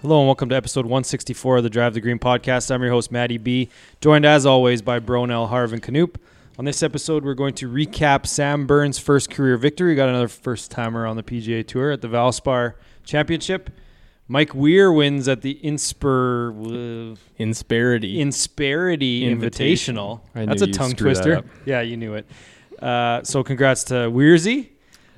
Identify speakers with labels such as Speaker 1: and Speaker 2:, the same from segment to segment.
Speaker 1: Hello and welcome to episode 164 of the Drive the Green podcast. I'm your host, Maddie B, joined as always by Bronell Harvin Canoop. On this episode, we're going to recap Sam Burns' first career victory. Got another first timer on the PGA Tour at the Valspar Championship. Mike Weir wins at the Inspir, uh,
Speaker 2: Insperity.
Speaker 1: Insperity
Speaker 2: Invitation.
Speaker 1: Invitational.
Speaker 2: I knew
Speaker 1: That's a
Speaker 2: you'd
Speaker 1: tongue
Speaker 2: screw that
Speaker 1: twister.
Speaker 2: up.
Speaker 1: Yeah, you knew it. Uh, so congrats to Weirzy.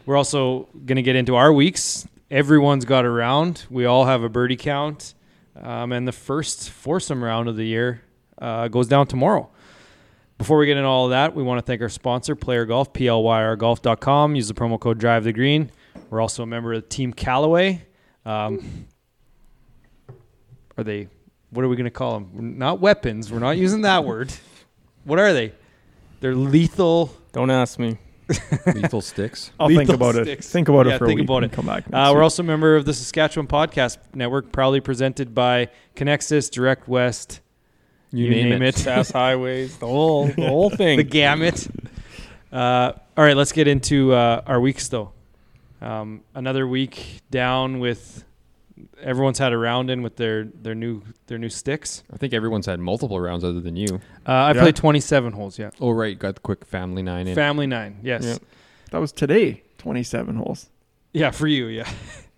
Speaker 1: We're also going to get into our weeks. Everyone's got a round. We all have a birdie count. Um, and the first foursome round of the year uh, goes down tomorrow. Before we get into all of that, we want to thank our sponsor, Player Golf, PLYRGolf.com. Use the promo code Drive the Green. We're also a member of Team Callaway. Um, are they? What are we going to call them? Not weapons. We're not using that word. What are they? They're lethal.
Speaker 2: Don't ask me.
Speaker 3: Lethal sticks.
Speaker 4: I'll
Speaker 1: Lethal
Speaker 4: think about
Speaker 1: sticks.
Speaker 4: it. Think about
Speaker 1: Yeah,
Speaker 4: it for
Speaker 1: think
Speaker 4: a week.
Speaker 1: about
Speaker 4: and
Speaker 1: it.
Speaker 4: Come back. next
Speaker 1: Uh, we're
Speaker 4: week.
Speaker 1: also a member of the Saskatchewan Podcast Network, proudly presented by Connexus, Direct West, You name it.
Speaker 2: Fast highways. The whole the whole thing.
Speaker 1: the gamut. Uh, all right, let's get into uh, our weeks though. Um, another week down with everyone's had a round in with their their new their new sticks.
Speaker 3: I think everyone's had multiple rounds other than you.
Speaker 1: Uh, I
Speaker 4: Yeah.
Speaker 1: played 27 holes. Yeah,
Speaker 3: Oh right, got the quick family nine in.
Speaker 1: family nine. Yes.
Speaker 2: Yeah.
Speaker 4: that was today. Twenty-seven holes.
Speaker 1: Yeah, for you, yeah.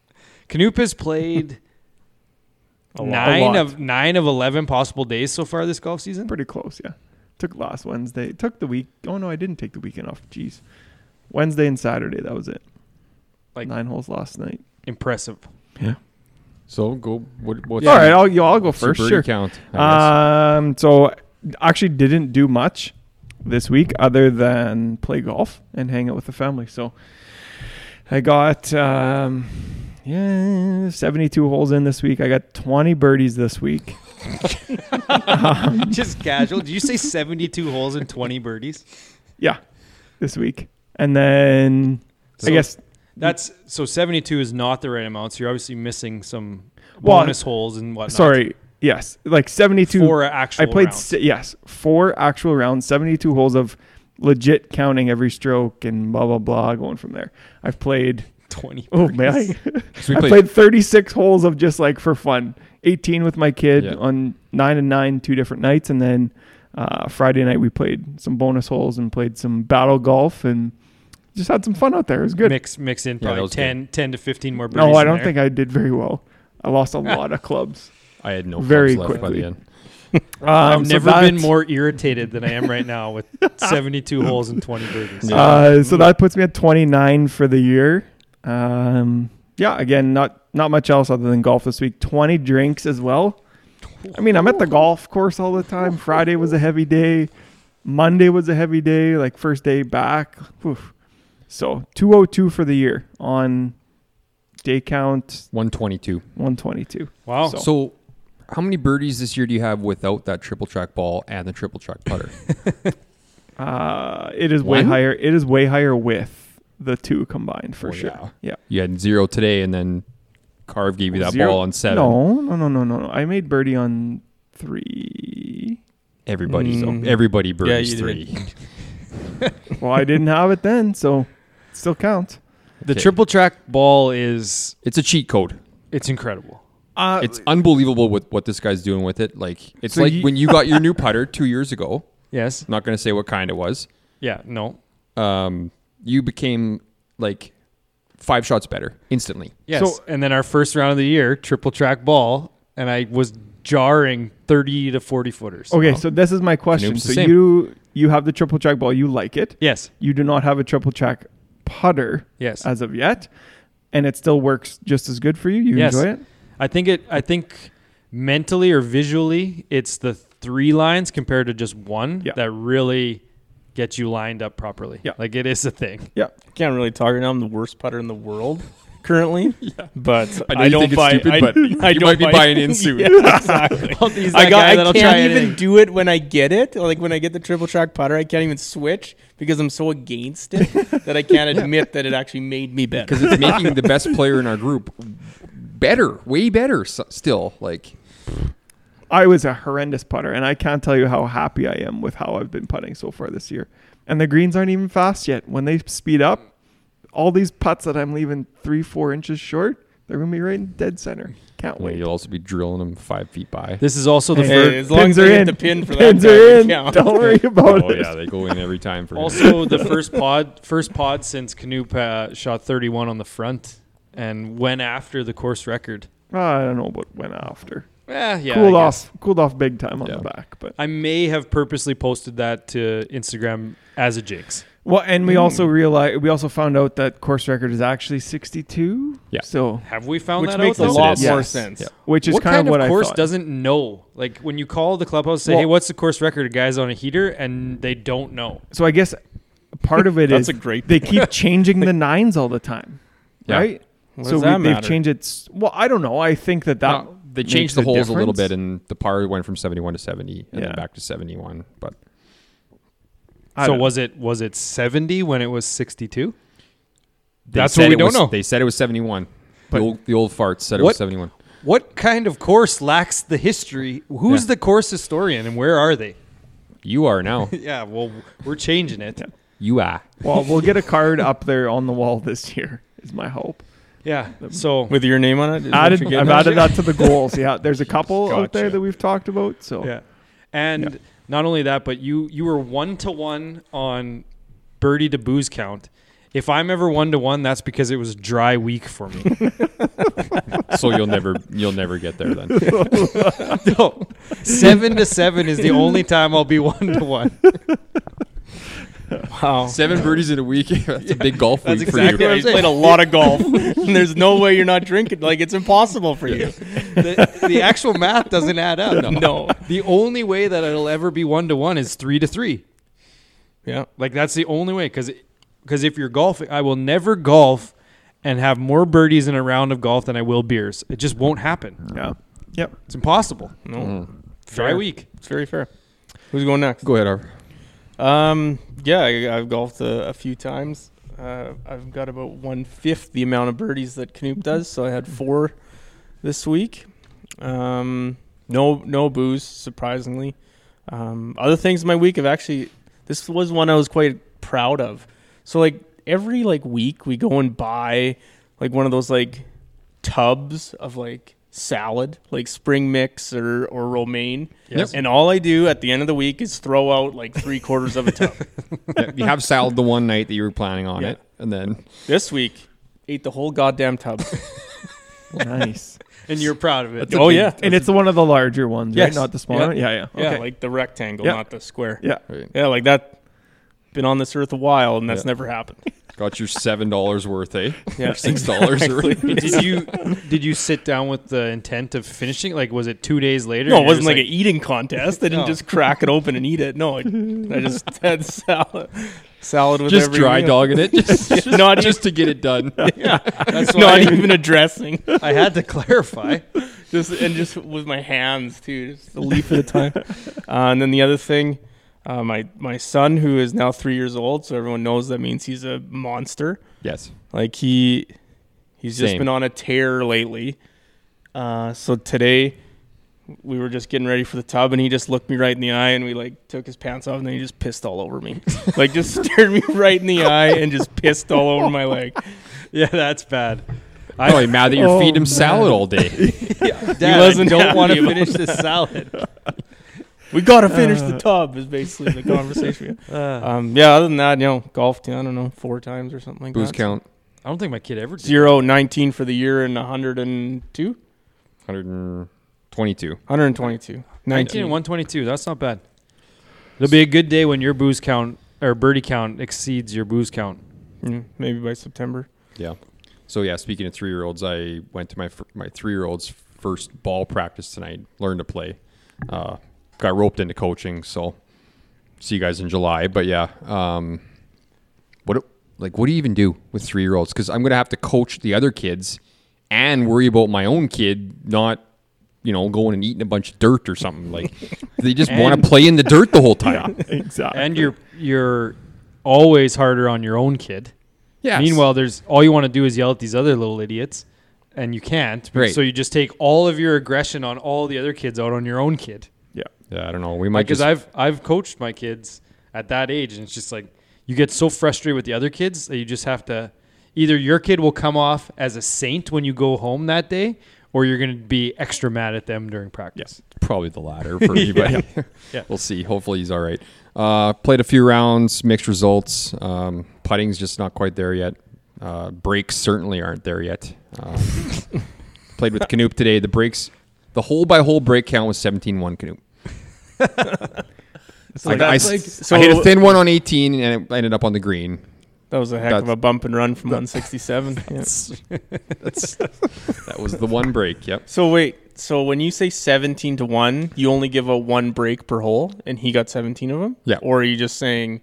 Speaker 1: Canoop has played
Speaker 4: A lot.
Speaker 1: nine
Speaker 4: A lot.
Speaker 1: of nine of eleven possible days so far this golf season.
Speaker 4: Pretty close. Yeah. Took last Wednesday. Took the week. Oh no, I didn't take the weekend off. Jeez. Wednesday and Saturday. That was it.
Speaker 1: Like-
Speaker 4: nine holes last night.
Speaker 1: Impressive.
Speaker 3: so go. What, what's
Speaker 4: All right. I'll you. I'll go first.
Speaker 3: birdie
Speaker 4: Sure.
Speaker 3: count. I
Speaker 4: Um, so actually didn't do much this week other than play golf and hang out with the family. So I got um, yeah, 72 holes in this week. I got 20 birdies this week.
Speaker 1: Just casual. Did you say 72 holes and 20 birdies?
Speaker 4: Yeah, this week. And then
Speaker 1: So-
Speaker 4: I guess
Speaker 1: That's so 72 is not the right amount. So you're obviously missing some
Speaker 4: Well,
Speaker 1: bonus holes and whatnot.
Speaker 4: sorry. Yes, like 72
Speaker 1: four actual.
Speaker 4: I played
Speaker 1: rounds.
Speaker 4: si- yes, four actual rounds, 72 holes of legit counting every stroke and blah blah blah going from there. I've played
Speaker 1: 20.
Speaker 4: Oh man, I,
Speaker 3: guess. So we
Speaker 4: I
Speaker 3: played,
Speaker 4: played 36 holes of just like for fun. 18 with my kid
Speaker 3: Yeah.
Speaker 4: on nine and nine, two different nights, and then uh, Friday night we played some bonus holes and played some battle golf and just had some fun out there. It was good.
Speaker 1: Mix mix in
Speaker 3: Yeah, that
Speaker 1: probably
Speaker 3: was
Speaker 1: 10 10 to 15 more birdies.
Speaker 4: no, I
Speaker 1: in
Speaker 4: don't
Speaker 1: there.
Speaker 4: think I did very well. I lost a lot of clubs.
Speaker 3: I had no
Speaker 4: very
Speaker 3: clubs left by the
Speaker 4: quickly.
Speaker 3: end.
Speaker 4: Um,
Speaker 1: I've
Speaker 4: so
Speaker 1: never been
Speaker 4: that-
Speaker 1: more irritated than I am right now with 72 holes and 20 birdies.
Speaker 4: Uh, so that puts me at 29 for the year. Um, yeah, again, not not much else other than golf this week. 20 drinks as well. I mean, I'm at the golf course all the time. Friday was a heavy day. Monday was a heavy day, like first day back. Oof. So 202 for the year on day count
Speaker 3: One twenty-two.
Speaker 4: 122.
Speaker 1: Wow.
Speaker 4: So-
Speaker 3: So, how many birdies this year do you have without that triple track ball and the triple track putter?
Speaker 4: Uh, it is way
Speaker 3: One?
Speaker 4: higher. It is way higher with the two combined for
Speaker 3: Oh,
Speaker 4: sure.
Speaker 3: yeah.
Speaker 4: yeah.
Speaker 3: you had zero today, and then Carve gave you that
Speaker 4: Zero-
Speaker 3: ball on seven.
Speaker 4: No, no, no, no, no, no. I made birdie on three.
Speaker 3: Everybody,
Speaker 2: Mm.
Speaker 3: so everybody birdies
Speaker 2: you
Speaker 3: three.
Speaker 2: did.
Speaker 4: Well, I didn't have it then, so it still counts.
Speaker 1: the
Speaker 3: okay.
Speaker 1: triple track ball is
Speaker 3: It's a cheat code.
Speaker 1: it's incredible.
Speaker 4: Uh,
Speaker 3: It's unbelievable with what this guy's doing with it. Like it's
Speaker 4: So
Speaker 3: like
Speaker 4: you-
Speaker 3: when you got your new putter two years ago.
Speaker 1: Yes.
Speaker 3: Not going to say what kind it was.
Speaker 1: Yeah, no.
Speaker 3: um, you became like five shots better instantly.
Speaker 1: Yes. and then our first round of the year, triple track ball, and I was jarring 30 to 40 footers.
Speaker 4: okay, so this is my question.
Speaker 3: Noob's the
Speaker 4: So
Speaker 3: same.
Speaker 4: you you have the triple track ball, you like it.
Speaker 1: Yes.
Speaker 4: You do not have a triple track putter
Speaker 1: Yes.
Speaker 4: as of yet, and it still works just as good for you. You
Speaker 1: Yes.
Speaker 4: enjoy it.
Speaker 1: I think it I think mentally or visually it's the three lines compared to just one
Speaker 4: Yeah.
Speaker 1: that really gets you lined up properly.
Speaker 4: Yeah.
Speaker 1: Like it is a thing.
Speaker 2: Can't really talk right now. I'm the worst putter in the world currently. But
Speaker 3: I
Speaker 2: I,
Speaker 3: know you
Speaker 2: don't
Speaker 3: think it's
Speaker 2: buy.
Speaker 3: stupid,
Speaker 2: I,
Speaker 3: but
Speaker 2: I
Speaker 3: you
Speaker 2: don't
Speaker 3: might be
Speaker 2: buy-
Speaker 3: buying in soon.
Speaker 2: Yeah, exactly.
Speaker 1: He's that
Speaker 2: I got.
Speaker 1: guy
Speaker 2: I
Speaker 1: that'll
Speaker 2: can't
Speaker 1: try
Speaker 2: even
Speaker 1: anything.
Speaker 2: do it when I get it. Like when I get the triple track putter, I can't even switch because I'm so against it that I can't admit that it actually made me better.
Speaker 3: because it's making the best player in our group better, way better. s still, like
Speaker 4: I was a horrendous putter, and I can't tell you how happy I am with how I've been putting so far this year. And the greens aren't even fast yet. When they speed up, all these putts that I'm leaving three, four inches short, They're going to be right in dead center. Can't
Speaker 3: Well,
Speaker 4: wait.
Speaker 3: you'll also be drilling them five feet by.
Speaker 1: This is also the
Speaker 4: Hey,
Speaker 1: first.
Speaker 2: Hey, as long
Speaker 4: Pins
Speaker 2: as
Speaker 4: are
Speaker 2: they hit
Speaker 4: in.
Speaker 2: the pin for
Speaker 4: Pins
Speaker 2: that,
Speaker 4: are
Speaker 2: guy,
Speaker 4: in.
Speaker 2: it counts.
Speaker 4: Don't worry about
Speaker 3: Oh
Speaker 4: it.
Speaker 3: yeah, they go in every time for him.
Speaker 1: Also, the first pod, first pod since Canoe uh, shot 31 on the front and went after the course record.
Speaker 4: Ah, I don't know what went after.
Speaker 1: Eh, yeah,
Speaker 4: cooled
Speaker 1: I guess.
Speaker 4: off. Cooled off big time on
Speaker 3: Yeah.
Speaker 4: the back, but
Speaker 1: I may have purposely posted that to Instagram as a jinx.
Speaker 4: well, and we also realized we also found out that course record is actually 62.
Speaker 3: Yeah.
Speaker 4: So,
Speaker 1: Have we found
Speaker 2: which
Speaker 1: that
Speaker 2: makes a
Speaker 1: out? though?
Speaker 2: lot
Speaker 4: Yes.
Speaker 2: more
Speaker 4: Yes.
Speaker 2: sense.
Speaker 3: Yeah.
Speaker 4: which is
Speaker 1: what
Speaker 4: kind of what
Speaker 1: of course
Speaker 4: I thought.
Speaker 1: doesn't know? Like when you call the clubhouse, say,
Speaker 4: Well-
Speaker 1: "Hey, what's the course record, guys?" on a heater, and they don't know.
Speaker 4: So I guess part of it is
Speaker 2: That's a great
Speaker 4: they keep changing the nines all the time,
Speaker 3: Yeah.
Speaker 4: right?
Speaker 2: What
Speaker 4: so
Speaker 2: does that
Speaker 4: we, they've
Speaker 2: matter?
Speaker 4: changed it. s- Well, I don't know. I think that that
Speaker 3: No, uh, they
Speaker 4: makes
Speaker 3: changed the holes a little
Speaker 4: difference.
Speaker 3: bit, and the par went from seventy-one to seventy, and
Speaker 4: Yeah.
Speaker 3: then back to seventy-one. But
Speaker 4: I
Speaker 1: So
Speaker 4: don't-
Speaker 1: was it was it 70 when it was 62?
Speaker 3: they
Speaker 1: That's
Speaker 3: said
Speaker 1: what we
Speaker 3: it
Speaker 1: don't
Speaker 3: was-
Speaker 1: know.
Speaker 3: They said it was seventy-one. the, old, the old farts said it
Speaker 1: What-
Speaker 3: was seventy-one.
Speaker 1: What kind of course lacks the history? Who's
Speaker 3: Yeah.
Speaker 1: the course historian, and where are they?
Speaker 3: You are now.
Speaker 1: Yeah, well, we're changing it. Yeah.
Speaker 3: you are.
Speaker 4: Well, we'll get a card up there on the wall this year. Is my hope.
Speaker 1: So
Speaker 2: With your name on it? Is that
Speaker 4: Added,
Speaker 2: what you're
Speaker 4: I've
Speaker 2: getting at?
Speaker 4: added that to the goals. Yeah, there's a couple out there
Speaker 2: Gotcha.
Speaker 4: that we've talked about. So
Speaker 1: yeah, and not only that, but you you were one to one on birdie to booze count. If I'm ever one to one, that's because it was dry week for me.
Speaker 3: So you'll never, you'll never get there then.
Speaker 1: no, seven to seven is the only time I'll be one to one.
Speaker 2: Wow.
Speaker 3: Seven birdies in a week. That's a big golf
Speaker 1: Oh. That's
Speaker 3: week for
Speaker 1: exactly
Speaker 3: you.
Speaker 1: what I'm
Speaker 2: You played a
Speaker 1: saying.
Speaker 2: lot of golf, and there's no way you're not drinking. Like it's impossible for you.
Speaker 1: The, the actual math doesn't add up. No. the only way that it'll ever be one to one is three to three.
Speaker 2: Yeah.
Speaker 1: Like that's the only way because because if you're golfing, I will never golf and have more birdies in a round of golf than I will beers. It just won't happen.
Speaker 4: yeah, yep.
Speaker 1: It's impossible.
Speaker 2: No.
Speaker 1: Dry
Speaker 2: Fair.
Speaker 1: week.
Speaker 2: It's very fair. Who's going next?
Speaker 3: Go ahead, Arv.
Speaker 2: Um. Yeah, I, I've golfed a, a few times. Uh, I've got about one fifth the amount of birdies that Knoop does, so I had four this week. Um. No, no booze, surprisingly. Um, other things in my week have actually. This was one I was quite proud of. So like every like week we go and buy like one of those like tubs of like salad, like spring mix or or romaine.
Speaker 1: Yes.
Speaker 2: And all I do at the end of the week is throw out like three quarters of a tub.
Speaker 3: Yeah, you have salad the one night that you were planning on
Speaker 2: Yeah.
Speaker 3: it, and then
Speaker 2: this week, ate the whole goddamn tub.
Speaker 4: nice.
Speaker 1: And you're proud of it.
Speaker 2: oh yeah,
Speaker 4: And it's one of the larger ones, right?
Speaker 2: Yes.
Speaker 4: Not the smaller.
Speaker 2: Yeah.
Speaker 4: Yeah, yeah,
Speaker 2: yeah,
Speaker 4: Okay.
Speaker 2: like the rectangle,
Speaker 4: Yeah.
Speaker 2: not the square.
Speaker 4: yeah.
Speaker 3: right,
Speaker 2: Yeah, like that. Been on this earth a while, and that's
Speaker 3: Yeah.
Speaker 2: never happened.
Speaker 3: got your seven dollars worth, eh?
Speaker 2: Yeah,
Speaker 3: Or six dollars worth.
Speaker 1: did you did you sit down with the intent of finishing? Like, was it two days later?
Speaker 2: No,
Speaker 1: and
Speaker 2: it
Speaker 1: you're
Speaker 2: wasn't
Speaker 1: just
Speaker 2: like, an eating contest. I didn't
Speaker 1: No.
Speaker 2: just crack it open and eat it. No, I, I just had salad, salad with
Speaker 3: Just
Speaker 2: every
Speaker 3: dry
Speaker 2: meal.
Speaker 3: dogging it, just, just,
Speaker 2: Not
Speaker 3: just to get it done.
Speaker 2: Yeah,
Speaker 1: That's
Speaker 2: not
Speaker 1: why
Speaker 2: even a dressing.
Speaker 1: I had to clarify.
Speaker 2: just and just with my hands too, just the leaf at a time. Uh, and then the other thing, uh, my my son who is now three years old, so everyone knows that means he's a monster.
Speaker 3: Yes.
Speaker 2: Like he, he's just
Speaker 3: Same.
Speaker 2: been on a tear lately. Uh, so today, we were just getting ready for the tub, and he just looked me right in the eye, and we like took his pants off, and then he just pissed all over me. like just stared me right in the eye and just pissed all over my leg.
Speaker 1: Yeah, that's bad. I-
Speaker 3: Probably mad that you're
Speaker 4: Oh,
Speaker 3: feeding him
Speaker 4: man.
Speaker 3: salad all day.
Speaker 1: Dad, I
Speaker 2: wasn't
Speaker 1: don't
Speaker 2: happy
Speaker 1: want to
Speaker 2: about
Speaker 1: finish this salad.
Speaker 2: We gotta finish the tub is basically the conversation. we had.
Speaker 1: Uh,
Speaker 2: Um, yeah, other than that, you know, golfed, I don't know, four times or something like
Speaker 3: Booze
Speaker 2: that.
Speaker 3: count,
Speaker 1: I don't think my kid ever did.
Speaker 2: Zero, 19 for the year and 102?
Speaker 3: 122.
Speaker 2: 122.
Speaker 1: 19 and
Speaker 2: 19.
Speaker 1: 122. That's not bad. It'll be a good day when your booze count or birdie count exceeds your booze count.
Speaker 2: Mm, maybe by September.
Speaker 3: Yeah. So yeah, speaking of three year olds, I went to my fir- my three year old's first ball practice tonight. Learned to play. Uh, got roped into coaching, so see you guys in July. But yeah, um, what do- like what do you even do with three year olds? Because I'm gonna have to coach the other kids and worry about my own kid not. You know, going and eating a bunch of dirt or something like they just want
Speaker 1: And-
Speaker 3: to play in the dirt the whole time.
Speaker 4: Exactly.
Speaker 1: And you're you're always harder on your own kid.
Speaker 3: Yeah.
Speaker 1: Meanwhile, there's all you want to do is yell at these other little idiots and you can't.
Speaker 3: Right.
Speaker 1: So you just take all of your aggression on all the other kids out on your own kid.
Speaker 4: yeah.
Speaker 3: yeah, I don't know. We might
Speaker 1: Because
Speaker 3: just
Speaker 1: I've I've coached my kids at that age and it's just like you get so frustrated with the other kids that you just have to either your kid will come off as a saint when you go home that day, or you're going to be extra mad at them during practice.
Speaker 3: Probably the latter for me, but
Speaker 1: Yeah.
Speaker 3: we'll see. Hopefully he's all right. Uh, played a few rounds, mixed results. Um, putting's just not quite there yet. Uh, breaks certainly aren't there yet. Um, played with Canoop today. The breaks, the hole by hole break count was 17 1 Canoop.
Speaker 2: So
Speaker 3: I, I
Speaker 2: that's
Speaker 3: s-
Speaker 2: like-
Speaker 3: I hit a
Speaker 2: so-
Speaker 3: thin one on 18 and it ended up on the green.
Speaker 2: That was a heck of
Speaker 3: That's-
Speaker 2: a bump and run from 167. Yeah.
Speaker 3: That was the one break. Yep.
Speaker 2: So wait, so when you say 17 to one, you only give a one break per hole, and he got 17 of them.
Speaker 3: Yeah.
Speaker 2: Or are you just saying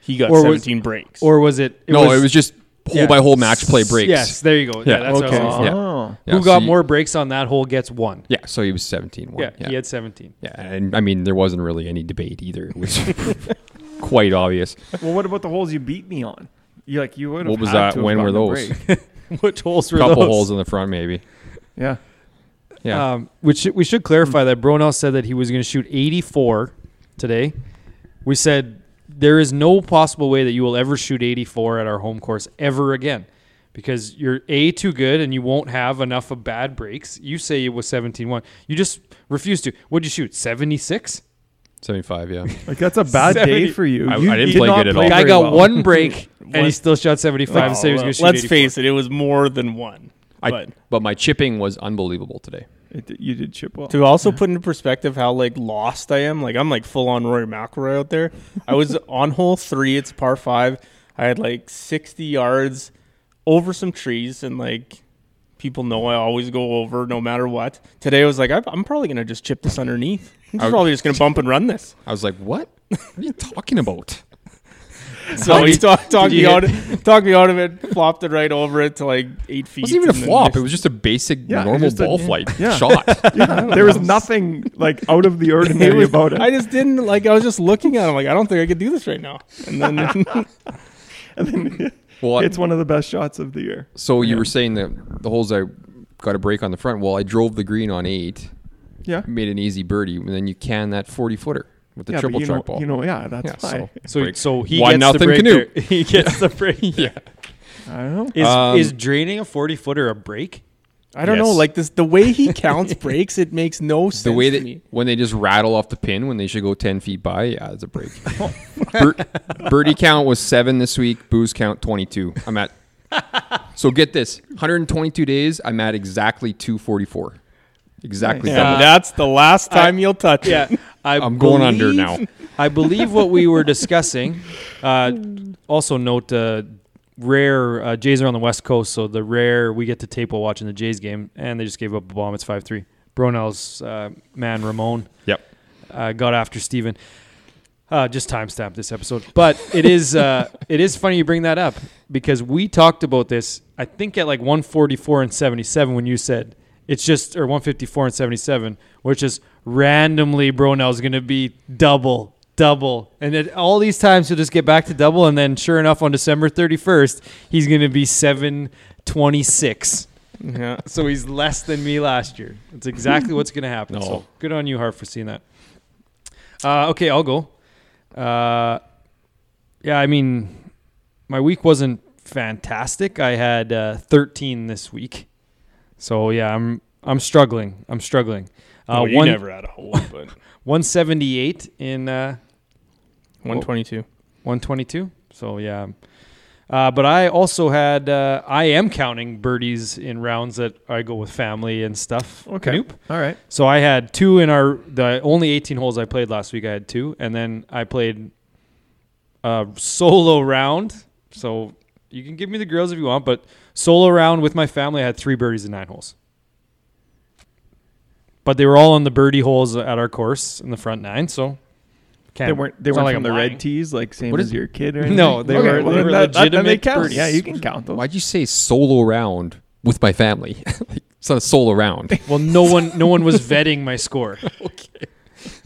Speaker 2: he got
Speaker 1: Or was-
Speaker 2: 17 breaks?
Speaker 1: Or was it?
Speaker 3: no, it was just hole
Speaker 1: yeah.
Speaker 3: by hole match play breaks.
Speaker 1: Yes, there you go. Yeah,
Speaker 3: Yeah,
Speaker 1: that's what I was
Speaker 4: okay.
Speaker 1: thinking.
Speaker 3: Yeah.
Speaker 4: Oh.
Speaker 3: Yeah,
Speaker 1: Who
Speaker 3: so
Speaker 1: got
Speaker 3: you-
Speaker 1: more breaks on that hole gets one.
Speaker 3: Yeah, so he was 17 1.
Speaker 1: Yeah, he had 17.
Speaker 3: Yeah, and I mean, there wasn't really any debate either. It was quite obvious.
Speaker 4: Well, what about the holes you beat me on? You like you would.
Speaker 3: What was that? When were those?
Speaker 1: Which holes were
Speaker 3: Couple
Speaker 1: those?
Speaker 3: holes in the front, maybe.
Speaker 4: Yeah.
Speaker 3: Yeah,
Speaker 1: Um, which we should clarify that Bronell said that he was going to shoot 84 today. We said there is no possible way that you will ever shoot 84 at our home course ever again because you're a too good and you won't have enough of bad breaks. You say it was 17-1. You just refuse to. What'd you shoot? 76?
Speaker 3: 75. Yeah,
Speaker 4: Like that's a bad
Speaker 1: Seventy-
Speaker 4: day for you.
Speaker 3: I-
Speaker 4: You
Speaker 3: I didn't
Speaker 4: did
Speaker 3: play
Speaker 4: not
Speaker 3: good at all.
Speaker 4: play
Speaker 1: Guy
Speaker 4: very
Speaker 1: got
Speaker 4: well.
Speaker 1: one Oh, break and he
Speaker 2: One-
Speaker 1: still shot 75 and said he was
Speaker 2: Well,
Speaker 1: going to shoot
Speaker 2: let's
Speaker 1: 84.
Speaker 2: face it, it was more than one.
Speaker 3: I,
Speaker 2: but
Speaker 3: but. my chipping was unbelievable today.
Speaker 4: It did- you did chip well.
Speaker 2: to also put into perspective how like lost I am, like I'm like full on Rory McIlroy out there. I was on hole three. It's a par five. I had like 60 yards over some trees, and like people know I always go over no matter what. Today I was like, I'm, I'm probably gonna just chip this underneath. I'm just
Speaker 3: I-
Speaker 2: probably just gonna bump and run this.
Speaker 3: I was like, "What? What are you talking about?"
Speaker 2: So he talked talk
Speaker 1: Did
Speaker 2: me
Speaker 1: you
Speaker 2: out, talked me out of it, flopped it right over it to like eight feet.
Speaker 3: It wasn't even a
Speaker 2: and then
Speaker 3: flop.
Speaker 2: missed-
Speaker 3: It was just a basic
Speaker 4: Yeah, it
Speaker 3: normal
Speaker 4: just a-
Speaker 3: ball flight
Speaker 4: yeah.
Speaker 3: shot.
Speaker 4: Yeah, there was nothing like out of the ordinary about it.
Speaker 2: I just didn't like. I was just looking at him like I don't think I could do this right now. And then
Speaker 3: Well,
Speaker 4: it's one of the best shots of the year.
Speaker 3: so you were saying that the holes I got a break on the front. Well, I drove the green on eight,
Speaker 4: Yeah.
Speaker 3: made an easy birdie, and then you can that 40 footer with the
Speaker 4: yeah, but
Speaker 3: triple
Speaker 4: you
Speaker 3: truck
Speaker 4: know,
Speaker 3: ball.
Speaker 4: You know, yeah, that's
Speaker 3: yeah,
Speaker 4: why.
Speaker 3: so,
Speaker 1: So,
Speaker 3: break.
Speaker 1: so he gets
Speaker 3: One
Speaker 1: the
Speaker 3: nothing
Speaker 1: break
Speaker 3: Canoe.
Speaker 1: there. He gets the break.
Speaker 3: yeah.
Speaker 4: I don't know.
Speaker 1: Is,
Speaker 3: Um,
Speaker 1: is draining a 40 footer a break?
Speaker 2: I don't know,
Speaker 3: Yes.
Speaker 2: like this, the way he counts breaks, it makes no sense.
Speaker 3: the way that
Speaker 2: to me.
Speaker 3: when they just rattle off the pin when they should go 10 feet by yeah it's a break Bir- birdie count was 7 this week booze count 22 i'm at so get this 122 days i'm at exactly 244 exactly
Speaker 4: Nice.
Speaker 2: Yeah,
Speaker 3: double.
Speaker 2: that's the last time you'll touch it.
Speaker 1: I
Speaker 3: i'm going under
Speaker 1: believe-
Speaker 3: now
Speaker 1: I believe what we were discussing. Uh, also note uh, rare uh, Jays are on the West Coast, so the rare we get to tape while watching the Jays game, and they just gave up a bomb. It's five three. Bronell's uh, man Ramon
Speaker 3: yep
Speaker 1: uh, got after Steven. Uh, just timestamp this episode, but it is uh, it is funny you bring that up because we talked about this. I think at like 144 and 77 when you said it's just or 154 and 77, which is randomly Bronell's going to be double, double, and then all these times he'll just get back to double, and then sure enough on December 31st he's going to be 726.
Speaker 2: Yeah.
Speaker 1: So he's less than me last year. That's exactly what's going to happen.
Speaker 3: No.
Speaker 1: So good on you, Hart, for seeing that. Uh, okay, I'll go. Uh, yeah, I mean, my week wasn't fantastic. I had uh, 13 this week, so yeah, I'm I'm struggling. I'm struggling. Uh,
Speaker 2: Well, you
Speaker 1: one-
Speaker 2: never had a hole, but
Speaker 1: 178 in uh,
Speaker 2: 122.
Speaker 1: 122. So yeah. Uh, but I also had uh, I am counting birdies in rounds that I go with family and stuff.
Speaker 4: Okay.
Speaker 1: Nope.
Speaker 4: All right.
Speaker 1: So I had two in our the only 18 holes I played last week. I had two, and then I played a solo round. So you can give me the grills if you want, but solo round with my family, I had three birdies in nine holes. But they were all on the birdie holes at our course in the front nine, so can't,
Speaker 4: They weren't. They
Speaker 1: it's not
Speaker 4: weren't
Speaker 1: like
Speaker 4: from
Speaker 1: I'm
Speaker 4: the
Speaker 1: lying.
Speaker 4: red tees, like same
Speaker 3: What is-
Speaker 4: as your kid or anything.
Speaker 1: No, they were- they
Speaker 4: then
Speaker 1: were
Speaker 4: then they
Speaker 1: legitimate
Speaker 4: count.
Speaker 1: birdies.
Speaker 4: Yeah, you can count those.
Speaker 3: why'd you say solo round with my family like, it's not a solo round
Speaker 1: Well, no one, no one was vetting my score. okay.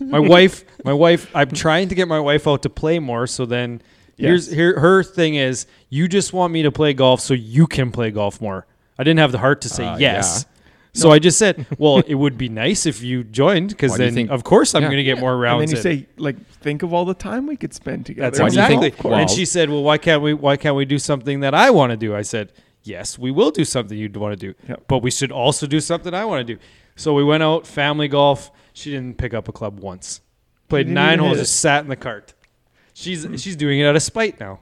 Speaker 1: My wife, my wife. I'm trying to get my wife out to play more. So then, here's
Speaker 4: Yes.
Speaker 1: here. Her thing is, you just want me to play golf so you can play golf more. I didn't have the heart to say
Speaker 3: Uh,
Speaker 1: yes.
Speaker 3: yeah.
Speaker 1: So I just said, well, it would be nice if you joined because
Speaker 3: Why do you
Speaker 1: then,
Speaker 3: think-
Speaker 1: of course, I'm
Speaker 3: Yeah.
Speaker 1: going to get more rounds.
Speaker 4: and then
Speaker 1: in.
Speaker 4: you say like think of all the time we could spend together
Speaker 1: That's
Speaker 3: Why
Speaker 4: on
Speaker 3: do you
Speaker 4: the
Speaker 3: think
Speaker 1: exactly.
Speaker 4: golf
Speaker 3: they-
Speaker 4: course.
Speaker 1: and she said, "Well, why can't we? Why can't we do something that I want to do?" I said, "Yes, we will do something you'd want to do,
Speaker 4: Yep.
Speaker 1: but we should also do something I want to do." So we went out family golf. She didn't pick up a club once. Played
Speaker 4: didn't
Speaker 1: nine
Speaker 4: even
Speaker 1: holes,
Speaker 4: hit
Speaker 1: just sat in the cart. She's
Speaker 3: Hmm.
Speaker 1: she's doing it out of spite now.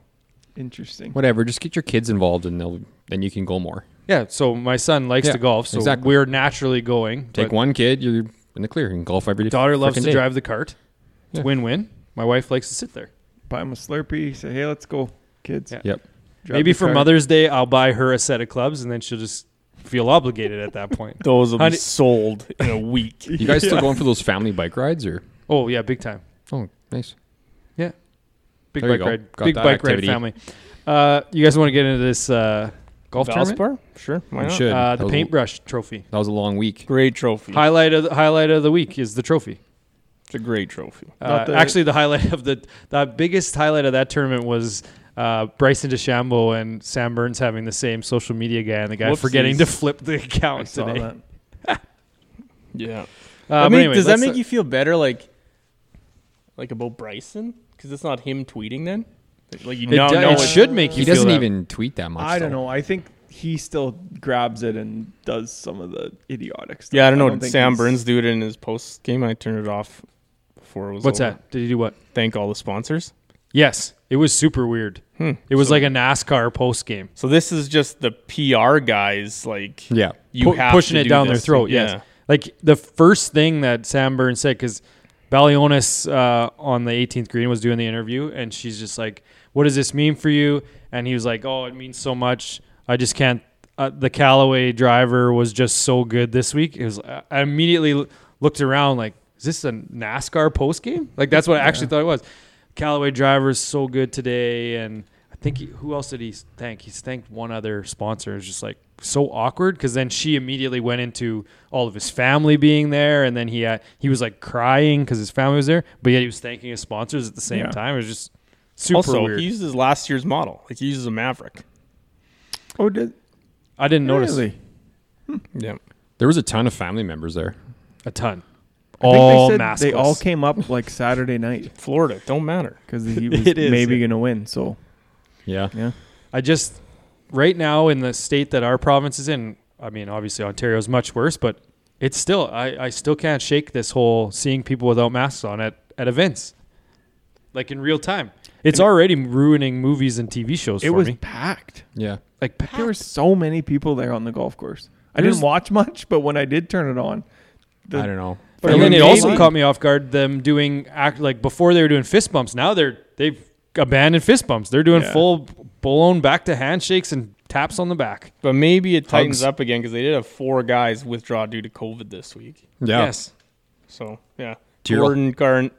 Speaker 4: interesting
Speaker 3: Whatever. Just get your kids involved, and they'll then you can go more.
Speaker 1: Yeah. So my son likes
Speaker 3: Yeah,
Speaker 1: to golf, so
Speaker 3: exactly.
Speaker 1: we're naturally going.
Speaker 3: Take
Speaker 1: but
Speaker 3: one kid, you're in the clear. You can golf every
Speaker 1: Daughter loves
Speaker 3: frickin'
Speaker 1: to
Speaker 3: day.
Speaker 1: drive the cart. It's
Speaker 3: Yeah.
Speaker 1: win-win. My wife likes to sit there.
Speaker 4: buy them a slurpee say hey let's go kids
Speaker 1: Yeah.
Speaker 3: Yep.
Speaker 4: Drive
Speaker 1: Maybe
Speaker 4: the
Speaker 1: for
Speaker 4: car.
Speaker 1: Mother's Day, I'll buy her a set of clubs, and then she'll just feel obligated at that point.
Speaker 2: Those will
Speaker 1: How
Speaker 2: be
Speaker 1: do-
Speaker 2: sold in a week.
Speaker 3: You guys still going for those family bike rides or?
Speaker 1: Oh yeah, big time.
Speaker 3: Oh, nice.
Speaker 1: Big
Speaker 3: There you
Speaker 1: bike
Speaker 3: go.
Speaker 1: ride.
Speaker 3: Got
Speaker 1: big
Speaker 3: that
Speaker 1: bike
Speaker 3: activity.
Speaker 1: ride family. Uh, you guys want to get into this uh, golf tournament?
Speaker 2: Valspar? Sure. Why
Speaker 3: You
Speaker 2: not?
Speaker 3: should.
Speaker 1: Uh,
Speaker 3: that,
Speaker 1: the
Speaker 3: was
Speaker 1: paintbrush trophy.
Speaker 3: A, that was a long week.
Speaker 2: Great trophy.
Speaker 1: Highlight of the, highlight of the week is the trophy.
Speaker 2: It's a great trophy.
Speaker 1: Uh,
Speaker 4: Not the-
Speaker 1: actually, the highlight of the the biggest highlight of that tournament was uh, Bryson DeChambeau and Sam Burns having the same social media guy and the guy forgetting
Speaker 2: Whoopsies.
Speaker 1: to flip the
Speaker 4: I
Speaker 1: account
Speaker 4: saw
Speaker 1: today.
Speaker 4: that.
Speaker 2: Yeah.
Speaker 1: Uh,
Speaker 2: I
Speaker 1: but
Speaker 2: mean,
Speaker 1: anyway,
Speaker 2: does that
Speaker 1: let's-
Speaker 2: make you feel better, like, like about Bryson? Because it's not him tweeting then. Like you
Speaker 1: It,
Speaker 2: now
Speaker 1: do-
Speaker 2: know
Speaker 1: it
Speaker 2: it's-
Speaker 1: should make you.
Speaker 3: He
Speaker 1: feel
Speaker 3: doesn't
Speaker 1: that.
Speaker 3: even tweet that much.
Speaker 4: I don't
Speaker 3: though.
Speaker 4: know. I think he still grabs it and does some of the idiotic stuff.
Speaker 2: Yeah, I don't know.
Speaker 4: think
Speaker 2: Sam
Speaker 4: he's-
Speaker 2: Burns did it in his post game. I turned it off before it was.
Speaker 1: uh, What's
Speaker 2: over.
Speaker 1: that? Did he do what?
Speaker 2: Thank all the sponsors.
Speaker 1: Yes, it was super weird.
Speaker 2: Hmm.
Speaker 1: It was like a NASCAR post game.
Speaker 2: So this is just the PR guys, like
Speaker 3: Yeah.
Speaker 2: you
Speaker 1: Pu-
Speaker 2: have
Speaker 1: pushing
Speaker 2: to
Speaker 1: it
Speaker 2: do
Speaker 1: down
Speaker 2: this.
Speaker 1: their throat.
Speaker 2: Yeah.
Speaker 1: Yes, like the first thing that Sam Burns said because Balionis uh, on the 18th green was doing the interview, and she's just like, "What does this mean for you?" And he was like, "Oh, it means so much. I just can't." Uh, the Callaway driver was just so good this week. It was. I immediately l- looked around like, "Is this a NASCAR post game?" Like that's what I actually thought it was. Callaway driver is so good today, and I think he, who else did he s- thank? He's thanked one other sponsor. It's just like so awkward because then she immediately went into all of his family being there, and then he had, he was like crying because his family was there, but yet he was thanking his sponsors at the same
Speaker 4: Yeah.
Speaker 1: time. It was just super
Speaker 2: also,
Speaker 1: weird.
Speaker 2: he uses last year's model. Like he uses a Maverick.
Speaker 4: Oh, did
Speaker 1: I didn't notice
Speaker 4: really?
Speaker 2: Yeah.
Speaker 3: There was a ton of family members there.
Speaker 1: a ton.
Speaker 4: I think
Speaker 1: All
Speaker 4: they, said
Speaker 1: maskless.
Speaker 4: they all came up like Saturday night
Speaker 2: Florida don't matter.
Speaker 4: because he was
Speaker 1: It is,
Speaker 4: maybe
Speaker 1: yeah.
Speaker 4: gonna win. So
Speaker 3: Yeah.
Speaker 4: yeah,
Speaker 1: I just right now in the state that our province is in, I mean, obviously Ontario is much worse, but it's still I, I still can't shake this whole seeing people without masks on at, at events. Like in real time. It's already ruining movies and TV shows
Speaker 4: it
Speaker 1: for
Speaker 4: was
Speaker 1: me.
Speaker 4: packed.
Speaker 3: Yeah.
Speaker 1: Like
Speaker 4: There were so many people there on the golf course. I didn't
Speaker 1: There's-
Speaker 4: watch much, but when I did turn it on, the-
Speaker 3: I don't know.
Speaker 4: But
Speaker 1: and then
Speaker 4: you
Speaker 1: it
Speaker 4: know,
Speaker 1: also
Speaker 4: maybe-
Speaker 1: caught me off guard them doing act like before they were doing fist bumps. Now they're they've abandoned fist bumps. They're doing
Speaker 4: Yeah.
Speaker 1: full blown back to handshakes and taps on the back.
Speaker 2: But maybe it tightens
Speaker 3: Hugs.
Speaker 2: up again because they did have four guys withdraw due to COVID this week.
Speaker 3: Yeah.
Speaker 1: Yes.
Speaker 2: So yeah,
Speaker 3: Tyrrell.
Speaker 2: Gordon Garn,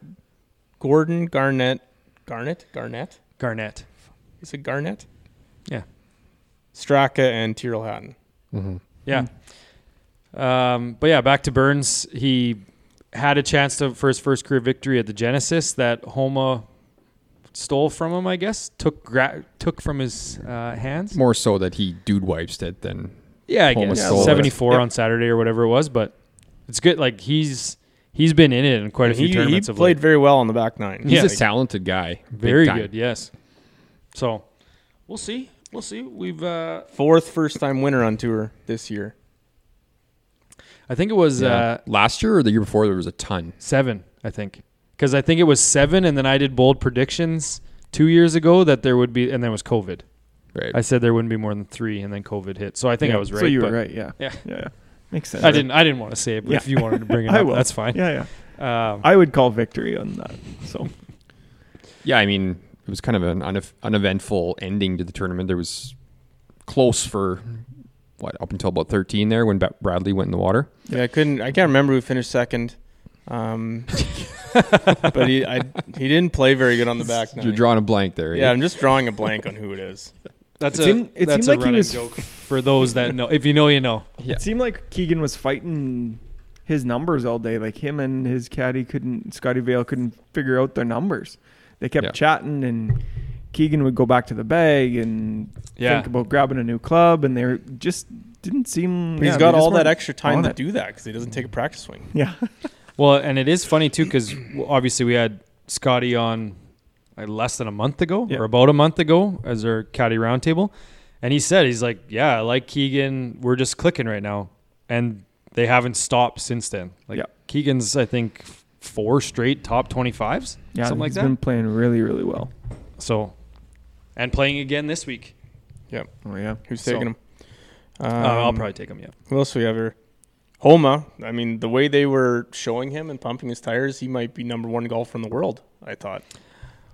Speaker 2: Gordon Garnett, Garnett, Garnett.
Speaker 1: Garnett.
Speaker 2: Is it Garnett?
Speaker 1: Yeah.
Speaker 2: Straka and Tyrrell Hatton.
Speaker 1: Yeah. Um, but yeah, back to Burns. He had a chance to for his first career victory at the Genesis that Homa stole from him. I guess took gra- took from his uh, hands.
Speaker 3: More so that he dude wipes it than
Speaker 1: Yeah, I
Speaker 3: Homa
Speaker 1: guess
Speaker 3: stole it.
Speaker 1: seventy four
Speaker 2: Yep.
Speaker 1: on Saturday or whatever it was. But it's good. Like he's he's been in it in quite a few
Speaker 2: he,
Speaker 1: tournaments.
Speaker 2: he
Speaker 1: of
Speaker 2: played
Speaker 1: late.
Speaker 2: very well on the back nine.
Speaker 3: he's
Speaker 1: Yeah.
Speaker 3: a talented guy. big
Speaker 1: very
Speaker 3: time.
Speaker 1: good. Yes. So we'll see. We'll see. We've uh,
Speaker 2: Fourth first time winner on tour this year.
Speaker 1: I think it was
Speaker 3: Yeah.
Speaker 1: uh,
Speaker 3: Last year or the year before, there was a ton.
Speaker 1: Seven, I think. Because I think it was seven, and then I did bold predictions two years ago that there would be, and then it was COVID.
Speaker 3: Right.
Speaker 1: I said there wouldn't be more than three, and then COVID hit. So I think I was right.
Speaker 4: So you were
Speaker 1: but
Speaker 4: right. Yeah.
Speaker 1: Yeah.
Speaker 4: Yeah. yeah. Makes sense.
Speaker 1: I didn't. I didn't want to say it, but
Speaker 4: Yeah.
Speaker 1: if you wanted to bring it
Speaker 4: I
Speaker 1: up,
Speaker 4: will.
Speaker 1: that's fine.
Speaker 4: Yeah, yeah.
Speaker 1: Um,
Speaker 4: I would call victory on that. So
Speaker 3: Yeah, I mean, it was kind of an unef- uneventful ending to the tournament. There was close for what up until about 13 there when Ba- Bradley went in the water.
Speaker 2: Yeah, I couldn't. I can't remember who finished second. Um, but he I, he didn't play very good on the back nine.
Speaker 3: You're drawing a blank there. eh?
Speaker 2: yeah, I'm just drawing a blank on who it is.
Speaker 1: that's
Speaker 4: It
Speaker 1: a.
Speaker 4: seemed- it
Speaker 1: that's
Speaker 4: seemed
Speaker 1: a
Speaker 4: like he
Speaker 1: running
Speaker 4: was-
Speaker 1: joke for those that know. If you know, you know.
Speaker 3: Yeah.
Speaker 4: It seemed like Keegan was fighting his numbers all day. Like him and his caddy couldn't, Scotty Vale couldn't figure out their numbers. They kept
Speaker 3: Yeah.
Speaker 4: chatting, and Keegan would go back to the bag and
Speaker 1: Yeah.
Speaker 4: think about grabbing a new club, and they were- just didn't seem.
Speaker 2: But he's
Speaker 4: yeah,
Speaker 2: got
Speaker 4: they just
Speaker 2: all that
Speaker 4: weren't
Speaker 2: extra time
Speaker 4: on
Speaker 2: to
Speaker 4: it.
Speaker 2: do that because he doesn't take a practice swing.
Speaker 4: Yeah,
Speaker 1: Well, and it is funny too because obviously we had Scotty on like less than a month ago
Speaker 4: Yeah.
Speaker 1: or about a month ago as our caddy roundtable, and he said he's like, yeah, I like Keegan, we're just clicking right now, and they haven't stopped since then. Like
Speaker 4: Yeah.
Speaker 1: Keegan's, I think f- four straight top twenty fives,
Speaker 4: yeah,
Speaker 1: something like
Speaker 4: he's
Speaker 1: that.
Speaker 4: Been playing really, really well.
Speaker 1: So, and playing again this week.
Speaker 4: Oh yeah,
Speaker 2: Who's
Speaker 1: So-
Speaker 2: taking him? Um,
Speaker 1: Uh, I'll probably take him. Yeah.
Speaker 2: Who else do we have here? Homa. I mean, the way they were showing him and pumping his tires, he might be number one golfer in the world. I thought.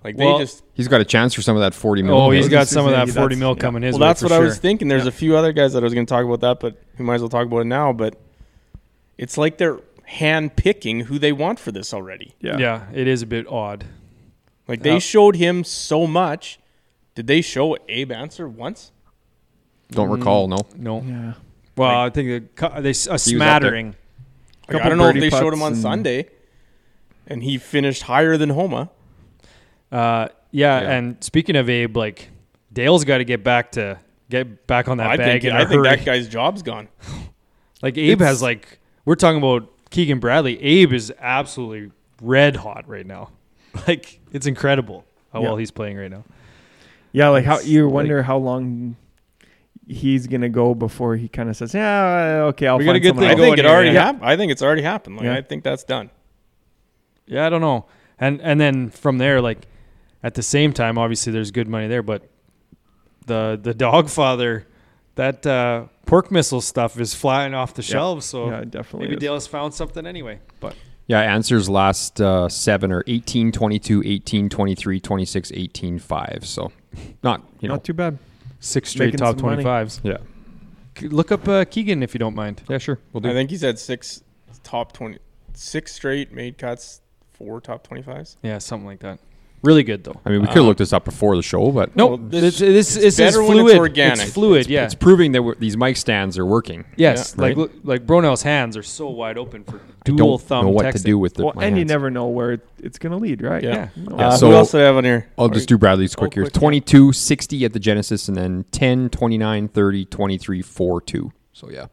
Speaker 2: Like
Speaker 1: Well,
Speaker 2: they just.
Speaker 3: He's got a chance for some of that 40 mil.
Speaker 1: Oh,
Speaker 3: hit.
Speaker 1: he's got some of
Speaker 4: Yeah,
Speaker 1: that forty
Speaker 4: that's-
Speaker 1: mil
Speaker 4: yeah.
Speaker 1: coming his
Speaker 2: Well,
Speaker 1: way
Speaker 2: that's
Speaker 1: for
Speaker 2: what I was
Speaker 1: sure.
Speaker 2: thinking. There's a few other guys that I was going to talk about that, but we might as well talk about it now. But it's like they're hand picking who they want for this already.
Speaker 4: yeah,
Speaker 1: yeah, it is a bit odd.
Speaker 2: Like they
Speaker 1: Yeah.
Speaker 2: showed him so much. Did they show Abe Answer once?
Speaker 3: Don't recall, no.
Speaker 1: No.
Speaker 4: yeah.
Speaker 1: Well, I think they, cu- they s- a
Speaker 3: there.
Speaker 1: smattering.
Speaker 2: Like, I
Speaker 4: Couple
Speaker 2: don't know if
Speaker 4: birdie
Speaker 2: they showed
Speaker 4: putts
Speaker 2: him on
Speaker 4: and-
Speaker 2: Sunday, and he finished higher than Homa.
Speaker 1: Uh, yeah,
Speaker 3: Yeah.
Speaker 1: and speaking of Abe, like Dale's got to get back to get back on that
Speaker 2: I
Speaker 1: bag
Speaker 2: think
Speaker 1: in a
Speaker 2: I think
Speaker 1: hurry.
Speaker 2: that guy's job's gone.
Speaker 1: like Abe
Speaker 2: it's-
Speaker 1: has like we're talking about Keegan Bradley. Abe is absolutely red hot right now. Like it's incredible how
Speaker 4: Yeah.
Speaker 1: well he's playing right now.
Speaker 4: Yeah, like how
Speaker 1: It's
Speaker 4: you
Speaker 1: like-
Speaker 4: wonder how long he's gonna go before he kind of says, "Yeah, okay, I'll
Speaker 1: We gotta
Speaker 4: find
Speaker 1: get
Speaker 4: someone
Speaker 1: the-
Speaker 2: I
Speaker 4: else."
Speaker 1: go
Speaker 2: think
Speaker 1: in
Speaker 2: it
Speaker 1: here,
Speaker 2: already
Speaker 1: yeah.
Speaker 2: happened. I think it's already happened. Like
Speaker 4: Yeah.
Speaker 2: I think that's done.
Speaker 1: Yeah, I don't know. And and then from there, like at the same time, obviously there's good money there, but the the dog father, that uh, pork missile stuff is flying off the shelves. So
Speaker 4: yeah, it definitely.
Speaker 1: maybe
Speaker 4: is.
Speaker 1: Dale has found something anyway. But
Speaker 3: Yeah, answers last uh, seven or 18, 22, 18, 23, 26, 18, 5. So not, you know.
Speaker 4: Not too bad.
Speaker 1: six
Speaker 4: straight
Speaker 1: straight
Speaker 4: Making
Speaker 1: top
Speaker 4: top some
Speaker 1: twenty
Speaker 4: money.
Speaker 1: fives.
Speaker 3: yeah.
Speaker 1: Look up uh, Keegan if you don't mind.
Speaker 3: Yeah, sure. We'll do.
Speaker 2: I think he's had six top twenty, six straight made cuts, four top twenty fives.
Speaker 1: Yeah, something like that. Really good though.
Speaker 3: I mean, we could have looked this up before the show, but
Speaker 1: No,
Speaker 2: Well,
Speaker 1: this,
Speaker 2: this-
Speaker 1: this, this is
Speaker 2: better when
Speaker 1: fluid.
Speaker 2: it's organic.
Speaker 1: It's fluid. yeah.
Speaker 3: it's proving that we're, these mic stands are working.
Speaker 1: yes.
Speaker 3: yeah,
Speaker 1: like
Speaker 3: right.
Speaker 1: look like Bronell's hands are so wide open for dual
Speaker 3: I don't
Speaker 1: thumb
Speaker 3: know what to
Speaker 1: texting.
Speaker 3: do with the,
Speaker 4: Well,
Speaker 3: my
Speaker 4: and you
Speaker 3: hands.
Speaker 4: never know where it, it's gonna lead, right?
Speaker 1: Yeah.
Speaker 4: No.
Speaker 3: Yeah,
Speaker 2: Uh,
Speaker 3: so-
Speaker 2: who else did I have on here?
Speaker 3: I'll just do Bradley's quick
Speaker 2: Oh,
Speaker 3: here.
Speaker 2: quick, yeah.
Speaker 3: 22, 60 at the Genesis, and then 10, 29, 30, 23, 4, 2. So, yeah,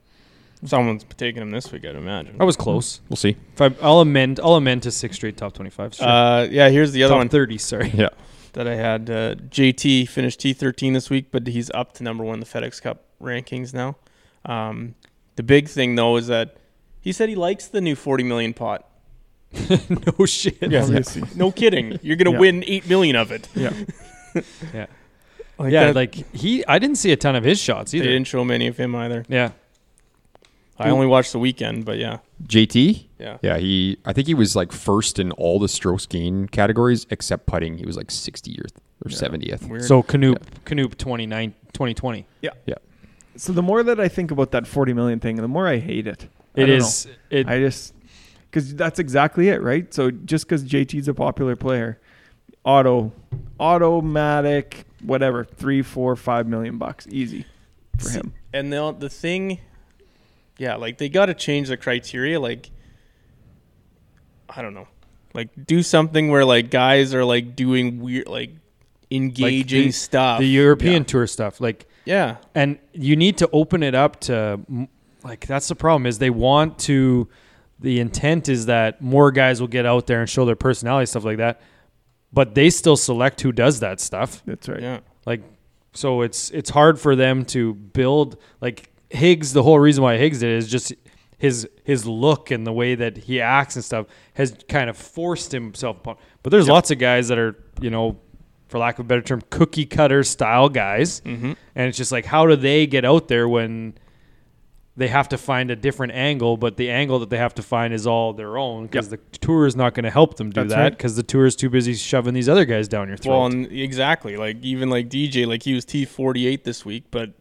Speaker 2: Someone's taking him this week, I'd imagine.
Speaker 1: I was close.
Speaker 3: we'll see.
Speaker 1: If I, I'll amend, I'll amend to six straight top twenty-five. Sure.
Speaker 2: Uh, yeah, here's the other
Speaker 1: top
Speaker 2: one
Speaker 1: thirty. Sorry.
Speaker 3: Yeah.
Speaker 2: that I had. Uh, JT finished T13 this week, but he's up to number one in the FedEx Cup rankings now. Um, the big thing though is that he said he likes the new 40 million pot.
Speaker 1: no shit.
Speaker 4: Yeah. Obviously.
Speaker 2: No kidding, you're gonna
Speaker 4: Yeah.
Speaker 2: win eight million of it.
Speaker 4: Yeah.
Speaker 2: Like
Speaker 1: yeah.
Speaker 2: that-
Speaker 1: like he, I didn't see a ton of his shots
Speaker 2: they
Speaker 1: either.
Speaker 2: didn't show many of him either.
Speaker 1: Yeah.
Speaker 2: I only watched the weekend, but yeah,
Speaker 3: JT?
Speaker 2: yeah.
Speaker 3: Yeah, he, I think he was like first in all the strokes gain categories except putting. He was like 60th or 70th.
Speaker 2: Weird.
Speaker 1: So Canoop, Canoop 29, 2020.
Speaker 4: So the more that I think about that 40 million thing, the more I hate it. I
Speaker 1: It
Speaker 4: don't
Speaker 1: is. It.
Speaker 4: know. I just because that's exactly it, right? So just because JT's a popular player, auto, automatic, whatever, three, four, five million bucks, easy for
Speaker 2: See,
Speaker 4: him.
Speaker 2: and the the thing, yeah, like they got to change the criteria. Like, I don't know, like do something where like guys are like doing weird, like engaging
Speaker 1: the-
Speaker 2: stuff.
Speaker 1: the European tour stuff, like
Speaker 2: yeah,
Speaker 1: and you need to open it up to m- like that's the problem is they want to the intent is that more guys will get out there and show their personality stuff like that but they still select who does that stuff
Speaker 4: That's right.
Speaker 2: yeah,
Speaker 1: like so it's it's hard for them to build like Higgs the whole reason why Higgs did it is just his his look and the way that he acts and stuff has kind of forced himself upon but there's lots of guys that are you know for lack of a better term cookie cutter style guys
Speaker 2: mm-hmm.
Speaker 1: and it's just like, how do they get out there when they have to find a different angle? But the angle that they have to find is all their own because the tour is not going to help them do
Speaker 4: That's
Speaker 1: that
Speaker 4: right.
Speaker 1: because the tour is too busy shoving these other guys down your throat.
Speaker 2: Well, and exactly. Like even like DJ, like he was T forty eight this week, but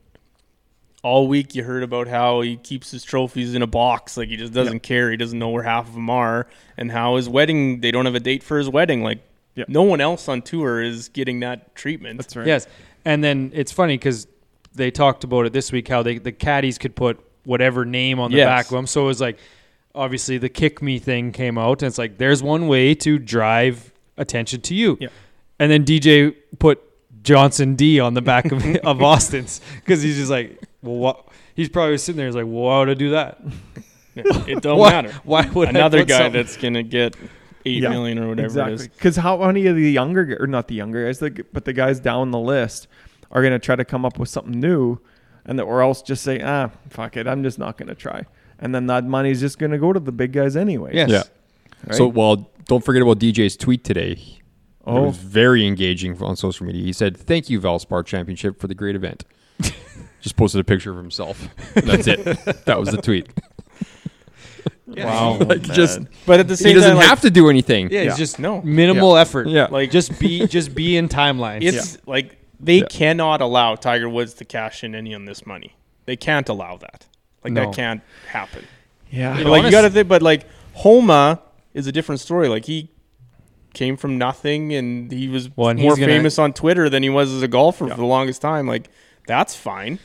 Speaker 2: all week you heard about how he keeps his trophies in a box, like he just doesn't care. He doesn't know where half of them are, and how his wedding they don't have a date for his wedding. Like
Speaker 4: Yeah.
Speaker 2: no one else on tour is getting that treatment.
Speaker 4: That's right.
Speaker 1: yes, and then it's funny because they talked about it this week how they the caddies could put whatever name on the
Speaker 2: Yes.
Speaker 1: back of them. So it was like, obviously the kick me thing came out, and it's like, there's one way to drive attention to you.
Speaker 4: Yeah.
Speaker 1: And then DJ put Johnson D on the back of, of Austin's because he's just like, well, what? He's probably sitting there. He's like, well, why would I do that?
Speaker 2: It don't
Speaker 1: why,
Speaker 2: matter.
Speaker 1: Why would I
Speaker 2: Another
Speaker 1: put
Speaker 2: guy
Speaker 1: something-
Speaker 2: that's gonna get eight million
Speaker 4: Yeah,
Speaker 2: or whatever it is.
Speaker 4: Exactly. Because how many of the younger, g- or not the younger guys, the, g- but the guys down the list are going to try to come up with something new and that, or else just say, ah, fuck it, I'm just not going to try. And then that money is just going to go to the big guys anyway.
Speaker 1: Yes.
Speaker 3: Yeah.
Speaker 4: Right?
Speaker 3: So, well, don't forget about DJ's tweet today. It
Speaker 4: oh,
Speaker 3: was very engaging on social media. He said, "Thank you, Valspar Championship, for the great event." Just posted a picture of himself. That's it. that was the tweet.
Speaker 1: Wow.
Speaker 3: Like, just
Speaker 2: But at the
Speaker 3: he
Speaker 2: same
Speaker 3: doesn't
Speaker 2: time, like,
Speaker 3: have to do anything.
Speaker 1: Yeah,
Speaker 4: Yeah.
Speaker 1: it's just
Speaker 2: No.
Speaker 1: minimal effort.
Speaker 3: Yeah.
Speaker 1: like just be just be in timeline.
Speaker 2: it's like they
Speaker 3: Yeah.
Speaker 2: cannot allow Tiger Woods to cash in any on this money. They can't allow that. Like
Speaker 1: No.
Speaker 2: that can't happen.
Speaker 4: yeah.
Speaker 1: You
Speaker 2: But, like you
Speaker 1: honest-
Speaker 2: got to think, but like Homa is a different story. Like he came from nothing, and he was
Speaker 1: Well, and
Speaker 2: more
Speaker 1: he's gonna-
Speaker 2: famous on Twitter than he was as a golfer for the longest time. Like that's fine.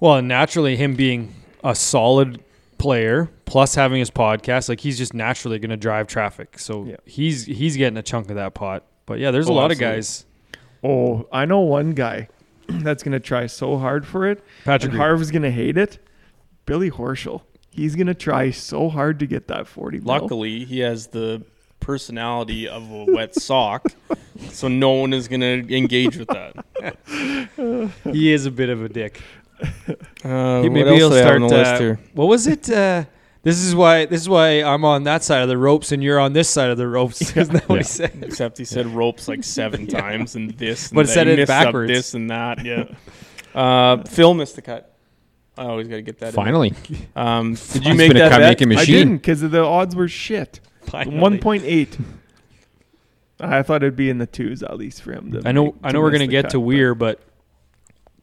Speaker 1: Well, and naturally, him being a solid player plus having his podcast, like he's just naturally going to drive traffic. So
Speaker 4: Yeah.
Speaker 1: he's he's getting a chunk of that pot. But yeah, there's
Speaker 2: Oh,
Speaker 1: a lot
Speaker 2: absolutely.
Speaker 1: of guys.
Speaker 4: Oh, I know one guy that's going to try so hard for it.
Speaker 1: Patrick
Speaker 4: and
Speaker 1: Reed.
Speaker 4: Harv's going to hate it. Billy Horschel. He's going to try so hard to get that 40 mil.
Speaker 2: Luckily, he has the personality of a wet sock, so no one is going to engage with that.
Speaker 1: He is a bit of a dick.
Speaker 2: Uh,
Speaker 1: He- maybe he'll start. uh, what was it? Uh, this is why. This is why I'm on that side of the ropes and you're on this side of the ropes. Isn't that what
Speaker 3: Yeah.
Speaker 1: he said?
Speaker 2: Except he said ropes like seven times and this, and
Speaker 1: But it
Speaker 2: that.
Speaker 1: said
Speaker 2: He
Speaker 1: it
Speaker 2: messed up
Speaker 1: backwards.
Speaker 2: This and that. Yeah. Uh, Phil missed the cut. I always got to get that. in.
Speaker 3: Finally,
Speaker 2: Um, did you
Speaker 3: He's
Speaker 2: make
Speaker 3: been a
Speaker 2: that
Speaker 3: cut
Speaker 2: bet?
Speaker 3: making
Speaker 4: I
Speaker 3: machine.
Speaker 4: didn't because the odds were shit.
Speaker 1: Finally.
Speaker 4: 1.8. I thought it'd be in the twos at least for him. To
Speaker 1: I know.
Speaker 4: make-
Speaker 1: I know we're
Speaker 4: miss
Speaker 1: gonna
Speaker 4: the
Speaker 1: get
Speaker 4: cut,
Speaker 1: to
Speaker 4: but-
Speaker 1: Weir, but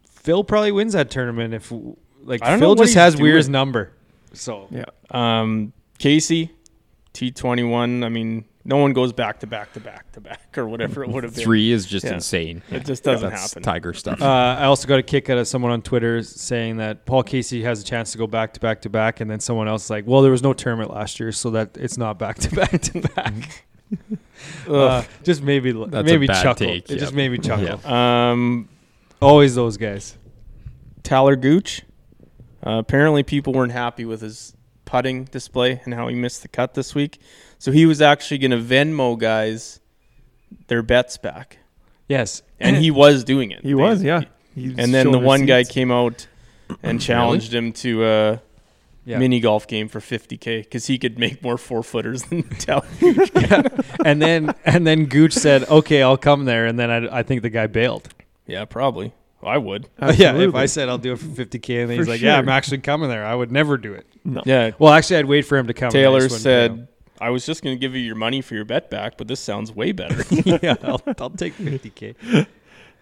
Speaker 1: Phil probably wins that tournament if like
Speaker 2: I don't know
Speaker 1: Phil
Speaker 2: what
Speaker 1: just
Speaker 2: he's
Speaker 1: has Weir's
Speaker 2: doing.
Speaker 1: number. So
Speaker 4: Yeah.
Speaker 2: Um, Casey, T twenty one. I mean, no one goes back to back to back to back or whatever it would have been.
Speaker 3: three is just
Speaker 2: Yeah.
Speaker 3: insane.
Speaker 2: It just doesn't
Speaker 3: That's
Speaker 2: happen.
Speaker 3: Tiger stuff.
Speaker 1: Uh, I also got a kick out of someone on Twitter saying that Paul Casey has a chance to go back to back to back, and then someone else like, "Well, there was no tournament last year, so that it's not back to back to back." Uh, just maybe,
Speaker 3: That's a
Speaker 1: maybe
Speaker 3: bad
Speaker 1: chuckle.
Speaker 3: take,
Speaker 1: It
Speaker 3: yeah.
Speaker 1: just made me chuckle.
Speaker 3: Yeah.
Speaker 2: Um,
Speaker 1: Always those guys.
Speaker 2: Taylor Gooch. Uh, apparently, people weren't happy with his putting display and how he missed the cut this week. So he was actually going to Venmo guys their bets back,
Speaker 1: Yes,
Speaker 2: and he was doing it.
Speaker 4: He
Speaker 2: They-
Speaker 4: was, yeah. He was
Speaker 2: And then the
Speaker 4: showing
Speaker 2: one guy
Speaker 4: receipts.
Speaker 2: came out and challenged him to a
Speaker 1: yeah.
Speaker 2: mini golf game for 50k because he could make more four footers than Taylor.
Speaker 1: and then and then Gooch said, "Okay, I'll come there," and then I, I think the guy bailed.
Speaker 2: yeah, probably. I would.
Speaker 1: Yeah, if I
Speaker 4: Absolutely.
Speaker 1: said I'll do it for 50k, and then
Speaker 4: For
Speaker 1: he's like, "Yeah,
Speaker 4: sure.
Speaker 1: I'm actually coming there. I would never do it."
Speaker 4: No.
Speaker 2: Yeah,
Speaker 1: Well, actually, I'd wait for him to come. and I
Speaker 2: Taylor
Speaker 1: just wouldn't pay him.
Speaker 2: said, I was just going to give you your money for your bet back, but this sounds way better.
Speaker 1: yeah, I'll, I'll take 50k.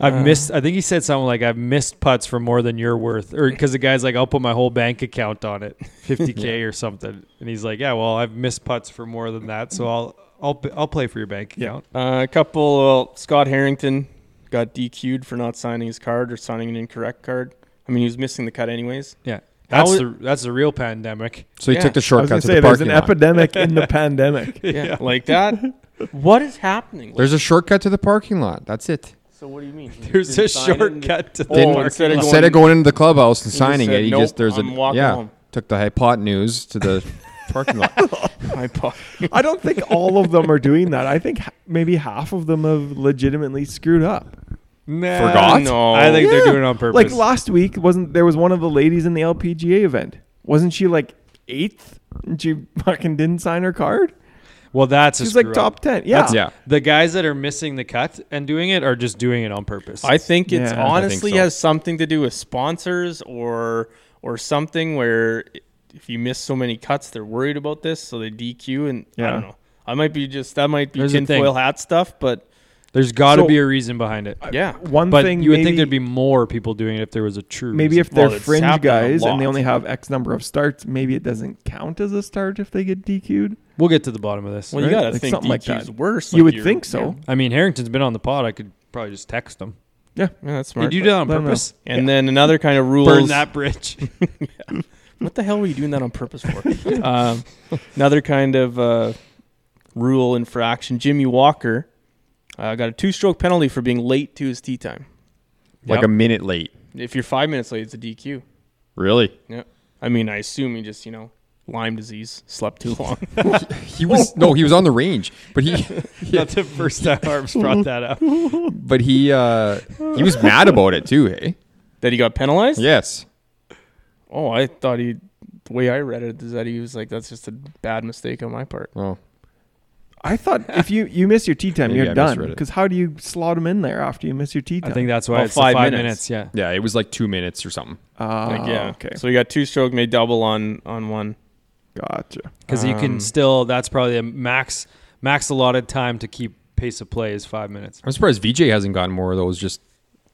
Speaker 1: I've missed. I think he said something like, "I've missed putts for more than you're worth," or because the guy's like, "I'll put my whole bank account on it, 50k or something," and he's like, "Yeah, well, I've missed putts for more than that, so I'll I'll p- I'll play for your bank
Speaker 4: Yeah.
Speaker 1: account."
Speaker 2: uh, a couple, Scott Harrington got DQ'd for not signing his card or signing an incorrect card. I mean, he was missing the cut anyways.
Speaker 1: Yeah, that's
Speaker 2: How-
Speaker 1: the that's the real pandemic.
Speaker 3: so he
Speaker 2: yeah.
Speaker 3: took the
Speaker 4: I was
Speaker 3: shortcut
Speaker 4: gonna
Speaker 3: to
Speaker 4: say
Speaker 3: the
Speaker 4: there's
Speaker 3: parking
Speaker 4: an
Speaker 3: lot.
Speaker 4: epidemic in the pandemic.
Speaker 2: Yeah. Like that. what is happening?
Speaker 3: there's a shortcut to the parking lot. That's it.
Speaker 2: so what do you mean? He
Speaker 1: There's
Speaker 2: didn't
Speaker 1: a
Speaker 2: sign it and-
Speaker 1: shortcut to
Speaker 2: Didn't-
Speaker 1: the market.
Speaker 2: Oh, instead of
Speaker 3: Oh, Instead of going into the clubhouse and
Speaker 2: just
Speaker 3: signing
Speaker 2: said,
Speaker 3: it, he
Speaker 2: "Nope,
Speaker 3: just there's
Speaker 2: I'm
Speaker 3: a
Speaker 2: walking
Speaker 3: yeah
Speaker 2: home."
Speaker 3: took the hypotenuse to the parking lot.
Speaker 2: My pa-
Speaker 4: I don't think all of them are doing that. I think h- maybe half of them have legitimately screwed up.
Speaker 1: Nah,
Speaker 3: Forgot?
Speaker 2: No.
Speaker 1: I think they're
Speaker 4: Yeah.
Speaker 1: doing it on purpose.
Speaker 4: Like last week, wasn't there was one of the ladies in the LPGA event? Wasn't she like eighth? And she fucking didn't sign her card.
Speaker 1: well, that's a
Speaker 4: She's like
Speaker 1: screw up.
Speaker 4: top ten. Yeah,
Speaker 3: That's- yeah.
Speaker 1: The guys that are missing the cut and doing it are just doing it on purpose.
Speaker 2: I think it's
Speaker 4: Yeah. I think
Speaker 2: honestly
Speaker 3: so.
Speaker 2: has something to do with sponsors or or something where if you miss so many cuts, they're worried about this, so they DQ and I
Speaker 4: Yeah.
Speaker 2: don't know. I might be just that might be
Speaker 1: There's a thing.
Speaker 2: tinfoil hat stuff, but
Speaker 1: There's got to
Speaker 4: So-
Speaker 1: be a reason behind it.
Speaker 2: yeah,
Speaker 4: One
Speaker 1: but
Speaker 4: thing
Speaker 1: you would
Speaker 4: maybe,
Speaker 1: think there'd be more people doing it if there was a true.
Speaker 4: maybe
Speaker 1: reason.
Speaker 4: if they're
Speaker 2: Well, it's
Speaker 4: fringe
Speaker 2: happened a
Speaker 4: guys and they
Speaker 2: lot.
Speaker 4: only have X number of starts, maybe it doesn't count as a start if they get DQ'd.
Speaker 1: we'll get to the bottom of this.
Speaker 2: well,
Speaker 4: Right?
Speaker 2: you gotta
Speaker 4: Like
Speaker 2: think
Speaker 4: something like
Speaker 2: DQ's
Speaker 4: that.
Speaker 2: worse.
Speaker 4: you
Speaker 2: like
Speaker 4: would
Speaker 2: you're-
Speaker 4: think so.
Speaker 1: I mean, Harrington's been on the pod. I could probably just text him.
Speaker 2: Yeah, that's smart.
Speaker 1: Did you do that on
Speaker 4: Let him know.
Speaker 1: purpose?
Speaker 2: and then another kind of rules.
Speaker 1: Burn that bridge.
Speaker 2: What the hell were you doing that on purpose for? um, another kind of uh, rule infraction. Jimmy Walker Uh, got a two-stroke penalty for being late to his tee time.
Speaker 3: Like
Speaker 1: Yep.
Speaker 3: a minute late.
Speaker 2: If you're five minutes late, it's a DQ.
Speaker 3: Really?
Speaker 2: I mean, I assume he just you know Lyme disease, slept too long.
Speaker 3: He was no, he was on the range, but he,
Speaker 1: That's the first time Arms brought that up.
Speaker 3: but he, uh, he was mad about it too. Hey,
Speaker 2: that he got penalized.
Speaker 3: yes,
Speaker 2: Oh, I thought he. The way I read it is that he was like, "That's just a bad mistake on my part."
Speaker 3: well,
Speaker 4: I thought if you you miss your tea time,
Speaker 3: Maybe
Speaker 4: you're
Speaker 3: I
Speaker 4: done.
Speaker 3: misread it.
Speaker 4: Because how do you slot them in there after you miss your tea time?
Speaker 1: I think that's why
Speaker 2: Oh,
Speaker 1: it's the
Speaker 2: five
Speaker 1: five,
Speaker 2: minutes.
Speaker 1: minutes. Yeah.
Speaker 3: yeah, it was like two minutes or something.
Speaker 4: Ah,
Speaker 2: Like, yeah.
Speaker 4: Okay.
Speaker 2: So he got two stroke, made double on on one.
Speaker 4: Gotcha.
Speaker 1: because you
Speaker 2: Um,
Speaker 1: can still that's probably a max max allotted time to keep pace of play is five minutes
Speaker 3: I'm surprised VJ hasn't gotten more of those just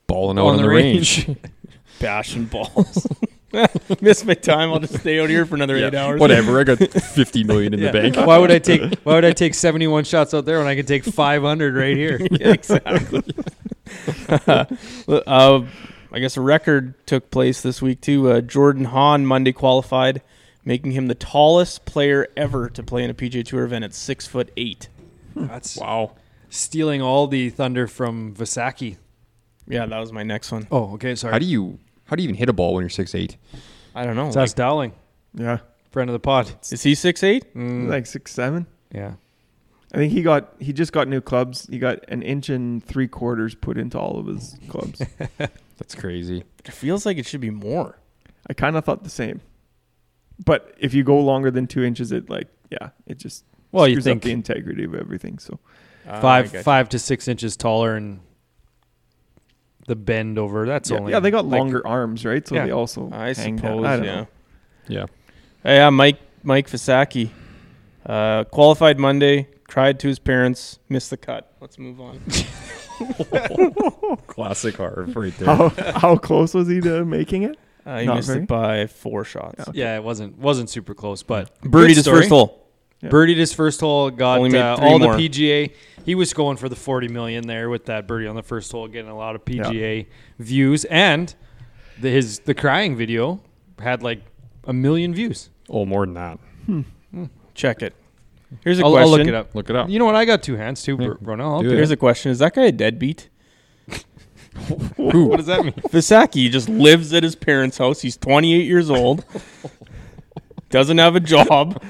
Speaker 3: balling out
Speaker 1: On
Speaker 3: on,
Speaker 1: the
Speaker 3: the range.
Speaker 2: Bashing balls. Missed my time. I'll just stay out here for another eight
Speaker 3: Yeah,
Speaker 2: hours.
Speaker 3: Whatever. I got 50 million in the bank.
Speaker 1: why would i take why would i take 71 shots out there when i could take 500 right here
Speaker 2: Yeah, exactly. uh, I guess a record took place this week too. Uh, Jordan Hahn Monday qualified, making him the tallest player ever to play in a PGA Tour event at six foot eight.
Speaker 1: that's
Speaker 3: Wow.
Speaker 1: stealing all the thunder from vasaki
Speaker 2: Yeah, that was my next one.
Speaker 1: oh okay sorry
Speaker 3: How do you how do you even hit a ball when you're six eight?
Speaker 2: I don't know.
Speaker 1: that's dowling
Speaker 4: Yeah.
Speaker 1: friend of the pod
Speaker 2: like, is he six eight?
Speaker 1: Mm,
Speaker 4: Like six seven.
Speaker 1: yeah
Speaker 4: I think he got he just got new clubs. He got an inch and three quarters put into all of his clubs.
Speaker 3: That's crazy.
Speaker 2: It feels like it should be more.
Speaker 4: I kind of thought the same. But if you go longer than two inches, it like yeah, it just
Speaker 1: well you
Speaker 4: screws up
Speaker 1: think
Speaker 4: the integrity of everything. So
Speaker 1: five
Speaker 2: Uh, I
Speaker 1: five to six inches taller and the bend over that's
Speaker 4: yeah,
Speaker 1: only
Speaker 4: yeah, they got
Speaker 1: like-
Speaker 4: longer arms, right? So
Speaker 1: Yeah.
Speaker 4: they also
Speaker 2: I
Speaker 4: hang down.
Speaker 2: suppose.
Speaker 4: I don't
Speaker 2: yeah.
Speaker 4: know.
Speaker 3: Yeah.
Speaker 2: Hey, Uh, yeah, Mike Mike Fisaki. Uh, qualified Monday, cried to his parents, missed the cut. Let's move on.
Speaker 3: Classic Harv right there.
Speaker 4: How how close was he to making it?
Speaker 2: Uh, he
Speaker 4: Not
Speaker 2: missed
Speaker 4: very.
Speaker 2: it by four shots.
Speaker 4: Yeah.
Speaker 1: yeah it wasn't wasn't super close but
Speaker 2: Birdied
Speaker 1: Good
Speaker 2: his
Speaker 1: story.
Speaker 2: first hole.
Speaker 4: Yeah.
Speaker 1: Birdied his first hole, got
Speaker 2: Only made
Speaker 1: uh,
Speaker 2: three
Speaker 1: all
Speaker 2: more.
Speaker 1: the PGA. He was going for the 40 million there with that birdie on the first hole, getting a lot of PGA views. And the, his the crying video had like a million views.
Speaker 3: Oh, more than that.
Speaker 2: Check it. Here's a
Speaker 1: I'll, I'll
Speaker 2: question.
Speaker 1: look it up.
Speaker 3: Look it up.
Speaker 1: You know what? I got two hands too,
Speaker 3: Yeah.
Speaker 1: Br- Ronell. I'll
Speaker 3: Do
Speaker 1: do
Speaker 3: it.
Speaker 2: Here's a question. Is that guy a deadbeat?
Speaker 1: it. What does that mean?
Speaker 2: Visaki just lives at his parents' house. He's 28 years old. Doesn't have a job.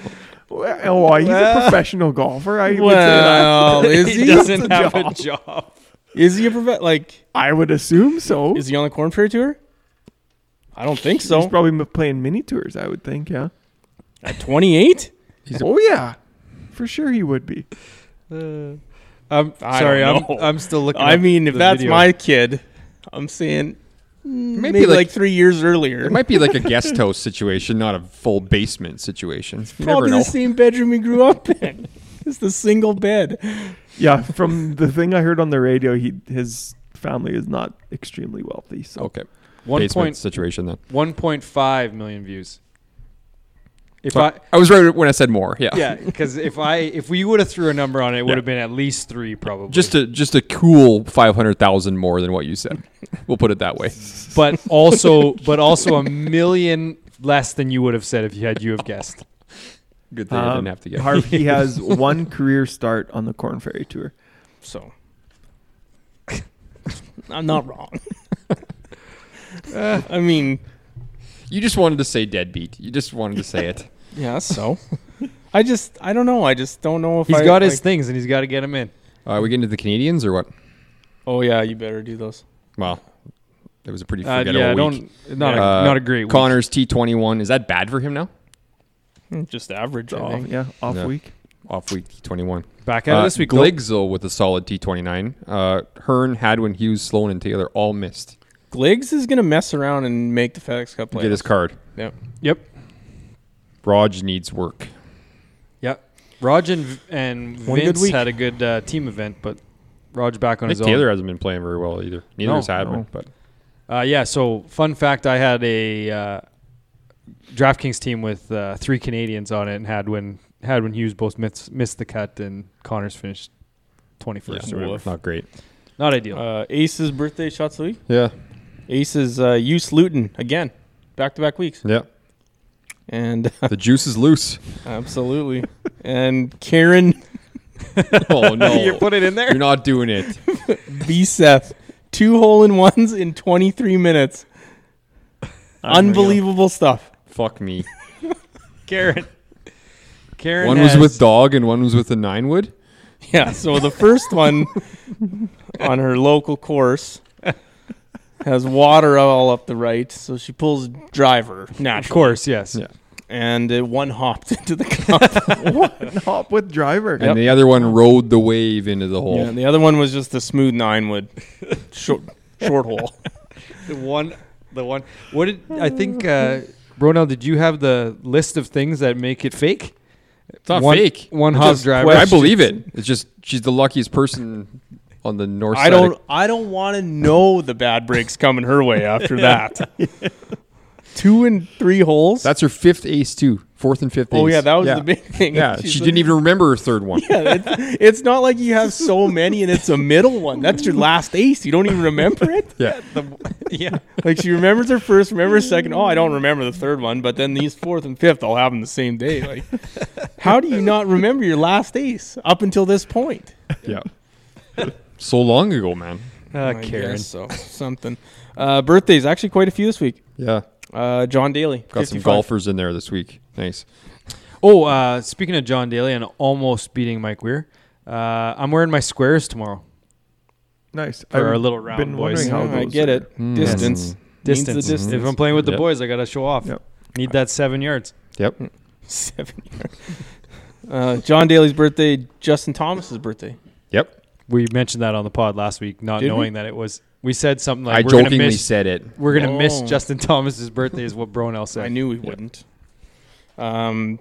Speaker 4: Well, why, he's a professional golfer. I would say that.
Speaker 2: Well, is he?
Speaker 1: doesn't
Speaker 4: a
Speaker 1: have a job.
Speaker 2: Is he a prof- like?
Speaker 4: I would assume so.
Speaker 2: Is he on the Corn Ferry tour? I don't think
Speaker 4: He's
Speaker 2: so.
Speaker 4: probably m- playing mini tours, I would think. Yeah.
Speaker 2: At 28.
Speaker 4: Oh yeah, for sure he would be.
Speaker 1: I'm
Speaker 2: Uh, I
Speaker 1: sorry.
Speaker 2: don't
Speaker 1: I'm,
Speaker 2: know.
Speaker 1: I'm still looking.
Speaker 2: I
Speaker 1: up
Speaker 2: mean, if
Speaker 1: the
Speaker 2: that's
Speaker 1: video.
Speaker 2: my kid, I'm saying maybe,
Speaker 3: like-
Speaker 2: like, three years earlier.
Speaker 3: It might be like a guest house situation, not a full basement situation. You never
Speaker 2: Probably
Speaker 3: know.
Speaker 2: the same bedroom he grew up in. It's the single bed.
Speaker 4: Yeah, from the thing I heard on the radio, he his family is not extremely wealthy. So
Speaker 3: Okay.
Speaker 1: one
Speaker 3: basement
Speaker 1: point
Speaker 3: situation then.
Speaker 1: one point five million views. If
Speaker 3: So
Speaker 1: I
Speaker 3: I, was right when I said more. Yeah.
Speaker 1: yeah, because if I if we would have threw a number on it, it would
Speaker 3: Yeah.
Speaker 1: have been at least three probably.
Speaker 3: Just a just a cool five hundred thousand more than what you said. We'll put it that way.
Speaker 1: but also but also a million less than you would have said if you had you have guessed.
Speaker 3: Good thing I
Speaker 1: Uh-huh.
Speaker 4: um,
Speaker 3: didn't have to get.
Speaker 4: Harvey has one career start on the Corn Ferry Tour.
Speaker 2: So I'm not wrong. I mean,
Speaker 3: You just wanted to say deadbeat. You just wanted to say it.
Speaker 2: yeah. So I just I don't know. I just don't know if
Speaker 1: He's
Speaker 2: I,
Speaker 1: got
Speaker 2: like-
Speaker 1: his things and he's got to get them in.
Speaker 3: Uh, we getting into the Canadians or what?
Speaker 2: Oh yeah, you better do those.
Speaker 3: Well, it was a pretty
Speaker 1: Uh,
Speaker 3: forgettable
Speaker 1: yeah,
Speaker 3: week.
Speaker 1: don't not
Speaker 3: Uh,
Speaker 1: a, not a great Week.
Speaker 3: Connor's T twenty one. Is that bad for him now?
Speaker 2: Hmm, Just average.
Speaker 4: It's
Speaker 2: I
Speaker 4: off,
Speaker 2: think.
Speaker 4: yeah, off
Speaker 3: Yeah.
Speaker 4: week.
Speaker 3: Off week T twenty one.
Speaker 1: Back out
Speaker 3: Uh,
Speaker 1: of this week. though.
Speaker 3: Gligzel with a solid T twenty nine. Hearn, Hadwin, Hughes, Sloan, and Taylor all missed.
Speaker 2: Gligs is gonna mess around and make the FedEx Cup.
Speaker 3: Get his
Speaker 2: playoffs.
Speaker 3: card.
Speaker 2: Yep.
Speaker 1: Yep.
Speaker 3: Raj needs work.
Speaker 1: Yep. Raj and and
Speaker 2: One good
Speaker 1: Vince
Speaker 2: week.
Speaker 1: had a good uh, team event, but Raj back on
Speaker 3: I
Speaker 1: his
Speaker 3: think
Speaker 1: own.
Speaker 3: Taylor hasn't been playing very well either. Neither
Speaker 1: No,
Speaker 3: has Hadwin.
Speaker 4: no.
Speaker 3: But
Speaker 1: Uh, yeah. So fun fact: I had a uh, DraftKings team with uh, three Canadians on it, and Hadwin Hadwin Hughes both missed, missed the cut, and Connors finished twenty first.
Speaker 3: yeah, not great.
Speaker 1: Not ideal.
Speaker 2: Uh, Ace's birthday shots of the week.
Speaker 3: Yeah,
Speaker 2: Ace's uh, use Luton again, back to back weeks,
Speaker 3: yeah.
Speaker 2: and
Speaker 3: The juice is loose.
Speaker 2: absolutely. and Karen
Speaker 3: oh no,
Speaker 1: you put it in there.
Speaker 3: you're not doing it.
Speaker 2: B Seth, two hole in ones in 23 minutes. Unbelievable stuff.
Speaker 3: Fuck me.
Speaker 1: Karen. Karen.
Speaker 3: One was
Speaker 1: has-
Speaker 3: with dog and one was with a nine wood.
Speaker 2: Yeah, so the first one on her local course has water all up the right, so she pulls driver
Speaker 1: Of
Speaker 2: naturally,
Speaker 1: course, yes.
Speaker 3: Yeah.
Speaker 2: and it one hopped into the cup.
Speaker 4: Hop with driver.
Speaker 3: And the other one rode the wave into the hole.
Speaker 2: Yeah, and the other one was just a smooth nine wood, short, short hole.
Speaker 1: The one. The one. What did I think? Uh, Ronald, did you have the list of things that make it fake?
Speaker 3: It's not
Speaker 1: One-
Speaker 3: fake.
Speaker 1: One
Speaker 3: It's
Speaker 1: hop
Speaker 3: just
Speaker 1: driver.
Speaker 3: que- I believe it. It's just she's the luckiest person on the north
Speaker 2: I
Speaker 3: side.
Speaker 2: don't,
Speaker 3: Of,
Speaker 2: I don't want to know the bad breaks coming her way after that. Two and three holes.
Speaker 3: that's her fifth ace too. Fourth and fifth.
Speaker 2: oh
Speaker 3: ace.
Speaker 2: yeah, that was the big thing.
Speaker 3: Yeah,
Speaker 2: She's
Speaker 3: she
Speaker 2: like-
Speaker 3: didn't even remember her third one.
Speaker 2: Yeah, it's, it's not like you have so many and it's a middle one. That's your last ace. You don't even remember it.
Speaker 3: Yeah.
Speaker 1: yeah.
Speaker 2: Like she remembers her first, remembers second. Oh, I don't remember the third one, but then these fourth and fifth, I'll have them the same day. Like, how do you not remember your last ace up until this point?
Speaker 3: Yeah. so long ago, man.
Speaker 1: Uh,
Speaker 2: I
Speaker 1: Karen.
Speaker 2: guess so something. Uh, birthdays actually quite a few this week.
Speaker 3: Yeah.
Speaker 2: Uh, John Daly
Speaker 3: Got
Speaker 2: 55.
Speaker 3: some golfers in there this week. Nice.
Speaker 1: Oh, uh, speaking of John Daly and almost beating Mike Weir, uh, I'm wearing my squares tomorrow.
Speaker 4: Nice.
Speaker 1: For
Speaker 4: I've
Speaker 1: our little round
Speaker 4: been
Speaker 1: boys.
Speaker 4: wondering how
Speaker 2: Oh, I
Speaker 4: those
Speaker 2: get
Speaker 4: are.
Speaker 2: it.
Speaker 3: Hmm.
Speaker 2: Distance. Means the
Speaker 1: Distance. Mm-hmm.
Speaker 2: distance.
Speaker 1: If I'm playing with the
Speaker 3: Yep.
Speaker 1: boys, I got to show off.
Speaker 4: Yep.
Speaker 1: Need that seven yards.
Speaker 3: Yep.
Speaker 1: Hmm.
Speaker 2: Seven years. Uh, John Daly's birthday, Justin Thomas's birthday.
Speaker 3: Yep.
Speaker 1: We mentioned that on the pod last week, not
Speaker 2: Did we?
Speaker 1: knowing that it was. We said something like
Speaker 3: I
Speaker 1: we're gonna
Speaker 3: jokingly
Speaker 1: miss-
Speaker 3: said it.
Speaker 1: We're gonna miss
Speaker 2: Oh.
Speaker 1: Justin Thomas's birthday, is what Bronell said.
Speaker 2: I knew we wouldn't. Um,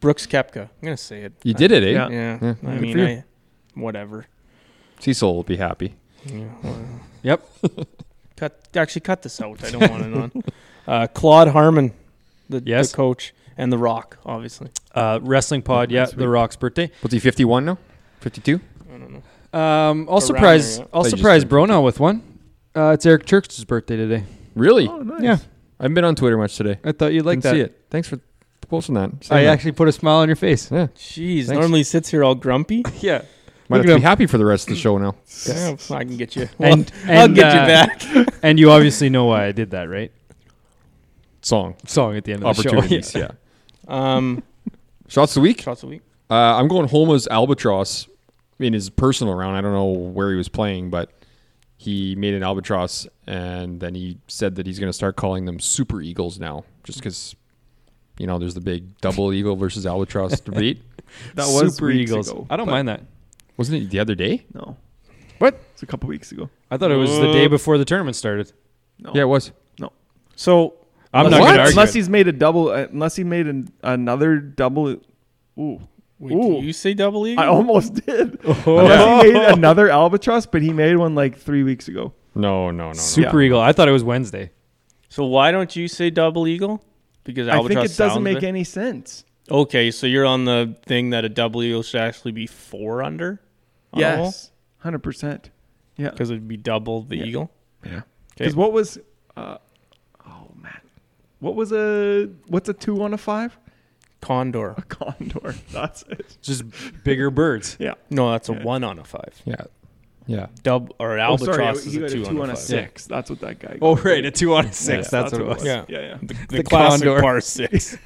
Speaker 2: Brooks Kepka. I'm gonna say it.
Speaker 3: You did it, eh?
Speaker 4: Yeah.
Speaker 2: Yeah.
Speaker 3: Yeah.
Speaker 2: I
Speaker 3: Good
Speaker 2: mean,
Speaker 3: for you.
Speaker 2: I, whatever.
Speaker 3: Cecil will be happy.
Speaker 2: Yeah. well,
Speaker 1: Yep.
Speaker 2: Cut. Actually, cut this out. I don't want it on. Uh, Claude Harmon, the,
Speaker 1: Yes.
Speaker 2: the coach, and The Rock, obviously.
Speaker 1: Uh, wrestling pod. Yeah,
Speaker 4: Last
Speaker 1: The
Speaker 4: week.
Speaker 1: Rock's birthday.
Speaker 3: What's he? Fifty-one now? Fifty-two?
Speaker 2: I don't know.
Speaker 1: Um, I'll
Speaker 2: there,
Speaker 1: surprise.
Speaker 2: yeah.
Speaker 1: I'll
Speaker 3: They just
Speaker 1: surprise
Speaker 3: turned
Speaker 1: Bronell with one. Uh, it's Eric Church's birthday today.
Speaker 3: Really?
Speaker 4: Oh, nice.
Speaker 1: Yeah.
Speaker 3: I haven't been on Twitter much today.
Speaker 1: I thought you'd like
Speaker 3: Didn't
Speaker 1: that. Oh,
Speaker 3: see it. Thanks for posting that.
Speaker 1: I
Speaker 3: Saying that.
Speaker 1: actually put a smile on your face.
Speaker 3: yeah.
Speaker 2: Jeez,
Speaker 3: Thanks.
Speaker 2: normally sits here all grumpy.
Speaker 1: Yeah.
Speaker 3: Might
Speaker 1: Look
Speaker 3: have
Speaker 1: at
Speaker 3: to
Speaker 1: him.
Speaker 3: be happy for the rest of the show now.
Speaker 2: Yeah, I can get you. Well,
Speaker 1: And,
Speaker 2: I'll
Speaker 1: and,
Speaker 2: get
Speaker 1: uh,
Speaker 2: you back.
Speaker 1: And you obviously know why I did that, right?
Speaker 3: Song
Speaker 1: Song at the end of the show.
Speaker 3: opportunities. yeah.
Speaker 2: Um,
Speaker 3: Shots of the week.
Speaker 2: shots a week.
Speaker 3: Uh, I'm going Holma's albatross in his personal round. I don't know where he was playing, but he made an albatross, and then he said that he's going to start calling them super eagles now, just because you know there's the big double eagle versus albatross debate.
Speaker 4: That was
Speaker 1: Super
Speaker 4: weeks
Speaker 1: Eagles.
Speaker 4: ago,
Speaker 1: I don't
Speaker 4: but-
Speaker 1: mind that.
Speaker 3: Wasn't it the other day?
Speaker 4: No.
Speaker 1: What?
Speaker 4: It's a couple weeks ago.
Speaker 1: I thought it was the day before the tournament started.
Speaker 4: No.
Speaker 3: Yeah, it was.
Speaker 2: So
Speaker 1: I'm not
Speaker 3: What?
Speaker 1: going to argue.
Speaker 4: Unless
Speaker 1: it.
Speaker 4: he's made a double. uh, Unless he made an, another double. Ooh.
Speaker 2: Wait,
Speaker 4: Ooh.
Speaker 2: did you say double E?
Speaker 4: I almost did.
Speaker 1: Oh.
Speaker 4: Unless he made another albatross, but he made one like three weeks ago.
Speaker 3: No, no, no, no.
Speaker 1: Super Eagle. I thought it was Wednesday.
Speaker 2: so why don't you say double eagle? Because
Speaker 4: I think
Speaker 2: albatross
Speaker 4: it doesn't
Speaker 2: sounds
Speaker 4: make
Speaker 2: better.
Speaker 4: any sense.
Speaker 2: Okay, so you're on the thing that a double eagle should actually be four under.
Speaker 1: Oh.
Speaker 4: Yes, hundred percent. Yeah,
Speaker 2: because it'd be double the
Speaker 4: Yeah.
Speaker 2: eagle.
Speaker 4: yeah.
Speaker 2: 'Kay.
Speaker 4: Because what was? Uh, oh man, what was a what's a two on a five?
Speaker 2: Condor.
Speaker 4: A condor. That's it.
Speaker 1: Just bigger birds.
Speaker 4: Yeah.
Speaker 2: No, that's a one on a five.
Speaker 3: Yeah, yeah.
Speaker 2: Double or albatross
Speaker 4: oh, sorry,
Speaker 2: is
Speaker 4: he
Speaker 2: a
Speaker 4: got
Speaker 2: two, on a five.
Speaker 1: six.
Speaker 4: six. That's what that guy. Got.
Speaker 1: Oh, right. A two on a six.
Speaker 4: Yeah,
Speaker 1: that's, what it was.
Speaker 2: Yeah.
Speaker 4: Yeah, yeah.
Speaker 2: The, the,
Speaker 1: The
Speaker 2: classic
Speaker 1: condor.
Speaker 2: par six.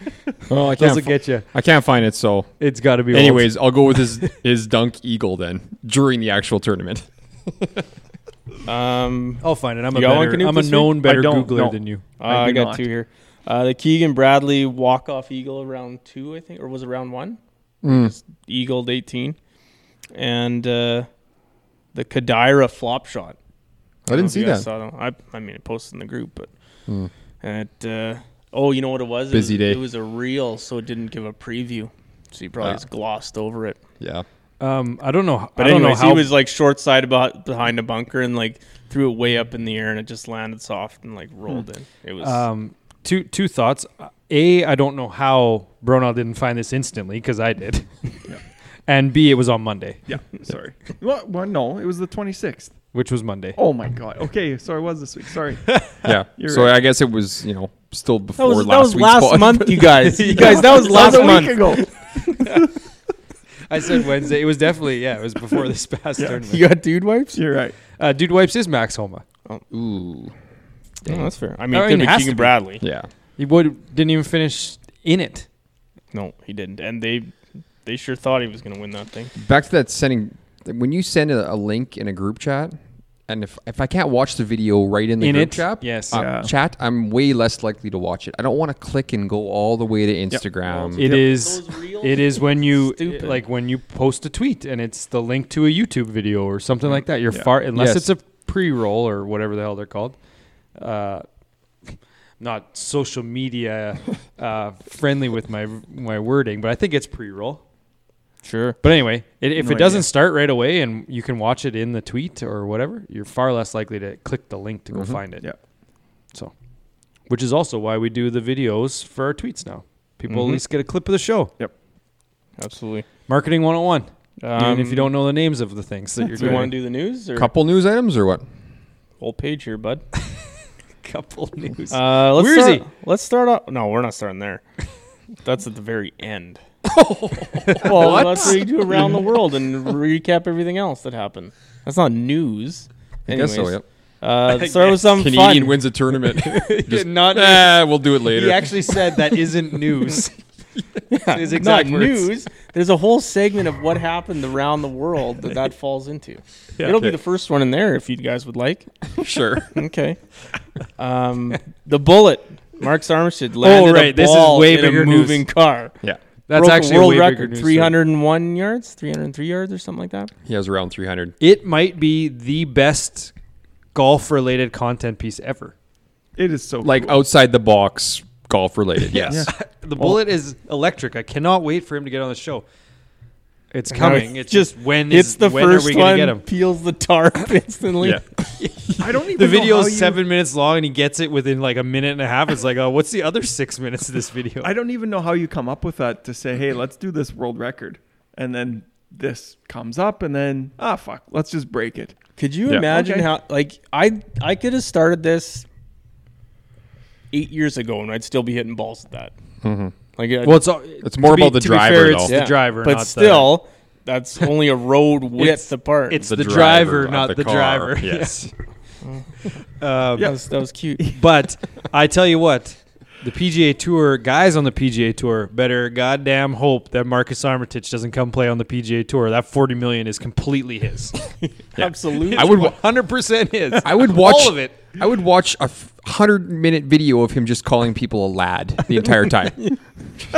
Speaker 3: Well, I can't.
Speaker 1: Doesn't
Speaker 3: fi-
Speaker 1: get you.
Speaker 3: I can't find it. So,
Speaker 1: It's got to be. old.
Speaker 3: anyways, I'll go with his his dunk eagle then during the actual tournament.
Speaker 2: um,
Speaker 1: I'll find it. I'm a
Speaker 2: You got one,
Speaker 1: better.
Speaker 2: Canute,
Speaker 1: I'm a
Speaker 2: this
Speaker 1: known
Speaker 4: week? I
Speaker 1: better
Speaker 4: don't,
Speaker 1: Googler
Speaker 4: no.
Speaker 1: than you.
Speaker 2: uh,
Speaker 4: I
Speaker 2: I,
Speaker 4: do
Speaker 2: got
Speaker 4: not.
Speaker 2: two here. Uh, the Keegan Bradley walk off eagle round two, I think, or was it round one?
Speaker 3: Hmm.
Speaker 2: Eagled eighteen, and uh, the Kadira flop
Speaker 3: I
Speaker 2: shot. don't know
Speaker 3: didn't
Speaker 2: if
Speaker 3: see
Speaker 2: you guys
Speaker 3: that. Hmm.
Speaker 2: saw one. I, I mean, it posted in the group, but and it, uh, oh, you know what it was? It
Speaker 3: Busy
Speaker 2: was,
Speaker 3: day.
Speaker 2: It was a reel, so it didn't give a preview, so you probably
Speaker 3: Ah.
Speaker 2: just glossed over it.
Speaker 3: Yeah.
Speaker 1: Um, I don't know.
Speaker 2: But
Speaker 1: I don't
Speaker 2: anyways,
Speaker 1: know how.
Speaker 2: he was like short side about behind a bunker and like threw it way up in the air, and it just landed soft and like rolled in. It was
Speaker 1: um, two two thoughts. A, I don't know how Bronell didn't find this instantly because I did. And B, it was on Monday,
Speaker 4: Yeah. Sorry. Well, well, no, it was the twenty sixth.
Speaker 1: which was Monday.
Speaker 4: Oh my god. Okay, so it was this week. Sorry.
Speaker 3: Yeah.
Speaker 4: You're
Speaker 3: so
Speaker 4: right.
Speaker 3: I guess it was, you know, still before
Speaker 2: that was
Speaker 3: last
Speaker 2: that was
Speaker 3: week's
Speaker 2: last
Speaker 3: pod.
Speaker 2: month, you guys. You guys, that
Speaker 4: That
Speaker 2: was
Speaker 4: was
Speaker 2: last
Speaker 4: a week
Speaker 2: month.
Speaker 4: ago.
Speaker 1: I said Wednesday. It was definitely yeah. It was before this past
Speaker 4: Yeah.
Speaker 1: tournament.
Speaker 2: You got dude wipes?
Speaker 4: You're right.
Speaker 1: Uh, dude wipes is Max Homa.
Speaker 3: Ooh.
Speaker 2: No, that's fair. I mean,
Speaker 1: I
Speaker 2: it
Speaker 1: mean, it
Speaker 2: could be
Speaker 1: has to
Speaker 2: Keegan
Speaker 1: be.
Speaker 2: Bradley.
Speaker 3: Yeah.
Speaker 1: He would didn't even finish in it.
Speaker 2: No, he didn't. And they they sure thought he was going to win that thing.
Speaker 3: Back to that sending. When you send a, a link in a group chat, and if if I can't watch the video right in the
Speaker 1: In
Speaker 3: group
Speaker 1: it?
Speaker 3: chat,
Speaker 1: Yes.
Speaker 3: uh,
Speaker 4: Yeah.
Speaker 3: chat, I'm way less likely to watch it. I don't want to click and go all the way to Instagram.
Speaker 1: It is. It is when you
Speaker 2: Stupid.
Speaker 1: like when you post a tweet and it's the link to a YouTube video or something like that. You're
Speaker 4: Yeah.
Speaker 1: far unless
Speaker 3: Yes.
Speaker 1: it's a pre-roll or whatever the hell they're called. Uh, not social media uh, friendly with my my wording, but I think it's pre-roll.
Speaker 2: Sure.
Speaker 1: But anyway, it, if
Speaker 4: No
Speaker 1: it doesn't
Speaker 4: idea.
Speaker 1: start right away and you can watch it in the tweet or whatever, you're far less likely to click the link to go
Speaker 3: Mhm.
Speaker 1: find it.
Speaker 4: Mm-hmm. Yeah.
Speaker 1: So, which is also why we do the videos for our tweets now. People
Speaker 4: Mm-hmm.
Speaker 2: Mhm.
Speaker 1: at least get a clip of the show.
Speaker 2: Absolutely.
Speaker 1: Marketing 101,
Speaker 2: Um,
Speaker 1: even if you don't know the names of the things that you're
Speaker 2: do you
Speaker 1: doing.
Speaker 2: want to do the news or
Speaker 3: Couple news items or what?
Speaker 2: whole page here, bud?
Speaker 1: couple news.
Speaker 2: Uh, let's
Speaker 1: Where is
Speaker 2: start,
Speaker 1: he?
Speaker 2: Let's start off. No, we're not starting there. That's at the very end.
Speaker 1: Oh.
Speaker 3: Well,
Speaker 2: Well, that's where you do around the world and recap everything else that happened. That's not news.
Speaker 3: I guess so.
Speaker 2: Anyways,
Speaker 3: Yep.
Speaker 2: Uh, let's start with something
Speaker 3: Canadian
Speaker 2: fun.
Speaker 3: wins a tournament. Just,
Speaker 1: not-
Speaker 3: "Ah, we'll do it later.
Speaker 1: he actually said that isn't news. His
Speaker 2: not
Speaker 1: exact words.
Speaker 2: news. There's a whole segment of what happened around the world that that falls into. It'll be
Speaker 3: Okay.
Speaker 2: the first one in there if you guys would like.
Speaker 3: sure.
Speaker 2: Okay. Um, the bullet. Mark Armistead landed a
Speaker 1: Oh, right, this is
Speaker 2: ball
Speaker 1: way
Speaker 2: in a
Speaker 1: bigger news.
Speaker 2: moving car.
Speaker 3: Yeah.
Speaker 1: That's
Speaker 2: Broke a
Speaker 1: actually a
Speaker 2: world
Speaker 1: way bigger
Speaker 2: record,
Speaker 1: news story.
Speaker 2: 301 yards, 303 yards, or something like that.
Speaker 3: He has around 300.
Speaker 1: It might be the best golf-related content piece ever.
Speaker 4: It is so
Speaker 3: Like outside the box, golf related. Yes.
Speaker 1: The bullet is electric. I cannot wait for him to get on the show. It's coming. It's just when is
Speaker 2: it's the
Speaker 1: when
Speaker 2: first
Speaker 1: are we
Speaker 2: one
Speaker 1: gonna get him?
Speaker 2: peels the tarp instantly.
Speaker 3: Yeah.
Speaker 4: I don't even
Speaker 1: The
Speaker 4: know
Speaker 1: video
Speaker 4: how
Speaker 1: is
Speaker 4: you-
Speaker 1: seven minutes long, and he gets it within like a minute and a half. It's like, oh, what's the other six minutes of this video?
Speaker 4: I don't even know how you come up with that to say, hey, let's do this world record, and then this comes up, and then ah, fuck, let's just break it.
Speaker 2: Could you
Speaker 3: Yeah.
Speaker 2: imagine
Speaker 4: Okay.
Speaker 2: how like I I could have started this eight years ago and I'd still be hitting balls at that. Like uh,
Speaker 1: Mm-hmm. well, it's all,
Speaker 3: It's more
Speaker 1: to be-
Speaker 3: about the
Speaker 1: to be
Speaker 3: driver,
Speaker 1: fair,
Speaker 3: though.
Speaker 1: It's
Speaker 2: yeah,
Speaker 1: the driver,
Speaker 2: but
Speaker 1: not
Speaker 2: still that's only a road
Speaker 1: It's-
Speaker 2: width apart.
Speaker 1: The, it's the, driver, not the,
Speaker 3: car.
Speaker 1: driver.
Speaker 3: Yes.
Speaker 1: Um,
Speaker 2: that, was, that was cute.
Speaker 1: But I tell you what, the PGA Tour guys on the PGA Tour better goddamn hope that Marcus Armitage doesn't come play on the PGA Tour. That forty million is completely his.
Speaker 2: Absolutely.
Speaker 3: I would. wa-
Speaker 1: hundred percent his.
Speaker 3: I would watch
Speaker 1: all of it.
Speaker 3: I would watch a f- hundred minute video of him just calling people a lad the entire time,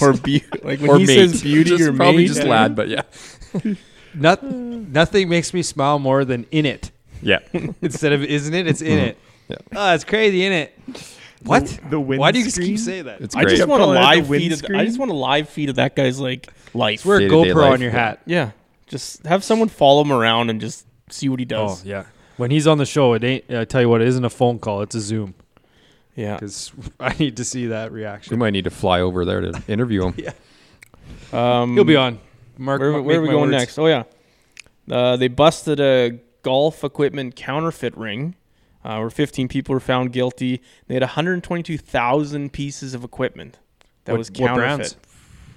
Speaker 2: or be like when
Speaker 3: or
Speaker 2: he
Speaker 3: mate.
Speaker 2: says beauty
Speaker 3: Just
Speaker 2: or
Speaker 3: probably
Speaker 2: mate,
Speaker 3: just lad, but yeah,
Speaker 1: Not, nothing makes me smile more than in it.
Speaker 3: yeah.
Speaker 1: Instead of isn't it, it's in it.
Speaker 3: Mm-hmm. Yeah.
Speaker 1: Oh, it's crazy in it. What?
Speaker 4: the
Speaker 1: Why do you
Speaker 4: windscreen?
Speaker 1: keep saying that?
Speaker 3: It's
Speaker 2: I
Speaker 3: great.
Speaker 2: just want a
Speaker 4: Calling it the
Speaker 2: live
Speaker 4: wind
Speaker 2: feed. Of, I
Speaker 4: screen?
Speaker 2: just want a live feed of that guy's like life.
Speaker 1: Wear a
Speaker 3: day-to-day
Speaker 1: GoPro
Speaker 3: life,
Speaker 1: on your
Speaker 3: yeah.
Speaker 1: hat.
Speaker 2: yeah, just have someone follow him around and just see what he does.
Speaker 1: Oh yeah. When he's on the show, it ain't. I tell you what, it isn't a phone call. It's a Zoom
Speaker 2: yeah.
Speaker 1: because I need to see that
Speaker 3: we
Speaker 1: reaction.
Speaker 3: might need to fly over there to interview him.
Speaker 2: Um,
Speaker 1: He'll be on. Mark,
Speaker 2: Where,
Speaker 1: mark-
Speaker 2: where are
Speaker 1: make
Speaker 2: we
Speaker 1: my
Speaker 2: going
Speaker 1: words.
Speaker 2: next? Oh yeah, uh, they busted a golf equipment counterfeit ring, uh, where 15 people were found guilty. They had 122,000 pieces of equipment that
Speaker 1: What-
Speaker 2: was
Speaker 1: what
Speaker 2: counterfeit.
Speaker 1: brands?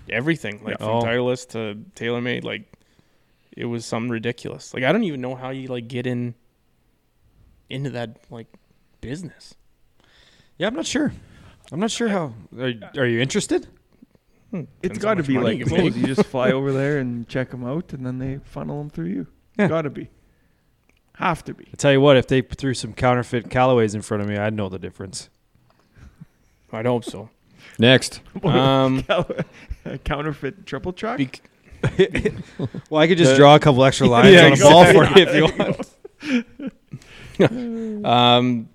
Speaker 2: Everything, like
Speaker 1: Oh.
Speaker 2: from Titleist to TaylorMade, like it was something ridiculous. Like I don't even know how you like get in into that like business.
Speaker 1: Yeah, I'm not sure. I'm not sure how. Are, are you interested?
Speaker 4: It's
Speaker 2: Depends
Speaker 4: got to
Speaker 2: how much
Speaker 4: be
Speaker 2: money
Speaker 4: like
Speaker 2: you
Speaker 4: those.
Speaker 2: make.
Speaker 4: you just fly over there and check them out, and then they funnel them through you.
Speaker 1: Yeah.
Speaker 4: Got to be. Have to be.
Speaker 1: I tell you what, if they threw some counterfeit Callaways in front of me, I'd know the difference.
Speaker 2: I'd hope so.
Speaker 3: Next,
Speaker 2: um,
Speaker 4: Uh, Counterfeit triple track.
Speaker 2: bec-
Speaker 1: Well, I could just
Speaker 2: The-
Speaker 1: draw a couple extra lines
Speaker 2: Yeah,
Speaker 1: on a ball for you if you want.
Speaker 2: Um,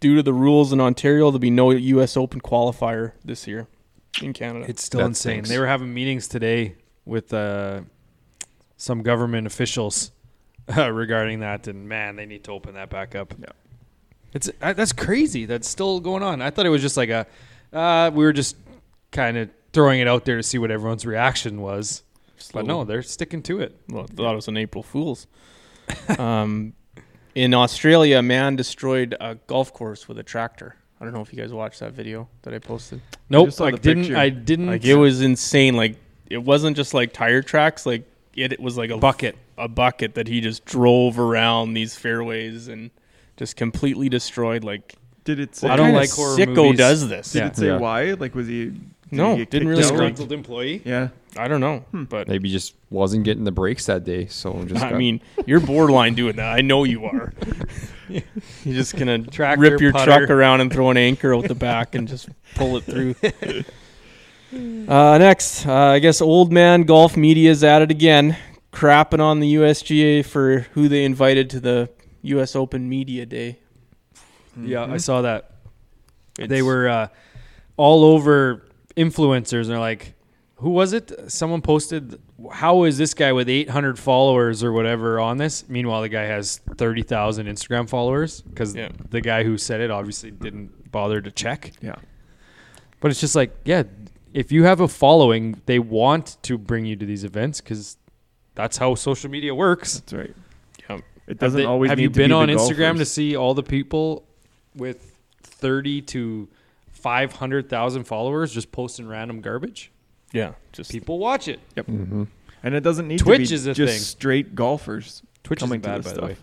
Speaker 2: due to the rules in Ontario, there'll be no U.S. Open qualifier this year in Canada.
Speaker 1: It's still
Speaker 3: That
Speaker 1: insane.
Speaker 3: stinks.
Speaker 1: They were having meetings today with uh, some government officials uh, regarding that, and man, they need to open that back up.
Speaker 4: Yeah.
Speaker 1: It's uh, that's crazy. That's still going on. I thought it was just like a uh, we were just kind of throwing it out there to see what everyone's reaction was, but no, they're sticking to it.
Speaker 2: well, I thought it was an April Fool's. um, in Australia, a man destroyed a golf course with a tractor. I don't know if you guys watched that video that I posted.
Speaker 1: Nope,
Speaker 4: just saw
Speaker 1: I
Speaker 4: the
Speaker 1: didn't.
Speaker 4: picture.
Speaker 1: I didn't.
Speaker 2: Like it was insane. Like it wasn't just like tire tracks. Like it, it was like a
Speaker 1: Bucket.
Speaker 2: a bucket that he just drove around these fairways and just completely destroyed. Like
Speaker 4: Did it say?
Speaker 1: I don't
Speaker 2: kinda
Speaker 1: like horror
Speaker 2: sicko
Speaker 1: movies.
Speaker 2: does this.
Speaker 4: Did
Speaker 1: Yeah.
Speaker 4: it say
Speaker 3: Yeah.
Speaker 4: why? Like, was he? did
Speaker 2: No,
Speaker 4: he get kicked
Speaker 2: didn't really
Speaker 4: out?
Speaker 2: scream.
Speaker 1: Disgruntled employee.
Speaker 4: Yeah.
Speaker 2: I don't know, but
Speaker 3: Maybe just wasn't getting the breaks that day, so just
Speaker 2: I
Speaker 3: got-
Speaker 2: mean, you're borderline doing that. I know you are. You're just gonna
Speaker 1: Tractor,
Speaker 2: rip your
Speaker 1: putter.
Speaker 2: truck around and throw an anchor out the back and just pull it through. Uh, next, uh, I guess old man golf media is at it again, crapping on the USGA for who they invited to the U.S. Open Media Day.
Speaker 1: Yeah, I saw that. they
Speaker 2: Mm-hmm. It's-
Speaker 1: were uh, all over influencers, and they're like, "Who was it?" Someone posted, "How is this guy with 800 followers or whatever on this?" Meanwhile, the guy has 30,000 Instagram followers because
Speaker 2: Yeah.
Speaker 1: the guy who said it obviously didn't bother to check.
Speaker 4: Yeah.
Speaker 1: But it's just like, yeah, if you have a following, they want to bring you to these events because that's how social media works.
Speaker 4: That's right.
Speaker 2: Yep.
Speaker 4: It doesn't
Speaker 1: Have they-
Speaker 4: always.
Speaker 1: Have
Speaker 4: need
Speaker 1: you
Speaker 4: to
Speaker 1: been
Speaker 4: be
Speaker 1: on
Speaker 4: the
Speaker 1: Instagram to
Speaker 4: golfers.
Speaker 1: see all the people with thirty to five hundred thousand followers just posting random garbage?
Speaker 2: Yeah, just
Speaker 1: People watch it.
Speaker 4: And it doesn't need to
Speaker 1: Twitch
Speaker 4: be
Speaker 1: is a
Speaker 4: just
Speaker 1: thing.
Speaker 4: straight golfers.
Speaker 1: Twitch
Speaker 4: coming
Speaker 1: isn't bad, by
Speaker 4: to this
Speaker 1: the
Speaker 4: stuff.
Speaker 1: way.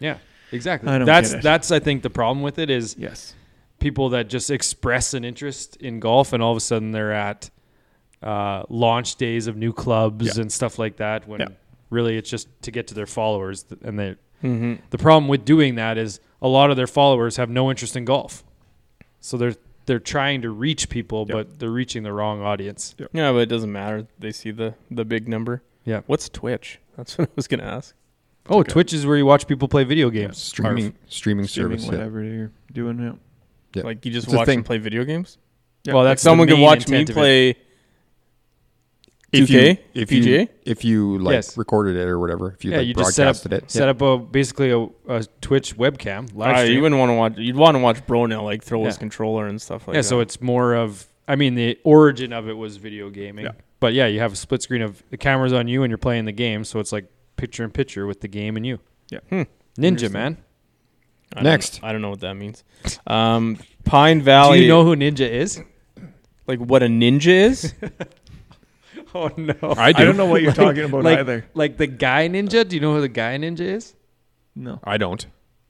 Speaker 1: Yeah, exactly.
Speaker 4: I don't
Speaker 1: that's
Speaker 4: get it.
Speaker 1: that's I think the problem with it is
Speaker 4: Yes.
Speaker 1: people that just express an interest in golf and all of a sudden they're at uh, launch days of new clubs and stuff like that when
Speaker 4: Yeah.
Speaker 1: really it's just to get to their followers th- and they
Speaker 2: Mhm.
Speaker 1: the problem with doing that is a lot of their followers have no interest in golf so they're they're trying to reach people
Speaker 4: Yeah.
Speaker 1: but they're reaching the wrong audience
Speaker 4: Yeah.
Speaker 2: yeah, but it doesn't matter. They see the the big number.
Speaker 1: Yeah.
Speaker 2: what's Twitch? That's what I was gonna ask.
Speaker 1: oh twitch is where you watch people play video games
Speaker 3: streaming streaming
Speaker 4: Streaming
Speaker 3: service. yeah.
Speaker 4: whatever you're doing. Yeah.
Speaker 3: Yeah.
Speaker 2: Like you just
Speaker 3: It's a
Speaker 2: watch and
Speaker 3: thing.
Speaker 2: play video games.
Speaker 4: Yeah.
Speaker 1: well
Speaker 2: Like,
Speaker 1: that's the
Speaker 2: someone can
Speaker 1: main
Speaker 2: watch me
Speaker 1: intent of it.
Speaker 2: play.
Speaker 3: If
Speaker 2: 2K?
Speaker 3: you if you
Speaker 2: PGA?
Speaker 3: if you like
Speaker 1: Yes.
Speaker 3: recorded it or whatever, if you
Speaker 1: yeah
Speaker 3: like
Speaker 1: you just set up
Speaker 3: broadcasted it,
Speaker 1: set up a basically a, a twitch webcam live
Speaker 2: Ah,
Speaker 1: stream.
Speaker 2: you wouldn't want to watch. You'd want to watch Bro now, like throw his
Speaker 1: Yeah.
Speaker 2: controller and stuff like
Speaker 1: yeah,
Speaker 2: that.
Speaker 1: so it's more of I mean the origin of it was video gaming.
Speaker 4: Yeah.
Speaker 1: But yeah, you have a split screen of the camera's on you and you're playing the game, so it's like picture in picture with the game and you.
Speaker 4: Yeah.
Speaker 2: Hmm.
Speaker 1: Ninja man.
Speaker 2: I don't-
Speaker 3: Next.
Speaker 2: I don't know what that means. Um, Pine
Speaker 1: Do
Speaker 2: Valley.
Speaker 1: you know who Ninja is?
Speaker 2: like what a ninja is?
Speaker 1: Oh no.
Speaker 3: I do.
Speaker 4: I don't know what you're talking about
Speaker 1: like,
Speaker 4: either.
Speaker 1: Like the guy ninja? Do you know who the guy ninja is?
Speaker 4: No.
Speaker 3: I don't.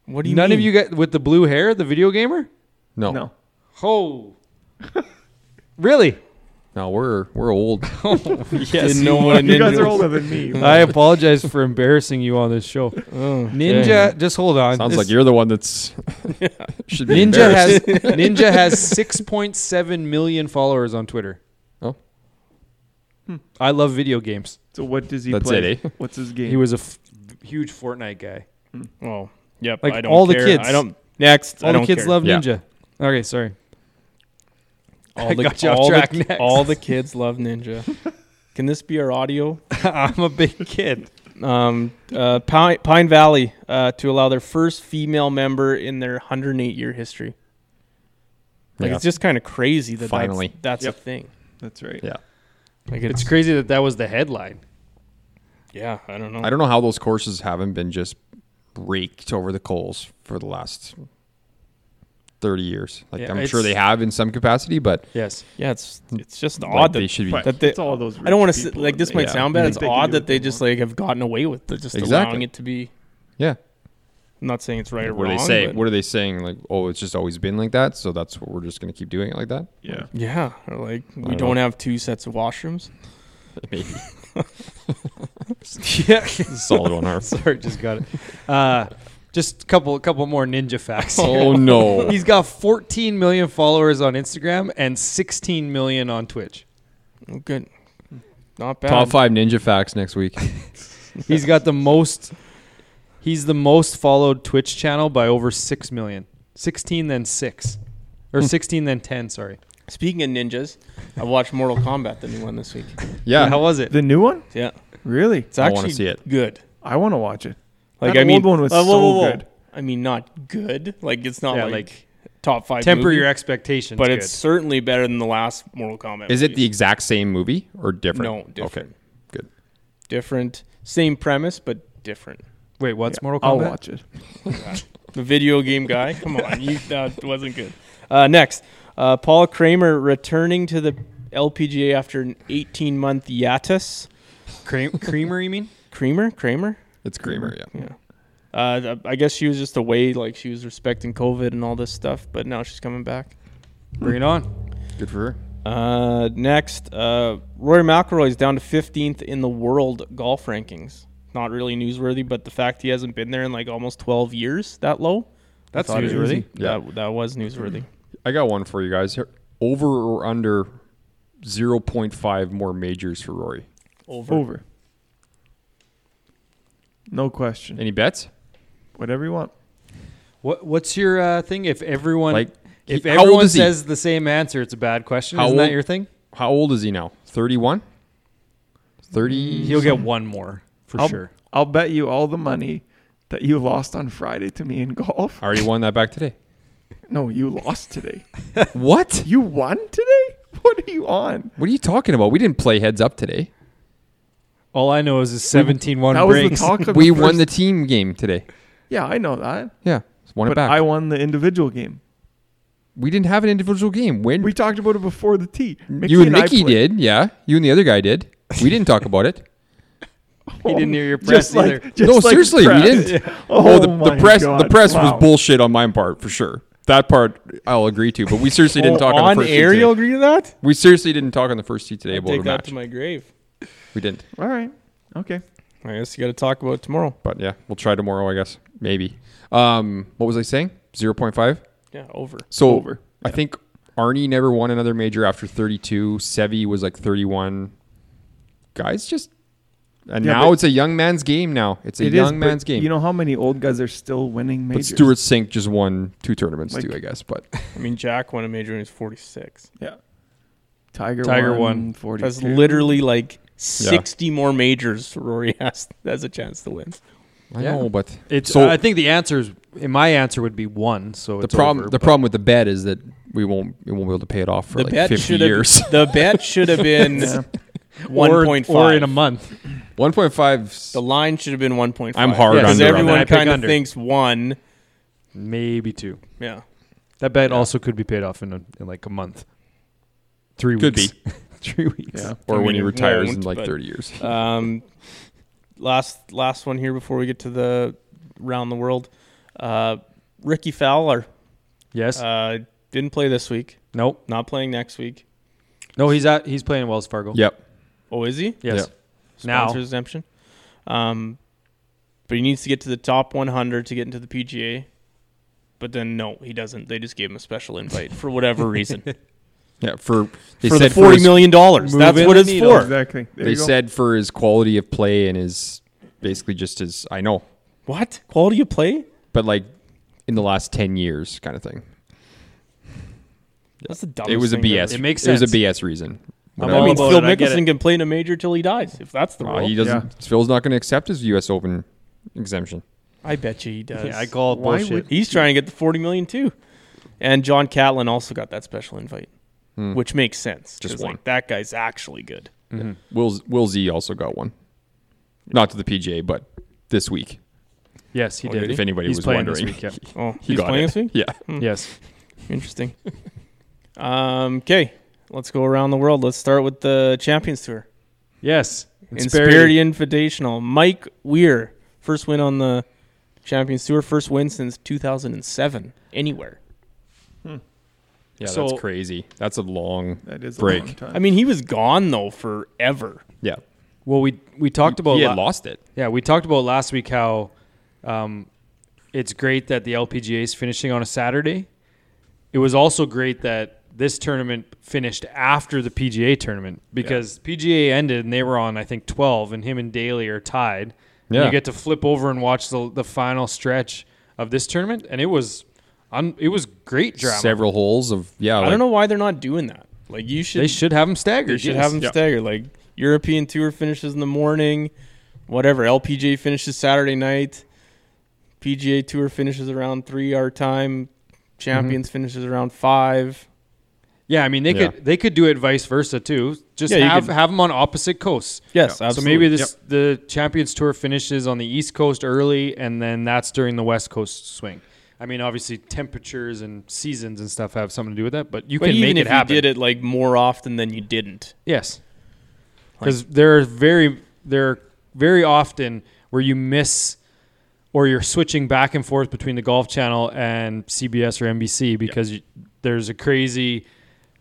Speaker 2: what do you?
Speaker 1: None
Speaker 2: mean?
Speaker 1: of you got with the blue hair, the video gamer?
Speaker 3: No. No.
Speaker 4: No.
Speaker 1: Oh. really?
Speaker 3: we're we're old.
Speaker 2: yes, didn't know what a ninja.
Speaker 4: You guys are
Speaker 2: was.
Speaker 4: older than me.
Speaker 1: I apologize for embarrassing you on this show.
Speaker 2: Oh,
Speaker 1: Ninja,
Speaker 2: yeah.
Speaker 1: just hold on.
Speaker 3: Sounds
Speaker 1: This-
Speaker 3: like you're the one that's should be
Speaker 1: Ninja
Speaker 3: embarrassed.
Speaker 1: has Ninja has six point seven million followers on Twitter.
Speaker 3: Oh.
Speaker 4: Hmm.
Speaker 1: I love video games.
Speaker 4: So what does he
Speaker 3: That's
Speaker 4: play?
Speaker 3: it, eh?
Speaker 4: What's his game?
Speaker 1: He was a f- huge Fortnite guy.
Speaker 2: Oh, yep.
Speaker 1: Like,
Speaker 2: I don't
Speaker 1: all the
Speaker 2: care.
Speaker 1: kids.
Speaker 2: I don't. Next. I
Speaker 1: All the
Speaker 2: don't
Speaker 1: kids
Speaker 2: care.
Speaker 1: love
Speaker 3: Yeah.
Speaker 1: Ninja. Okay, sorry.
Speaker 2: All
Speaker 1: I
Speaker 2: the,
Speaker 1: got you off
Speaker 2: all
Speaker 1: track
Speaker 2: the,
Speaker 1: next.
Speaker 2: All the kids love ninja. Can this be our audio?
Speaker 1: I'm a big kid.
Speaker 2: um, uh, Pine, Pine Valley uh, to allow their first female member in their 108 year history. Like
Speaker 3: Yeah.
Speaker 2: it's just kind of crazy that
Speaker 3: Finally.
Speaker 2: that's, that's
Speaker 4: Yep.
Speaker 2: a thing.
Speaker 4: That's right.
Speaker 3: Yeah.
Speaker 2: Like
Speaker 1: It's
Speaker 2: it's,
Speaker 1: crazy that that was the headline.
Speaker 2: yeah, I don't know.
Speaker 3: I don't know how those courses haven't been just raked over the coals for the last 30 years. Like
Speaker 1: Yeah,
Speaker 3: I'm sure
Speaker 1: it's-
Speaker 3: they have in some capacity, but
Speaker 1: Yes.
Speaker 2: yeah, it's it's just
Speaker 3: like,
Speaker 2: odd
Speaker 3: they
Speaker 2: that,
Speaker 3: should be.
Speaker 4: But
Speaker 2: that they.
Speaker 4: it's all those.
Speaker 2: I don't want
Speaker 4: rich
Speaker 2: to
Speaker 4: people
Speaker 2: like
Speaker 4: and
Speaker 2: this
Speaker 4: they-
Speaker 2: might
Speaker 3: Yeah.
Speaker 2: sound bad.
Speaker 4: They
Speaker 2: It's
Speaker 4: can do
Speaker 2: odd
Speaker 4: what
Speaker 2: that they
Speaker 4: they
Speaker 2: just like have gotten away with it, just allowing
Speaker 3: Exactly.
Speaker 2: it to be.
Speaker 3: yeah.
Speaker 2: I'm not saying it's right or
Speaker 3: What
Speaker 2: wrong.
Speaker 3: are they saying?
Speaker 2: but-
Speaker 3: What are they saying? Like, oh, it's just always been like that, so that's what we're just gonna keep doing it like that.
Speaker 4: Yeah.
Speaker 2: yeah, or like we
Speaker 3: don't
Speaker 2: don't have two sets of washrooms.
Speaker 3: Maybe
Speaker 1: Yeah.
Speaker 3: solid one, Harv.
Speaker 1: sorry, just got it. Uh, just a couple, couple more Ninja facts. here.
Speaker 3: Oh no!
Speaker 1: He's got 14 million followers on Instagram and 16 million on Twitch.
Speaker 2: Oh, Good, not bad.
Speaker 3: Top five ninja facts next week.
Speaker 1: He's got the most. He's the most followed Twitch channel by over six million. Sixteen then six, or sixteen then ten. Sorry.
Speaker 2: Speaking of ninjas, I watched Mortal Kombat the new one this week.
Speaker 3: Yeah,
Speaker 1: How was it?
Speaker 4: The new one?
Speaker 2: Yeah,
Speaker 4: Really?
Speaker 2: it's
Speaker 3: I
Speaker 2: actually
Speaker 3: wanna see it.
Speaker 2: good.
Speaker 4: I want to watch it.
Speaker 2: Like
Speaker 4: That
Speaker 2: I mean,
Speaker 4: old one was
Speaker 2: uh, whoa,
Speaker 4: so
Speaker 2: whoa, whoa.
Speaker 4: good.
Speaker 2: I mean, not good. Like it's not
Speaker 1: Yeah,
Speaker 2: like,
Speaker 1: like,
Speaker 2: top five.
Speaker 1: Temper
Speaker 2: movie,
Speaker 1: your expectations.
Speaker 2: but
Speaker 1: good.
Speaker 2: it's certainly better than the last Mortal Kombat.
Speaker 3: is it the
Speaker 2: movie.
Speaker 3: exact same movie or different?
Speaker 2: No, different.
Speaker 3: Okay, good.
Speaker 2: different? Same premise, but different.
Speaker 1: wait. What's Mortal
Speaker 4: I'll
Speaker 1: Kombat?
Speaker 4: watch it.
Speaker 2: The video game guy. Come on, you, that wasn't good. Uh, next, uh, Paul Kramer returning to the LPGA after an 18 month hiatus.
Speaker 1: Cream, creamer, you mean?
Speaker 2: Creamer, Kramer.
Speaker 3: It's Creamer, yeah.
Speaker 2: Yeah. Uh, th- I guess she was just away, like she was respecting COVID and all this stuff, but now she's coming back.
Speaker 1: Bring it on.
Speaker 3: Good for her.
Speaker 2: Uh, next, uh, Rory McIlroy is down to 15th in the world golf rankings. Not really newsworthy, but the fact he hasn't been there in like almost 12 years that low. I
Speaker 1: That's
Speaker 2: thought it was-
Speaker 1: newsworthy.
Speaker 3: Yeah.
Speaker 2: That, that was newsworthy.
Speaker 3: I got one for you guys. here. Over or under 0.5 more majors for Rory?
Speaker 4: Over. No question.
Speaker 3: Any bets?
Speaker 4: Whatever you want.
Speaker 1: What What's your uh, thing? If everyone,
Speaker 3: Like,
Speaker 1: if
Speaker 3: he- how old
Speaker 1: everyone
Speaker 3: is he?
Speaker 1: says the same answer, it's a bad question.
Speaker 3: How
Speaker 1: Isn't
Speaker 3: old-
Speaker 1: that your thing?
Speaker 3: How old is he now? 31?
Speaker 4: Mm.
Speaker 3: 30.
Speaker 1: He'll get one more for
Speaker 4: I'll,
Speaker 1: sure.
Speaker 4: I'll bet you all the money that you lost on Friday to me in golf.
Speaker 3: I already won that back today.
Speaker 4: No, you lost today.
Speaker 3: what?
Speaker 4: You won today? What are you on?
Speaker 3: What are you talking about? We didn't play heads up today.
Speaker 1: All I know is a 17-1
Speaker 4: That
Speaker 1: breaks.
Speaker 4: was the talk of
Speaker 3: we
Speaker 4: the
Speaker 3: won the
Speaker 4: first-
Speaker 3: team game today.
Speaker 4: Yeah, I know that.
Speaker 3: Yeah. Won it
Speaker 4: But
Speaker 3: back.
Speaker 4: I won the individual game.
Speaker 3: we didn't have an individual game. When
Speaker 4: We talked about it before the tee. Mickey
Speaker 3: you and
Speaker 4: I
Speaker 3: Mickey
Speaker 4: played.
Speaker 3: did, yeah. You and the other guy did. We didn't talk about it.
Speaker 1: He didn't hear your press
Speaker 4: Just like-
Speaker 1: either.
Speaker 4: just
Speaker 3: no,
Speaker 4: like
Speaker 3: seriously,
Speaker 4: press.
Speaker 3: we didn't.
Speaker 4: Oh,
Speaker 3: the, the
Speaker 4: my
Speaker 3: press, the
Speaker 4: God.
Speaker 3: press
Speaker 4: Wow.
Speaker 3: was bullshit on my part for sure. That part I'll agree to, but we seriously
Speaker 4: Oh,
Speaker 3: didn't talk on,
Speaker 2: on
Speaker 3: the first
Speaker 2: air,
Speaker 3: tee
Speaker 2: you'll
Speaker 3: today.
Speaker 2: agree to that?
Speaker 3: We seriously didn't talk on the first tee today
Speaker 2: I'll
Speaker 3: about
Speaker 2: take
Speaker 3: a
Speaker 2: that
Speaker 3: match.
Speaker 2: to my grave.
Speaker 3: we didn't,
Speaker 4: All right. Okay.
Speaker 2: I guess you got to talk about it tomorrow.
Speaker 3: but yeah, we'll try tomorrow, I guess. Maybe. Um, what was I saying? Zero point five.
Speaker 2: Yeah, over.
Speaker 3: So
Speaker 4: Over.
Speaker 3: I think Arnie never won another major after 32. Sevi was like 31. Guys, just and
Speaker 4: Yeah,
Speaker 3: now
Speaker 4: but-
Speaker 3: it's a young man's game. Now it's a
Speaker 4: It is,
Speaker 3: young
Speaker 4: but
Speaker 3: man's game.
Speaker 4: You know how many old guys are still winning
Speaker 3: but
Speaker 4: majors?
Speaker 3: Stuart Sink just won two tournaments
Speaker 4: Like-
Speaker 3: too, I guess. But
Speaker 2: I mean, Jack won a major when he was 46.
Speaker 4: Yeah. Tiger,
Speaker 1: Tiger won.
Speaker 4: won. 42.
Speaker 2: That's literally like 60 more majors Rory has, has a chance to win.
Speaker 3: I
Speaker 1: Yeah.
Speaker 3: know, but
Speaker 1: It's.
Speaker 3: So-
Speaker 1: I think the answer is. My answer would be one. So
Speaker 3: the
Speaker 1: it's
Speaker 3: problem
Speaker 1: over,
Speaker 3: the
Speaker 1: but-
Speaker 3: problem with the bet is that we won't we won't be able to pay it off for like 50
Speaker 2: should have-
Speaker 3: years.
Speaker 2: The bet should have been
Speaker 4: Yeah.
Speaker 2: 1.5.
Speaker 1: or, or in a month.
Speaker 3: 1.5.
Speaker 2: The line should have been 1.5.
Speaker 3: I'm hard
Speaker 1: Yes.
Speaker 2: Because
Speaker 3: under. on
Speaker 2: everyone
Speaker 1: that. I pick
Speaker 2: kind of
Speaker 1: under.
Speaker 2: thinks one.
Speaker 1: Maybe two.
Speaker 2: Yeah.
Speaker 1: That bet also could be paid off in, a, in like a month. Three
Speaker 3: Could
Speaker 1: weeks. Three weeks.
Speaker 4: Yeah.
Speaker 3: that. Or
Speaker 2: I
Speaker 3: when
Speaker 2: mean,
Speaker 3: he
Speaker 2: it
Speaker 3: retires in
Speaker 2: won't,
Speaker 3: like
Speaker 2: but-
Speaker 3: 30 years.
Speaker 2: Um, last last one here before we get to the round the world. Uh, Ricky Fowler
Speaker 1: Yes.
Speaker 2: uh, didn't play this week.
Speaker 1: nope.
Speaker 2: Not playing next week.
Speaker 1: No, he's at he's playing Wells Fargo.
Speaker 3: Yep.
Speaker 2: Oh, is he?
Speaker 1: Yes. Now.
Speaker 2: Sponsor exemption. Um, but he needs to get to the top 100 to get into the PGA. But then no, he doesn't. They just gave him a special invite for whatever reason.
Speaker 3: Yeah, for they
Speaker 2: for the
Speaker 3: said for
Speaker 2: forty
Speaker 3: his-
Speaker 2: million dollars.
Speaker 1: Move
Speaker 2: That's
Speaker 1: in
Speaker 2: what
Speaker 1: the
Speaker 2: it's
Speaker 1: needle.
Speaker 2: for.
Speaker 4: Exactly. There
Speaker 3: they
Speaker 4: you go.
Speaker 3: said for his quality of play and his basically just his I know,
Speaker 2: What quality of play?
Speaker 3: but like in the last ten years kind of thing.
Speaker 2: That's the dumbest.
Speaker 3: It was a
Speaker 2: thing
Speaker 3: BS.
Speaker 1: It
Speaker 2: ever.
Speaker 1: makes
Speaker 3: It was
Speaker 1: sense.
Speaker 3: a BS reason.
Speaker 1: I'm
Speaker 2: I
Speaker 1: all
Speaker 3: Whatever.
Speaker 2: mean,
Speaker 1: about
Speaker 2: Phil
Speaker 1: it, I get
Speaker 2: Mickelson
Speaker 1: it.
Speaker 2: can play in a major till he dies. If that's the
Speaker 3: Well,
Speaker 2: rule,
Speaker 3: he doesn't. Phil's not going to accept his U.S. Open exemption.
Speaker 2: I bet you he does.
Speaker 1: Yeah, I call it
Speaker 4: Why
Speaker 1: bullshit.
Speaker 4: would-
Speaker 2: He's trying to get the forty million too, and John Catlin also got that special invite, which makes sense.
Speaker 3: Hmm. Just
Speaker 2: 'cause,
Speaker 3: one.
Speaker 2: like that guy's actually good.
Speaker 1: Mm-hmm.
Speaker 3: Will Will Z also got one, not to the PGA, but this week.
Speaker 1: yes, he
Speaker 3: Oh,
Speaker 1: did.
Speaker 3: if anybody
Speaker 1: he's
Speaker 3: was
Speaker 1: playing
Speaker 3: wondering.
Speaker 1: this week,
Speaker 2: Oh,
Speaker 3: He
Speaker 2: he's
Speaker 3: got
Speaker 2: playing
Speaker 3: it.
Speaker 2: this week.
Speaker 3: Yeah,
Speaker 1: yeah. yes.
Speaker 2: Interesting. um, okay, let's go around the world. Let's start with the Champions Tour.
Speaker 1: Yes.
Speaker 2: Insperity Invitational. Mike Weir, first win on the Champions Tour, first win since 2007 anywhere.
Speaker 3: yeah,
Speaker 1: So-
Speaker 3: that's crazy. That's a long
Speaker 4: that is
Speaker 3: break.
Speaker 4: A long time.
Speaker 2: I mean, he was gone though forever.
Speaker 3: Yeah,
Speaker 1: Well, we we talked about
Speaker 3: he had
Speaker 1: la-
Speaker 3: lost it.
Speaker 1: Yeah, we talked about last week how um, it's great that the LPGA is finishing on a Saturday. It was also great that this tournament finished after the PGA tournament because PGA ended and they were on I think 12 and him and Daly are tied. And
Speaker 3: Yeah.
Speaker 1: You get to flip over and watch the the final stretch of this tournament and it was un, it was great drama.
Speaker 3: Several holes of yeah.
Speaker 2: I don't know why they're not doing that. Like you should,
Speaker 1: They should have them staggered.
Speaker 2: they should
Speaker 1: yes.
Speaker 2: have them stagger. Like European Tour finishes in the morning, whatever. LPGA finishes Saturday night. PGA Tour finishes around three our time.
Speaker 1: Mm-hmm.
Speaker 2: Champions finishes around five.
Speaker 1: Yeah, I mean they
Speaker 3: Yeah.
Speaker 1: could they could do it vice versa too. Just
Speaker 2: Yeah, you
Speaker 1: have
Speaker 2: could-
Speaker 1: have them on opposite coasts.
Speaker 2: Yes,
Speaker 1: So
Speaker 2: absolutely.
Speaker 1: maybe this the Champions Tour finishes on the East Coast early, and then that's during the West Coast swing. I mean, obviously temperatures and seasons and stuff have something to do with that, but you
Speaker 2: But
Speaker 1: can
Speaker 2: even
Speaker 1: make
Speaker 2: if
Speaker 1: it happen.
Speaker 2: you did it like more often than you didn't,
Speaker 1: Yes, because there are very there are very often where you miss or you're switching back and forth between the Golf Channel and CBS or NBC because you, there's a crazy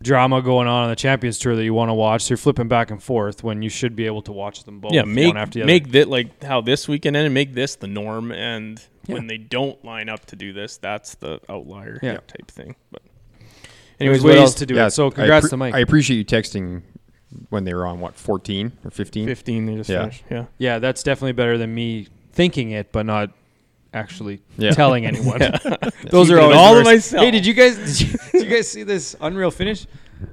Speaker 1: drama going on on the Champions Tour that you want to watch. So you're flipping back and forth when you should be able to watch them both.
Speaker 2: yeah, make
Speaker 1: one after the other.
Speaker 2: make that like how this weekend ended, make this the norm, and when
Speaker 1: Yeah.
Speaker 2: they don't line up to do this, that's the outlier
Speaker 1: Yeah.
Speaker 2: type thing. But
Speaker 1: There's
Speaker 2: anyways, what
Speaker 1: ways
Speaker 2: else?
Speaker 1: to do
Speaker 3: Yeah,
Speaker 1: it. So
Speaker 3: I
Speaker 1: congrats
Speaker 3: appre-
Speaker 1: to Mike.
Speaker 3: I appreciate you texting when they were on what 14 or 15.
Speaker 2: Fifteen, they just
Speaker 3: Yeah.
Speaker 2: finished. Yeah,
Speaker 1: yeah, that's definitely better than me thinking it but not actually
Speaker 3: Yeah.
Speaker 1: telling anyone. Those
Speaker 2: Keeping
Speaker 1: are
Speaker 2: it
Speaker 1: always
Speaker 2: all
Speaker 1: the worst.
Speaker 2: to myself.
Speaker 1: Hey, did you guys did you, did you guys see this Unreal finish?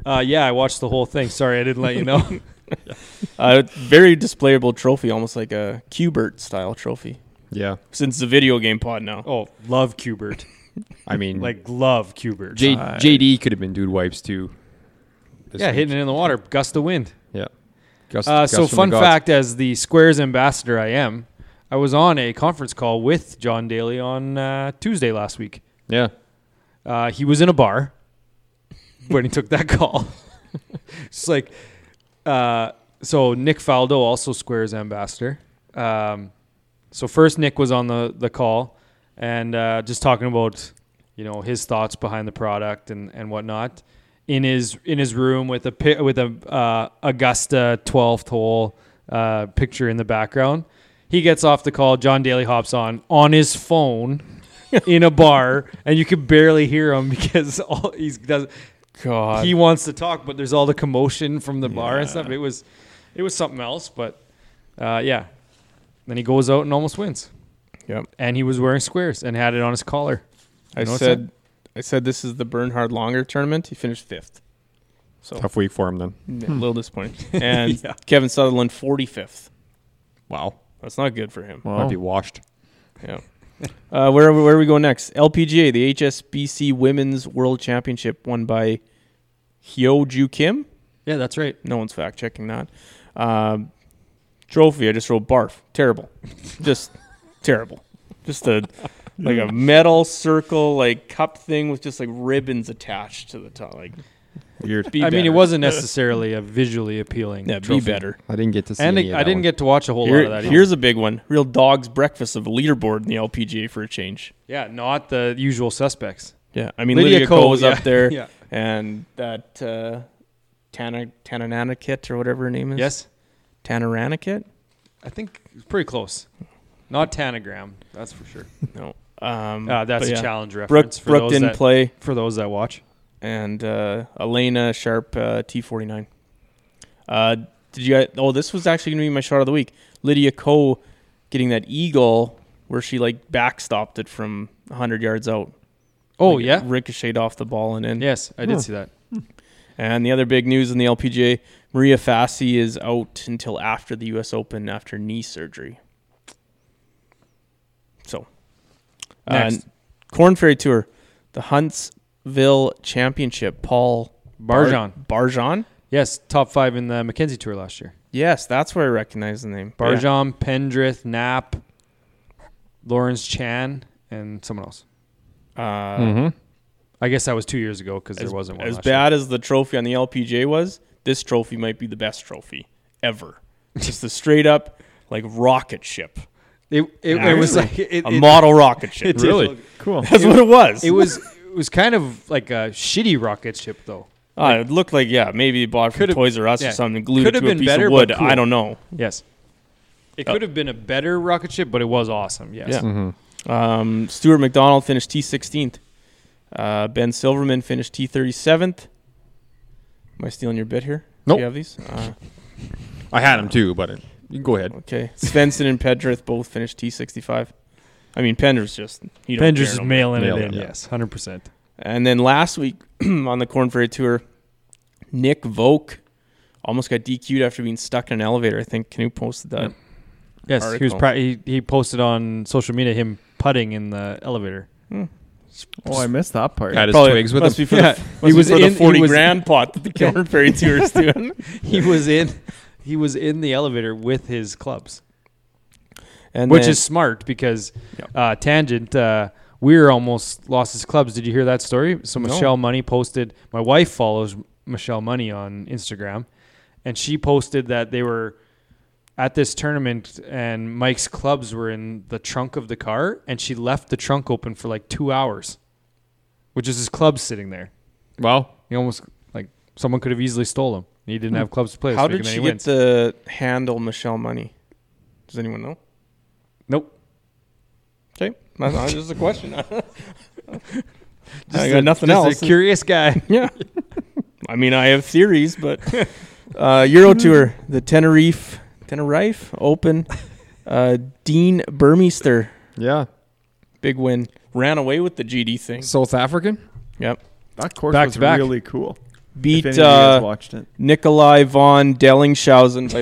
Speaker 1: Uh, yeah, I watched the whole thing. Sorry, I didn't let you know.
Speaker 2: uh, very displayable trophy, almost like a Cubert style trophy.
Speaker 3: Yeah,
Speaker 2: Since the video game pod now,
Speaker 1: oh, love Cubert.
Speaker 3: I mean, like
Speaker 1: Like love Cubert.
Speaker 3: J- JD could have been dude wipes too. this
Speaker 1: yeah,
Speaker 3: week.
Speaker 1: hitting it in the water, gust of wind.
Speaker 3: Yeah. Gus,
Speaker 1: Uh,
Speaker 3: Gus
Speaker 1: so
Speaker 3: from the
Speaker 1: fun
Speaker 3: gods.
Speaker 1: fact as the Squares ambassador I am, I was on a conference call with John Daly on uh, Tuesday last week.
Speaker 3: Yeah.
Speaker 1: Uh, he was in a bar when he took that call. it's like, uh, so Nick Faldo, also Square's ambassador. Um, so first Nick was on the, the call and uh, just talking about, you know, his thoughts behind the product and, and whatnot in his in his room with a pi- with a uh, Augusta 12th hole uh, picture in the background. He gets off the call. John Daly hops on on his phone in a bar, and you can barely hear him because all he's does.
Speaker 2: God,
Speaker 1: He wants to talk, but there's all the commotion from the bar and stuff. It was, it was something else. But uh, yeah, then he goes out and almost wins.
Speaker 2: Yep.
Speaker 1: And he was wearing squares and had it on his collar.
Speaker 2: I
Speaker 1: You know what I'm
Speaker 2: said, I said this is the Bernhard Longer tournament. He finished fifth, so
Speaker 3: Tough week for him then.
Speaker 1: Hmm.
Speaker 2: a little disappointing. And Kevin Sutherland, forty fifth.
Speaker 3: Wow.
Speaker 2: That's not good for him.
Speaker 3: Might
Speaker 4: Wow.
Speaker 1: Oh.
Speaker 3: be washed.
Speaker 2: Yeah. Uh, where are we, where are we going next? LPGA, the HSBC Women's World Championship, won by Hyoju Kim.
Speaker 1: Yeah, that's right.
Speaker 2: No one's fact checking that. Um, trophy, I just wrote barf. Terrible, just terrible. Just a like a metal circle like cup thing with just like ribbons attached to the top. Like,
Speaker 3: Weird.
Speaker 2: be
Speaker 1: I mean, it
Speaker 2: better.
Speaker 1: wasn't necessarily a visually appealing.
Speaker 2: yeah, be
Speaker 1: trophy.
Speaker 2: better.
Speaker 3: I didn't get to see
Speaker 1: And
Speaker 3: any
Speaker 1: I,
Speaker 3: of
Speaker 1: I
Speaker 3: that
Speaker 1: didn't
Speaker 3: one.
Speaker 1: get to watch a whole
Speaker 2: Here-
Speaker 1: lot of that.
Speaker 2: here's a big one. Real dog's breakfast of a leaderboard in the LPGA for a change.
Speaker 1: either. yeah, not the usual suspects.
Speaker 2: Yeah, I mean Lydia,
Speaker 1: Lydia
Speaker 2: Ko
Speaker 1: Ko,
Speaker 2: was
Speaker 1: yeah,
Speaker 2: up there,
Speaker 1: yeah.
Speaker 2: and that uh, Tana Tanananikit or whatever her name is.
Speaker 1: Yes,
Speaker 2: Tanaranikit.
Speaker 1: I think it's pretty close. Not Tanagram, that's for sure.
Speaker 2: No, um,
Speaker 1: Uh, that's
Speaker 2: but
Speaker 1: a
Speaker 2: yeah.
Speaker 1: challenge
Speaker 2: Brooke,
Speaker 1: reference for
Speaker 2: Brooke
Speaker 1: those
Speaker 2: didn't
Speaker 1: that
Speaker 2: play,
Speaker 1: for those that watch.
Speaker 2: and uh, Elena Sharp uh, T forty nine. Uh, Did you? Guys, oh, this was actually going to be my shot of the week. Lydia Ko getting that eagle where she like backstopped it from hundred yards out.
Speaker 1: Oh
Speaker 2: Like, it
Speaker 1: yeah,
Speaker 2: ricocheted off the ball and in.
Speaker 1: yes, I did see that.
Speaker 2: And the other big news in the LPGA, Maria Fassi is out until after the U.S. Open after knee surgery. So,
Speaker 1: Next.
Speaker 2: Corn Ferry Tour, the Huntsville Championship, Paul Bar-
Speaker 1: Barjon,
Speaker 2: Barjon?
Speaker 1: yes, top five in the Mackenzie Tour last year.
Speaker 2: Yes, that's where I recognize the name. Yeah.
Speaker 1: Barjon, Pendrith, Knapp, Lawrence Chan, and someone else.
Speaker 2: Uh,
Speaker 1: Mm-hmm. I guess that was two years ago because there
Speaker 2: As,
Speaker 1: wasn't one.
Speaker 2: as
Speaker 1: last year.
Speaker 2: bad as the trophy on the LPGA was, this trophy might be the best trophy ever. Just the straight up like rocket ship,
Speaker 1: It, it,
Speaker 2: Yeah,
Speaker 1: it was
Speaker 2: really.
Speaker 1: like it,
Speaker 2: a
Speaker 1: it-
Speaker 2: model rocket ship.
Speaker 1: it did
Speaker 3: Really?
Speaker 1: look-
Speaker 4: Cool.
Speaker 2: That's what it was.
Speaker 1: It was it was kind of like a shitty rocket ship though.
Speaker 2: Uh, it looked like yeah, maybe he bought it from
Speaker 1: Could've-
Speaker 2: Toys R Us or
Speaker 1: yeah.
Speaker 2: something, glued it
Speaker 1: Could've
Speaker 2: to a
Speaker 1: been
Speaker 2: piece
Speaker 1: better,
Speaker 2: of
Speaker 1: but
Speaker 2: wood.
Speaker 1: cool.
Speaker 2: I don't know.
Speaker 1: Yes. It
Speaker 2: Uh,
Speaker 1: could have been a better rocket ship, but it was awesome. Yes.
Speaker 2: Yeah. Um, Stuart McDonald finished T sixteenth. Uh, ben Silverman finished T thirty seventh. Am I stealing your bit here? Do
Speaker 3: Nope.
Speaker 2: you have these? Uh,
Speaker 3: I had him too, but it, you can go ahead.
Speaker 2: okay. Svensson and Pendrith both finished T sixty five. I mean, Pender's just you know.
Speaker 1: Avengers is mailing
Speaker 3: Nailed
Speaker 1: it
Speaker 3: it,
Speaker 1: in.
Speaker 3: yeah.
Speaker 1: Yes, hundred percent.
Speaker 2: And then last week on the Corn Ferry Tour, Nick Voke almost got DQ'd after being stuck in an elevator. I think Canoe posted that.
Speaker 1: Yes, he was.
Speaker 2: Article.
Speaker 1: Pra- he, he posted on social media him putting in the elevator.
Speaker 4: Oh, I missed that part.
Speaker 3: Had his
Speaker 2: Probably
Speaker 3: twigs with
Speaker 2: must
Speaker 3: him.
Speaker 2: Be for
Speaker 1: Yeah,
Speaker 2: the,
Speaker 1: he
Speaker 2: must
Speaker 1: was
Speaker 2: be for
Speaker 1: in-
Speaker 2: the
Speaker 1: he
Speaker 2: forty
Speaker 1: was-
Speaker 2: grand pot that the Corn Ferry Tour is doing.
Speaker 1: He was in. He was in the elevator with his clubs,
Speaker 2: And
Speaker 1: which
Speaker 2: then-
Speaker 1: is smart because
Speaker 2: Yeah.
Speaker 1: uh, Tangent uh, Weir almost lost his clubs. Did you hear that story? So
Speaker 3: No.
Speaker 1: Michelle Money posted. My wife follows Michelle Money on Instagram, and she posted that they were at this tournament and Mike's clubs were in the trunk of the car, and she left the trunk open for like two hours, which is his clubs sitting there.
Speaker 3: Well,
Speaker 1: He almost like someone could have easily stole him. He didn't have clubs to play. this
Speaker 2: Hmm. How
Speaker 1: week, and
Speaker 2: did
Speaker 1: then
Speaker 2: she
Speaker 1: he
Speaker 2: get
Speaker 1: wins.
Speaker 2: the handle Michelle Money? Does anyone know?
Speaker 1: Nope.
Speaker 2: Okay, that's that's just a question.
Speaker 1: Just
Speaker 2: I got
Speaker 1: a-
Speaker 2: nothing
Speaker 1: just
Speaker 2: else.
Speaker 1: A curious guy.
Speaker 2: yeah, I mean I have theories, but uh, Euro Tour, the Tenerife Tenerife Open, uh, Dean Burmeister,
Speaker 3: yeah.
Speaker 2: big win, ran away with the GD thing.
Speaker 3: South African.
Speaker 2: Yep,
Speaker 4: That course
Speaker 1: Back
Speaker 4: was
Speaker 1: to back.
Speaker 4: really cool. if
Speaker 2: beat
Speaker 4: any of you guys
Speaker 2: uh,
Speaker 4: watched it.
Speaker 2: Nikolai von Dellingshausen by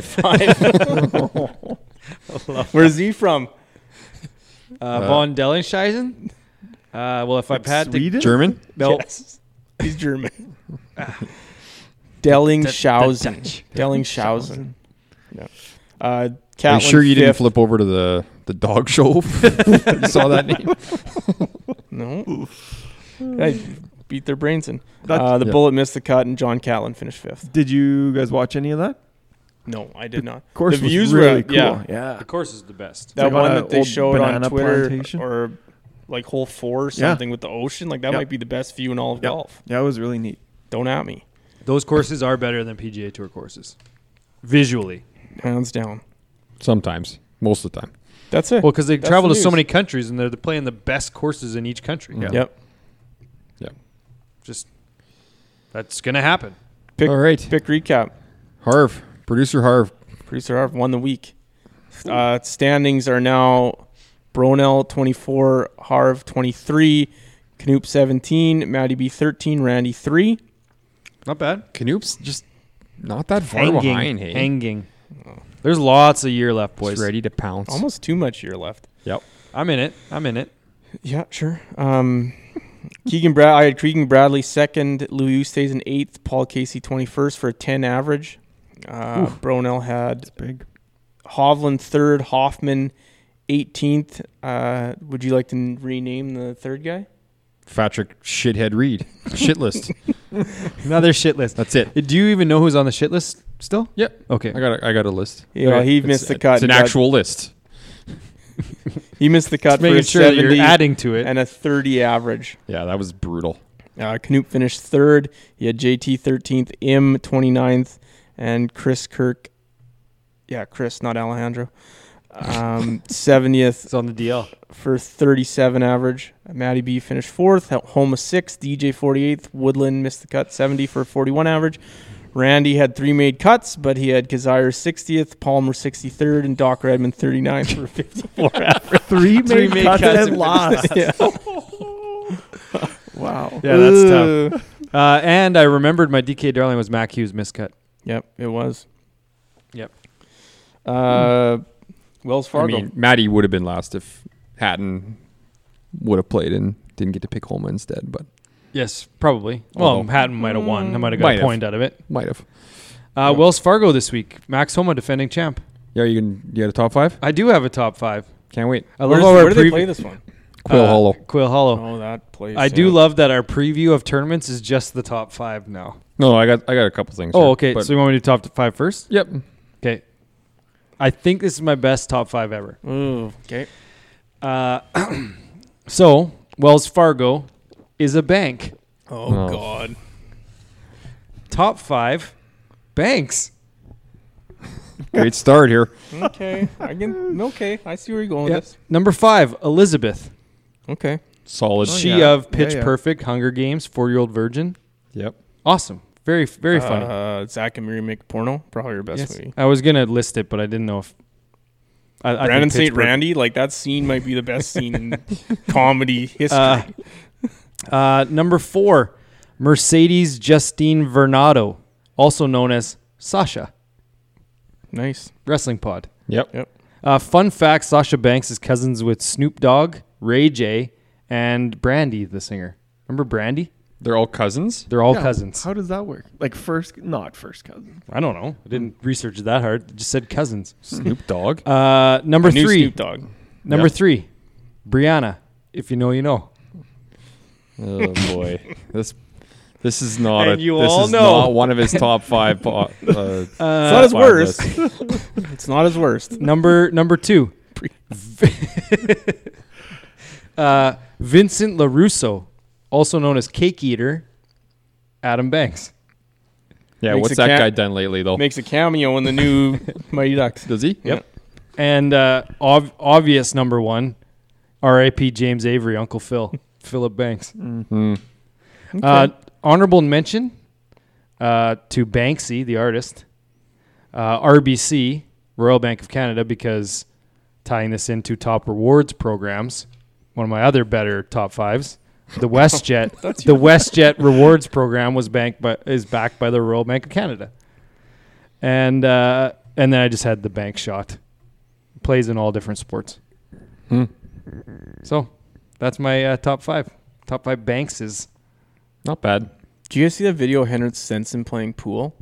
Speaker 2: five. Where's he from?
Speaker 1: Uh, Von Dellingshausen. Uh, well, if I've had
Speaker 4: Sweden?
Speaker 3: German.
Speaker 1: no,
Speaker 2: Yes. He's German. Dellingshausen. Dellingshausen. Yeah. Uh, Catlin
Speaker 3: Are you sure you did didn't
Speaker 2: fifth.
Speaker 3: flip over to the, the dog show? you saw that name?
Speaker 2: No. I beat their brains in.
Speaker 4: That's-
Speaker 2: Uh, the
Speaker 3: Yeah.
Speaker 2: bullet missed the cut, and John Catlin finished fifth.
Speaker 4: Did you guys watch any of that?
Speaker 2: No, I did not.
Speaker 4: course
Speaker 2: the
Speaker 4: was
Speaker 2: views
Speaker 4: really
Speaker 2: were
Speaker 4: cool.
Speaker 2: yeah.
Speaker 1: the course is the best.
Speaker 2: That
Speaker 4: like on
Speaker 2: one
Speaker 4: a
Speaker 2: that they
Speaker 4: old
Speaker 2: showed on
Speaker 4: banana
Speaker 2: Twitter
Speaker 4: plantation.
Speaker 2: or like hole four or
Speaker 4: Yeah.
Speaker 2: something with the ocean. Like that
Speaker 4: Yep.
Speaker 2: might be the best view in all of
Speaker 4: Yep.
Speaker 2: golf.
Speaker 4: Yeah, it was really neat.
Speaker 2: Don't at me.
Speaker 1: Those courses are better than PGA Tour courses, visually.
Speaker 2: Hands down.
Speaker 3: Sometimes. Most of the time.
Speaker 2: That's it.
Speaker 1: Well, because they
Speaker 2: That's
Speaker 1: travel
Speaker 2: the
Speaker 1: to so
Speaker 2: news.
Speaker 1: many countries and they're playing the best courses in each country.
Speaker 3: Yeah.
Speaker 2: Yep.
Speaker 1: Just that's gonna happen.
Speaker 2: Pick-
Speaker 3: All right.
Speaker 2: Pick recap.
Speaker 3: Harv. Producer Harv.
Speaker 2: Producer Arv won the week. Uh, standings are now Bronell 24, Harv 23, Knoop 17, Maddie B 13, Randy 3.
Speaker 1: Not bad.
Speaker 3: Canoop's just not that far behind. Hey,
Speaker 1: hanging. There's lots of year left, boys.
Speaker 3: Just ready to pounce.
Speaker 2: Almost too much year left.
Speaker 3: Yep.
Speaker 1: I'm in it. I'm in it.
Speaker 2: Yeah, sure. Um, Keegan Brad- I had Keegan Bradley second, Lou Yu stays in eighth, Paul Casey 21st for a 10 average. Uh, Bronell had
Speaker 4: It's big.
Speaker 2: Hovland third, Hoffman 18th. Uh, would you like to n- rename the third guy?
Speaker 3: Patrick Shithead Reed. Shit list.
Speaker 1: Another shit list.
Speaker 3: That's it.
Speaker 1: Uh, Do you even know who's on the shit list still?
Speaker 3: Yep.
Speaker 1: Okay.
Speaker 3: I got a, I got a list.
Speaker 2: Yeah,
Speaker 1: Okay.
Speaker 2: he
Speaker 3: It's-
Speaker 2: missed the cut.
Speaker 3: It's an
Speaker 2: He got-
Speaker 3: actual list.
Speaker 2: He missed the cut
Speaker 1: Just
Speaker 2: for a
Speaker 1: making sure that
Speaker 2: 70
Speaker 1: you're adding to it.
Speaker 2: and a 30 average.
Speaker 3: Yeah, that was brutal.
Speaker 2: Uh, Knoop finished third. He had JT 13th, M 29th, and Chris Kirk. Yeah, Chris, not Alejandro. Um, 70th
Speaker 1: it's on the DL.
Speaker 2: for 37 average. Matty B finished fourth. Homa sixth. DJ 48th. Woodland missed the cut 70 for 41 average. Randy had three made cuts, but he had Kazire 60th, Palmer 63rd, and Doc Redmond 39th for 54 average.
Speaker 4: Three made,
Speaker 1: Three made
Speaker 4: cuts,
Speaker 1: cuts and
Speaker 4: and lost.
Speaker 2: Yeah.
Speaker 4: Wow.
Speaker 1: Yeah, that's tough.
Speaker 2: Ugh.
Speaker 1: Uh, and I remembered my DK Darling was Mac Hughes miscut.
Speaker 2: Yep, it was.
Speaker 1: Yep.
Speaker 2: Uh, Wells Fargo.
Speaker 3: I mean, Maddie would have been last if Hatton would have played and didn't get to pick Holma instead, but
Speaker 1: Yes, probably.
Speaker 3: Although-
Speaker 1: well, Hatton might have won. I might have got
Speaker 3: Might
Speaker 1: a
Speaker 3: have.
Speaker 1: point out of it.
Speaker 3: might have.
Speaker 1: Uh, Wells Fargo this week. Max Homa, defending champ.
Speaker 3: Yeah, you can. You got a top five?
Speaker 1: I do have a top five.
Speaker 3: Can't wait.
Speaker 1: I
Speaker 2: Where's-
Speaker 1: love how
Speaker 2: where
Speaker 1: our
Speaker 2: do they
Speaker 1: previ-
Speaker 2: play this one?
Speaker 3: Quill
Speaker 1: uh,
Speaker 3: Hollow.
Speaker 1: Quill Hollow.
Speaker 2: Oh, that place.
Speaker 1: I do love that our preview of tournaments is just the top five now.
Speaker 3: No, I got I got a couple things.
Speaker 1: Oh,
Speaker 3: here,
Speaker 1: okay.
Speaker 3: but-
Speaker 1: So you want me to do top five first?
Speaker 3: yep.
Speaker 1: Okay. I think this is my best top five ever.
Speaker 2: Ooh, okay.
Speaker 1: Uh, so Wells Fargo is a bank.
Speaker 2: Oh,
Speaker 3: Oh.
Speaker 2: God.
Speaker 1: Top five banks.
Speaker 3: Great start here.
Speaker 2: Okay, I can. Okay, I see where you're going
Speaker 1: Yep.
Speaker 2: with this.
Speaker 1: Number five, Elizabeth.
Speaker 2: Okay.
Speaker 3: Solid.
Speaker 4: Oh,
Speaker 1: she
Speaker 2: uh,
Speaker 4: yeah.
Speaker 1: of Pitch
Speaker 4: Yeah, yeah.
Speaker 1: Perfect, Hunger Games, Four Year Old Virgin.
Speaker 3: Yep.
Speaker 1: Awesome. Very, very funny.
Speaker 2: Uh, Zach and Miri make porno. Probably your best
Speaker 1: Yes.
Speaker 2: movie.
Speaker 1: I was gonna list it, but I didn't know if. I, I think
Speaker 2: Brandon
Speaker 1: Pitch
Speaker 2: St.
Speaker 1: Perfect-
Speaker 2: Randy, like that scene might be the best scene in comedy history.
Speaker 1: Uh, uh, number four, Mercedes Justine Vernado, also known as Sasha,
Speaker 2: nice.
Speaker 1: Wrestling Pod.
Speaker 3: Yep.
Speaker 2: Yep.
Speaker 1: Uh, fun fact: Sasha Banks is cousins with Snoop Dogg, Ray J, and Brandy, the singer. Remember Brandy?
Speaker 3: They're all cousins.
Speaker 1: They're all
Speaker 4: Yeah,
Speaker 1: cousins.
Speaker 4: How does that work? Like first, not first cousin.
Speaker 1: I don't know. I didn't research it that hard. It just said cousins.
Speaker 3: Snoop Dogg.
Speaker 1: Uh, number
Speaker 2: New
Speaker 1: three.
Speaker 2: Snoop Dogg.
Speaker 1: Number
Speaker 3: Yep.
Speaker 1: three, Brianna. If you know, you know.
Speaker 3: Oh boy, this this is not
Speaker 1: And
Speaker 3: a,
Speaker 1: you
Speaker 3: this
Speaker 1: all
Speaker 3: is
Speaker 1: know.
Speaker 3: not one of his top five. po- Uh,
Speaker 2: It's not his
Speaker 3: five
Speaker 2: worst.
Speaker 3: lists.
Speaker 2: it's not his worst.
Speaker 1: number number two.
Speaker 2: Pre-
Speaker 1: uh, Vincent Larusso, also known as Cake Eater, Adam Banks.
Speaker 3: Yeah,
Speaker 2: Makes
Speaker 3: what's
Speaker 2: a
Speaker 3: that
Speaker 2: cat-
Speaker 3: guy done lately though?
Speaker 2: Makes a cameo in the new Mighty Ducks.
Speaker 3: Does he?
Speaker 2: Yep.
Speaker 1: And uh, ob- obvious number one, R.I.P. James Avery, Uncle Phil, Philip Banks.
Speaker 3: Hmm.
Speaker 1: Uh, honorable mention uh, to Banksy, the artist, uh, RBC, Royal Bank of Canada, because tying this into top rewards programs, one of my other better top fives, the WestJet, the WestJet rewards program was banked by is backed by the Royal Bank of Canada, and uh, and then I just had the bank shot, plays in all different sports.
Speaker 3: Hmm.
Speaker 1: So, that's my uh, top five. Top five banks is
Speaker 3: Not bad.
Speaker 2: Do you guys see that video of Henrik Stenson playing pool?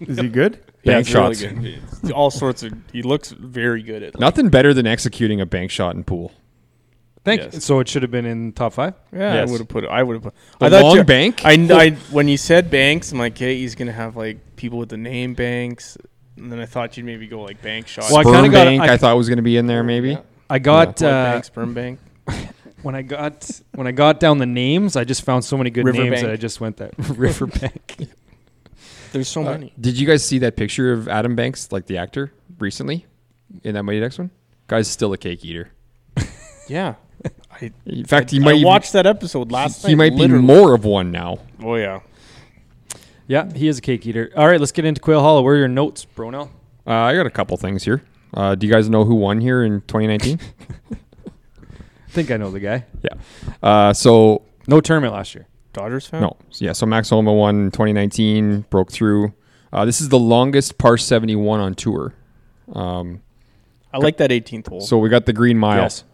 Speaker 4: Is he good?
Speaker 2: Yeah,
Speaker 3: Bank
Speaker 2: it's really
Speaker 3: shots.
Speaker 2: good. It's All sorts of. He looks very good at.
Speaker 3: Nothing better than executing a bank shot in pool.
Speaker 1: Thank you.
Speaker 2: Yes.
Speaker 1: So it should have been in top five.
Speaker 2: Yeah,
Speaker 3: Yes.
Speaker 2: I would have put. I would have put.
Speaker 3: The
Speaker 2: I thought
Speaker 3: long
Speaker 2: you-
Speaker 3: bank.
Speaker 2: I, I when you said Banks, I'm like, hey, he's gonna have like people with the name Banks, and then I thought you'd maybe go like bank shot.
Speaker 1: Well, I
Speaker 3: Sperm
Speaker 1: kinda got-
Speaker 3: bank.
Speaker 1: I-
Speaker 3: I, thought was going to be in there maybe.
Speaker 2: Yeah.
Speaker 1: I got
Speaker 2: Blood
Speaker 1: uh,
Speaker 2: bank, sperm bank.
Speaker 1: when I got when I got down the names. I just found so many good names
Speaker 2: Riverbank.
Speaker 1: that I just went that Riverbank.
Speaker 2: There's so
Speaker 3: Uh,
Speaker 2: many.
Speaker 3: Did you guys see that picture of Adam Banks, like the actor, recently in that Mighty Ducks one? Guy's still a cake eater.
Speaker 2: Yeah, I,
Speaker 3: In fact, he
Speaker 2: I
Speaker 3: might even-
Speaker 2: watched that episode last
Speaker 3: he
Speaker 2: night.
Speaker 3: might be
Speaker 2: literally.
Speaker 3: more of one now.
Speaker 2: Oh yeah,
Speaker 1: yeah, he is a cake eater. All right, let's get into Quail Hollow. Where are your notes, Bronell?
Speaker 3: Uh, I got a couple things here. Uh, do you guys know who won here in 2019?
Speaker 1: I think I know the guy.
Speaker 3: yeah. Uh, so
Speaker 1: No tournament last year.
Speaker 2: Dodgers fan.
Speaker 3: no, So, yeah. So Max Homa won in 2019, broke through. Uh, this is the longest par 71 on tour. Um,
Speaker 2: I like that 18th hole.
Speaker 3: so we got the Green Mile.
Speaker 1: Yes.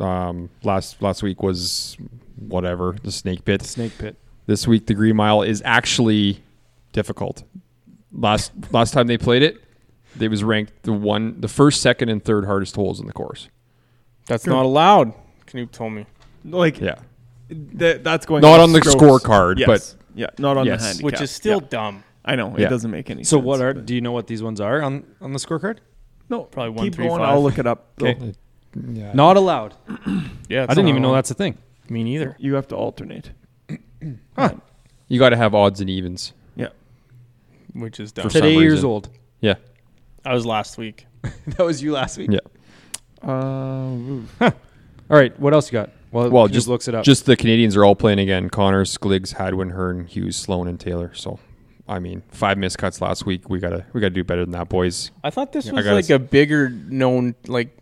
Speaker 3: Um, last last week was whatever the snake pit.
Speaker 1: Snake Pit.
Speaker 3: this week the green mile is actually difficult last last time they played it they was ranked the one the first second and third hardest holes in the course
Speaker 2: That's not allowed. Knoop told me,
Speaker 4: Like
Speaker 3: yeah
Speaker 4: th- that's going
Speaker 3: Not
Speaker 4: off
Speaker 3: on the
Speaker 4: strokes.
Speaker 3: scorecard,
Speaker 4: Yes.
Speaker 3: but-
Speaker 4: yeah, not on
Speaker 3: Yes.
Speaker 4: the handicap.
Speaker 2: which is still
Speaker 4: Yeah.
Speaker 2: dumb.
Speaker 4: I know
Speaker 3: Yeah.
Speaker 4: it doesn't make any.
Speaker 1: So
Speaker 4: sense,
Speaker 1: what are?
Speaker 4: but-
Speaker 1: Do you know what these ones are on on the scorecard?
Speaker 4: no?
Speaker 2: Probably one,
Speaker 4: keep
Speaker 2: three,
Speaker 4: going.
Speaker 2: five.
Speaker 4: I'll look it up. though.
Speaker 3: Okay. yeah
Speaker 1: Not allowed.
Speaker 2: Yeah,
Speaker 1: I didn't even know that's a thing.
Speaker 2: Me neither.
Speaker 4: You have to alternate.
Speaker 1: Huh.
Speaker 3: you got to have odds and evens
Speaker 4: Yeah.
Speaker 2: Which is dumb.
Speaker 3: For some
Speaker 1: Today years
Speaker 3: reason.
Speaker 1: old.
Speaker 3: yeah
Speaker 2: I was last week.
Speaker 1: that was you last week.
Speaker 3: yeah
Speaker 4: Uh,
Speaker 1: All right, what else you got? Well,
Speaker 3: well
Speaker 1: Knut
Speaker 3: just
Speaker 1: looks it up.
Speaker 3: just the canadians are all playing again connors Gliggs, hadwin hearn hughes sloan and taylor so i mean five missed cuts last week we gotta we gotta do better than that boys
Speaker 2: I thought this
Speaker 3: Yeah. I
Speaker 2: was
Speaker 3: gotta
Speaker 2: like
Speaker 3: s-
Speaker 2: a bigger known, like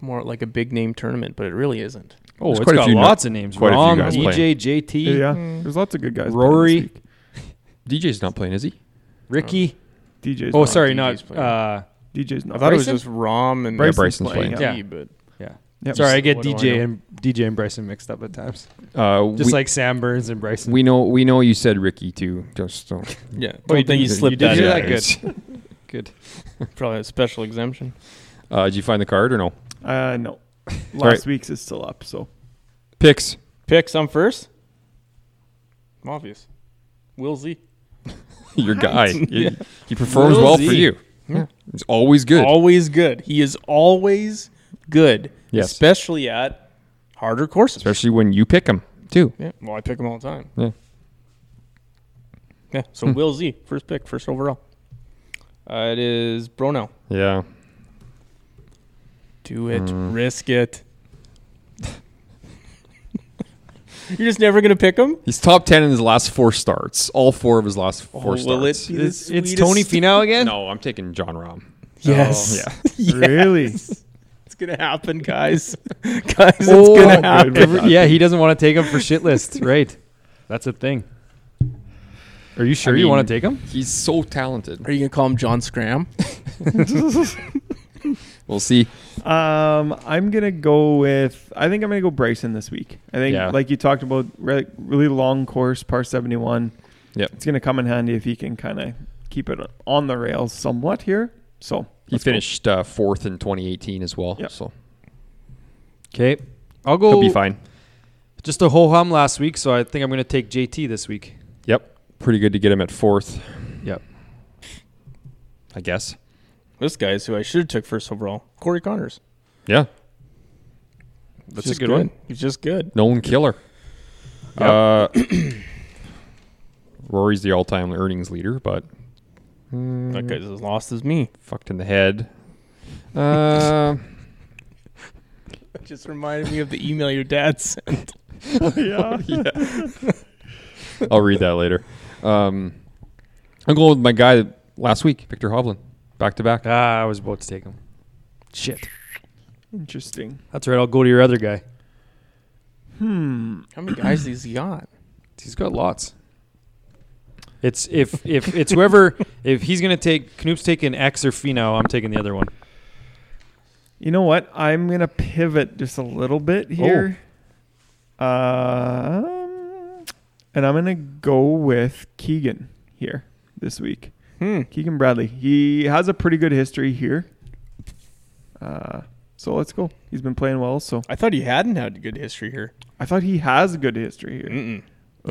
Speaker 2: more like a big name tournament, but it really isn't.
Speaker 1: oh,
Speaker 3: There's
Speaker 1: it's
Speaker 3: quite a
Speaker 1: got
Speaker 3: few no-
Speaker 1: lots of names. E
Speaker 3: quite a few
Speaker 1: Rom,
Speaker 3: guys
Speaker 1: DJ,
Speaker 3: playing.
Speaker 4: yeah,
Speaker 1: JT,
Speaker 4: yeah. There's lots of good guys. playing
Speaker 1: E-
Speaker 4: this
Speaker 1: Rory,
Speaker 4: week.
Speaker 3: dj's not playing is he
Speaker 1: Ricky.
Speaker 4: DJ's.
Speaker 1: Oh,
Speaker 4: not.
Speaker 1: sorry,
Speaker 2: DJ's
Speaker 1: not.
Speaker 2: playing.
Speaker 1: Uh,
Speaker 4: DJ's not.
Speaker 2: I thought it
Speaker 1: Bryson?
Speaker 2: was just Rom and
Speaker 3: Bryson.
Speaker 4: Bryson's
Speaker 3: Bryson's playing,
Speaker 2: Yeah,
Speaker 1: yeah.
Speaker 2: but
Speaker 1: yeah.
Speaker 4: Yep.
Speaker 1: Sorry, I get
Speaker 2: What do I
Speaker 1: DJ
Speaker 2: know?
Speaker 1: and DJ and Bryson mixed up at times.
Speaker 3: uh
Speaker 1: Just
Speaker 3: we,
Speaker 1: like Sam Burns and Bryson.
Speaker 3: we know we know you said ricky too just don't
Speaker 2: yeah. Don't
Speaker 1: you
Speaker 2: think
Speaker 1: did-
Speaker 2: he
Speaker 1: you
Speaker 2: slipped
Speaker 1: did
Speaker 2: that.
Speaker 1: do
Speaker 2: in.
Speaker 1: that good. Good.
Speaker 2: Probably a special exemption.
Speaker 3: Uh, did you find the card or no?
Speaker 4: Uh, no.
Speaker 3: Alright.
Speaker 4: Last week's is still up, so
Speaker 3: Picks.
Speaker 2: Pick some first. I'm obvious. Will Z.
Speaker 3: Your guy.
Speaker 2: Yeah.
Speaker 3: He, he performs
Speaker 1: Lil
Speaker 3: well
Speaker 1: Z.
Speaker 3: for you.
Speaker 2: Yeah.
Speaker 3: He's always good.
Speaker 2: Always good. He is always good.
Speaker 3: Yes.
Speaker 2: Especially at harder courses.
Speaker 3: Especially when you pick him too.
Speaker 2: Yeah. Well, I pick him all the time.
Speaker 3: Yeah. Hmm.
Speaker 2: Yeah. So Will Z, first pick, first overall. Uh, it is Bronell.
Speaker 3: Yeah.
Speaker 2: Do it.
Speaker 4: Mm.
Speaker 2: Risk it. You're just never gonna pick him.
Speaker 3: He's top ten in his last four starts. All four of his last
Speaker 2: Oh,
Speaker 3: four starts.
Speaker 2: will it be the
Speaker 1: It's, it's
Speaker 2: sweetest-
Speaker 1: Tony Finau again.
Speaker 3: No, I'm taking John Rahm.
Speaker 2: Yes.
Speaker 3: Yeah.
Speaker 4: Oh. really,
Speaker 2: It's gonna happen, guys. guys, it's
Speaker 1: Oh,
Speaker 2: gonna happen.
Speaker 1: every- yeah, he doesn't want to take him for shit list. Right. That's a thing. Are you sure you
Speaker 3: mean-
Speaker 1: want to take him?
Speaker 3: He's so talented.
Speaker 2: Are you gonna call him John Scram?
Speaker 3: We'll see.
Speaker 4: um, I'm gonna go with. I think I'm gonna go Bryson this week. I think,
Speaker 3: Yeah.
Speaker 4: like you talked about, re- really long course, par 71.
Speaker 3: Yep.
Speaker 4: it's gonna come in handy if he can kind of keep it on the rails somewhat here. So
Speaker 3: He
Speaker 4: let's go.
Speaker 3: finished uh, fourth in 2018 as well.
Speaker 4: Yep.
Speaker 3: So
Speaker 1: Okay. I'll
Speaker 3: He'll
Speaker 1: go
Speaker 3: be fine.
Speaker 1: just a ho hum last week, so I think I'm going to take JT this week.
Speaker 3: Yep. Pretty good to get him at fourth,
Speaker 1: Yep.
Speaker 3: I guess.
Speaker 2: This guy is who I should have took first overall. Corey Connors.
Speaker 3: Yeah.
Speaker 2: He's
Speaker 1: That's a
Speaker 2: just
Speaker 1: good one.
Speaker 2: He's just good.
Speaker 3: Nolan Killer. Uh, Rory's the all-time earnings leader, but
Speaker 4: Mm.
Speaker 2: That guy's as lost as me.
Speaker 3: fucked in the head. Uh,
Speaker 2: Just reminded me of the email your dad sent.
Speaker 4: yeah.
Speaker 3: I'll read that later. Um, I'm going with my guy last week, Victor Hovland, back to back.
Speaker 1: Ah, I was about to take him. Shit.
Speaker 4: Interesting.
Speaker 1: That's right. I'll go to your other guy.
Speaker 4: Hmm.
Speaker 2: How many guys has he got?
Speaker 1: He's got lots. It's if if it's whoever if he's gonna take Knoop's taking X or Fino, I'm taking the other one.
Speaker 4: You know what? I'm gonna pivot just a little bit
Speaker 3: Oh.
Speaker 4: here. Um, and I'm gonna go with Keegan here this week.
Speaker 2: Hmm.
Speaker 4: Keegan Bradley. He has a pretty good history here. Uh, so let's go. He's been playing well. So
Speaker 2: I thought he hadn't had a good history here.
Speaker 4: I thought he has a good history here.
Speaker 1: Mm,
Speaker 2: Mm-mm.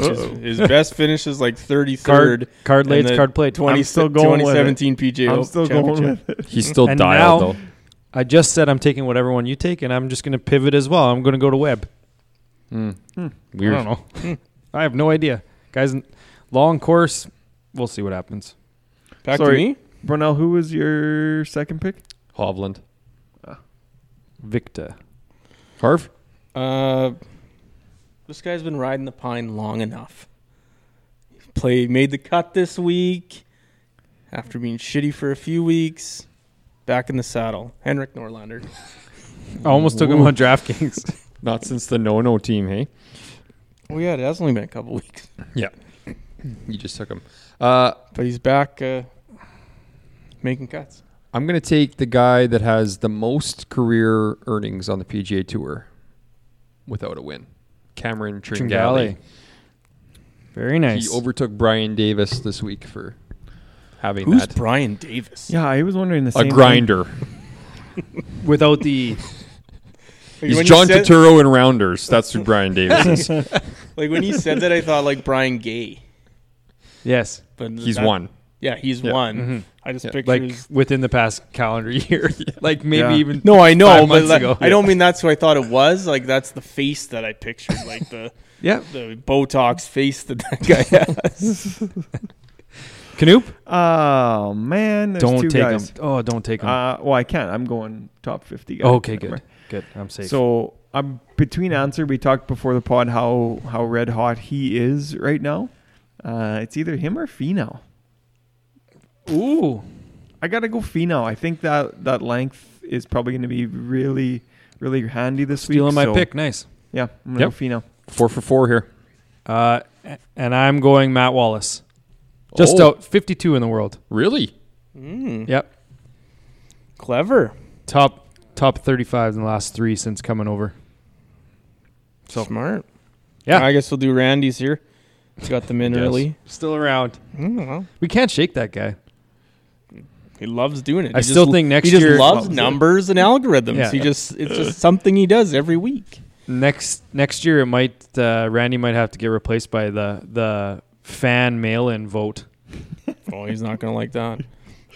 Speaker 4: Uh-oh.
Speaker 2: His, his best finish is like 33rd.
Speaker 1: Card card laid,
Speaker 2: the
Speaker 1: card played.
Speaker 2: 20,
Speaker 4: I'm still going with it.
Speaker 2: 2017 PGA.
Speaker 4: I'm still going
Speaker 2: Championship.
Speaker 4: with it.
Speaker 3: He's still
Speaker 1: And
Speaker 3: dialed
Speaker 1: now-
Speaker 3: though.
Speaker 1: I just said I'm taking whatever one you take, and I'm just gonna pivot as well. I'm gonna go to Webb.
Speaker 3: Hmm. Weird.
Speaker 1: I don't know. I have no idea, guys. n- Long course. We'll see what happens.
Speaker 2: Back
Speaker 4: Sorry.
Speaker 2: to me.
Speaker 4: Brunel, who was your second pick?
Speaker 3: Hovland.
Speaker 1: Victor.
Speaker 3: Harv.
Speaker 2: Uh, this guy's been riding the pine long enough. He played, made the cut this week after being shitty for a few weeks. Back in the saddle, Henrik Norlander.
Speaker 1: I almost took him
Speaker 3: Ooh.
Speaker 1: on DraftKings.
Speaker 3: Not since the no no team, hey?
Speaker 2: Oh yeah, it has only been a couple weeks,
Speaker 3: Yeah. You just took him. Uh,
Speaker 2: but he's back uh, making cuts.
Speaker 3: I'm going to take the guy that has the most career earnings on the PGA Tour without a win. Cameron Tringale.
Speaker 1: Tringale. Very nice.
Speaker 3: He overtook Brian Davis this week for having
Speaker 2: Who's
Speaker 3: that.
Speaker 2: Brian Davis?
Speaker 4: Yeah, I was wondering the
Speaker 3: a
Speaker 4: same. thing.
Speaker 3: grinder.
Speaker 1: Without the
Speaker 2: When
Speaker 3: He's
Speaker 2: you
Speaker 3: John
Speaker 2: said-
Speaker 3: Turturro in rounders. That's who Brian Davis is.
Speaker 2: Like when you said that, I thought like Brian Gay,
Speaker 1: yes,
Speaker 2: but
Speaker 3: He's
Speaker 2: that-
Speaker 3: one.
Speaker 2: Yeah, he's
Speaker 3: Yeah. Mm-hmm.
Speaker 2: one.
Speaker 1: Mhm.
Speaker 2: I just
Speaker 3: Yeah.
Speaker 2: pictured
Speaker 1: like
Speaker 2: his-
Speaker 1: within the past calendar year, like maybe
Speaker 4: Yeah.
Speaker 1: even
Speaker 2: No, I
Speaker 3: oh,
Speaker 1: five
Speaker 2: know, but
Speaker 1: months
Speaker 2: like,
Speaker 1: ago.
Speaker 2: I don't mean that's who I thought it was. Like that's the face that I pictured, like the
Speaker 1: yeah.
Speaker 2: the Botox face that that guy has.
Speaker 1: Canoop,
Speaker 4: Oh man, there's
Speaker 1: don't
Speaker 4: two
Speaker 1: take
Speaker 4: guys.
Speaker 1: him. Oh, don't take him.
Speaker 4: Uh, well, I can't. I'm going top 50. Guy.
Speaker 1: okay,
Speaker 4: Never
Speaker 1: good, good. I'm safe.
Speaker 4: So I'm between answer. We talked before the pod how how red hot he is right now. Uh, it's either him or Finau.
Speaker 1: ooh,
Speaker 4: I gotta go Finau. I think that that length is probably going to be really really handy this
Speaker 1: stealing
Speaker 4: week.
Speaker 1: my
Speaker 4: so,
Speaker 1: pick. Nice.
Speaker 4: Yeah, I'm gonna
Speaker 3: Yep.
Speaker 4: go Finau.
Speaker 3: Four for four here.
Speaker 1: Uh, a- and I'm going Matt Wallace. Just
Speaker 3: Oh.
Speaker 1: out 52 in the world.
Speaker 3: Really?
Speaker 2: Mm,
Speaker 1: Yep.
Speaker 2: clever,
Speaker 1: Top top 35 in the last three since coming over. So-
Speaker 2: smart.
Speaker 1: Yeah.
Speaker 2: I guess we'll do Randy's here. Got them in
Speaker 3: Yes.
Speaker 2: early.
Speaker 1: Still around.
Speaker 2: Mm, well,
Speaker 1: We can't shake that guy.
Speaker 2: he loves doing it.
Speaker 1: I
Speaker 2: He
Speaker 1: still
Speaker 2: just,
Speaker 1: think next
Speaker 2: he just
Speaker 1: year-
Speaker 2: loves
Speaker 1: Loves it.
Speaker 2: numbers and algorithms.
Speaker 1: Yeah.
Speaker 2: He just it's just something he does every week.
Speaker 1: Next next year, it might uh, Randy might have to get replaced by the the fan mail in vote.
Speaker 2: Oh, he's not gonna like that.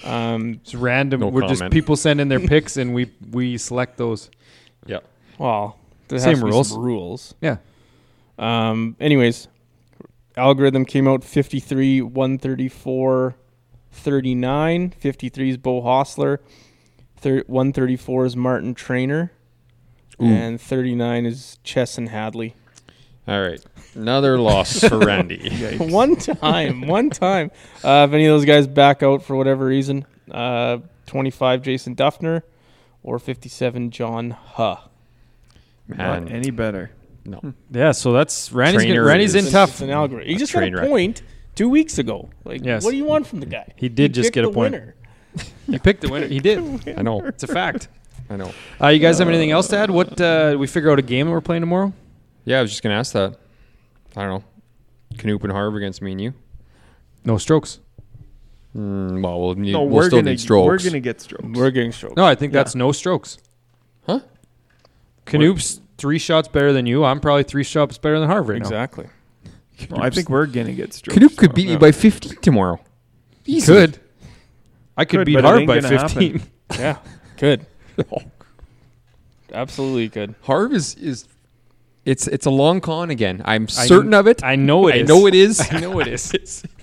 Speaker 2: Um,
Speaker 1: It's random.
Speaker 3: No
Speaker 1: We're just
Speaker 3: comment.
Speaker 1: people send in their picks and we we select those.
Speaker 3: Yeah.
Speaker 2: well, there
Speaker 1: Same
Speaker 2: has to be
Speaker 1: rules.
Speaker 2: some rules.
Speaker 1: Yeah.
Speaker 2: Um, anyways, algorithm came out 53, 134, 39. 53 is Bo Hostler. Thir- 134 is Martin Trainer.
Speaker 3: Ooh.
Speaker 2: And 39 is Chesson Hadley.
Speaker 3: All right. Another loss for Randy.
Speaker 2: one time, one time. Uh, if any of those guys back out for whatever reason, uh, 25 Jason Duffner or 57 John Huh.
Speaker 3: Man.
Speaker 4: Not any better.
Speaker 3: no.
Speaker 1: Yeah, so that's Randy's
Speaker 3: Trainer
Speaker 1: gonna, Randy's
Speaker 3: is-
Speaker 1: in
Speaker 2: It's
Speaker 1: tough.
Speaker 2: an algorithm. He
Speaker 3: A
Speaker 2: just got
Speaker 3: train
Speaker 2: a
Speaker 3: wreck.
Speaker 2: point two weeks ago. Like,
Speaker 1: Yes.
Speaker 2: what do you want from the guy?
Speaker 1: He did just
Speaker 2: picked
Speaker 1: get a
Speaker 2: the
Speaker 1: point.
Speaker 2: winner.
Speaker 1: You picked the winner. He did.
Speaker 3: I know.
Speaker 1: It's a fact.
Speaker 3: I know.
Speaker 1: Uh, you guys have anything else to add? What uh, we figure out a game that we're playing tomorrow?
Speaker 3: Yeah, I was just going to ask that. I don't know. Canoop and Harv against me and you.
Speaker 1: No strokes.
Speaker 3: Mm, well, we'll, need,
Speaker 4: no,
Speaker 3: we'll
Speaker 4: we're
Speaker 3: still
Speaker 4: gonna
Speaker 3: need strokes.
Speaker 4: we're gonna get strokes.
Speaker 2: We're getting stroked.
Speaker 1: No, I think
Speaker 4: Yeah.
Speaker 1: that's no strokes.
Speaker 3: Huh?
Speaker 1: Canoop's three shots better than you. I'm probably three shots better than Harvard.
Speaker 2: exactly.
Speaker 4: Well, I think we're gonna get stroked.
Speaker 3: Knoop could
Speaker 4: so-
Speaker 3: beat me
Speaker 2: yeah.
Speaker 3: by 15 tomorrow.
Speaker 1: He could. I could,
Speaker 4: Could,
Speaker 1: beat
Speaker 4: but it
Speaker 1: Harvard
Speaker 4: ain't
Speaker 1: by
Speaker 4: gonna
Speaker 1: 15.
Speaker 2: Yeah, good. Absolutely good.
Speaker 3: Harv is is it's it's a long con again. I'm certain of it.
Speaker 1: I know it
Speaker 3: I
Speaker 1: is.
Speaker 3: know it is.
Speaker 1: I know it is.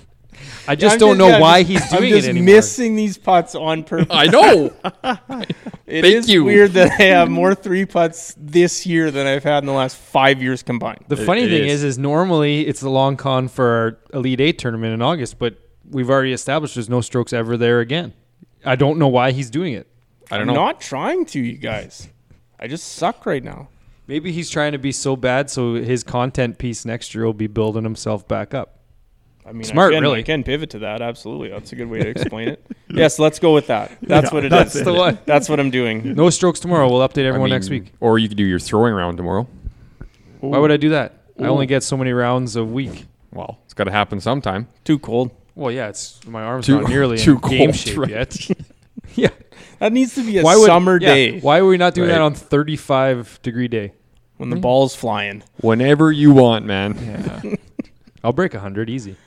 Speaker 1: I just don't know
Speaker 2: yeah, I'm
Speaker 1: why
Speaker 2: just-
Speaker 1: he's doing
Speaker 2: I'm just
Speaker 1: it anymore.
Speaker 2: missing these putts on purpose.
Speaker 3: I know.
Speaker 2: It is
Speaker 3: Thank you.
Speaker 2: weird that I have more three putts this year than I've had in the last five years combined.
Speaker 1: The
Speaker 3: It-
Speaker 1: funny
Speaker 3: it
Speaker 1: thing is.
Speaker 3: is.
Speaker 1: is, normally it's the long con for our Elite Eight tournament in August, but we've already established there's no strokes ever there again. I don't know why he's doing it.
Speaker 3: I
Speaker 2: I'm
Speaker 3: don't know.
Speaker 2: not trying to, you guys. I just suck right now.
Speaker 1: Maybe he's trying to be so bad so his content piece next year will be building himself back up.
Speaker 2: I mean,
Speaker 1: Smart,
Speaker 2: I can,
Speaker 1: really.
Speaker 2: I can pivot to that. Absolutely, that's a good way to explain it. Yes, let's go with that. That's what it is.
Speaker 1: that's the one.
Speaker 2: That's what I'm doing.
Speaker 1: No strokes tomorrow. We'll update everyone
Speaker 3: I mean,
Speaker 1: next week.
Speaker 3: Or you could do your throwing round tomorrow.
Speaker 1: Why would I do that? I only get so many rounds a week.
Speaker 3: Well, it's got to happen sometime.
Speaker 2: Too cold.
Speaker 1: Well, yeah, it's my arm's
Speaker 3: Too-
Speaker 1: not nearly
Speaker 3: too
Speaker 1: in game
Speaker 3: cold,
Speaker 1: shape
Speaker 3: right?
Speaker 1: yet. yeah,
Speaker 2: That needs to be a
Speaker 1: why would
Speaker 2: summer
Speaker 1: yeah,
Speaker 2: day
Speaker 1: Why were we not doing
Speaker 3: Right.
Speaker 1: that on 35 degree day?
Speaker 2: when the ball's flying.
Speaker 3: Whenever you want, man.
Speaker 4: Yeah.
Speaker 1: I'll break 100 easy.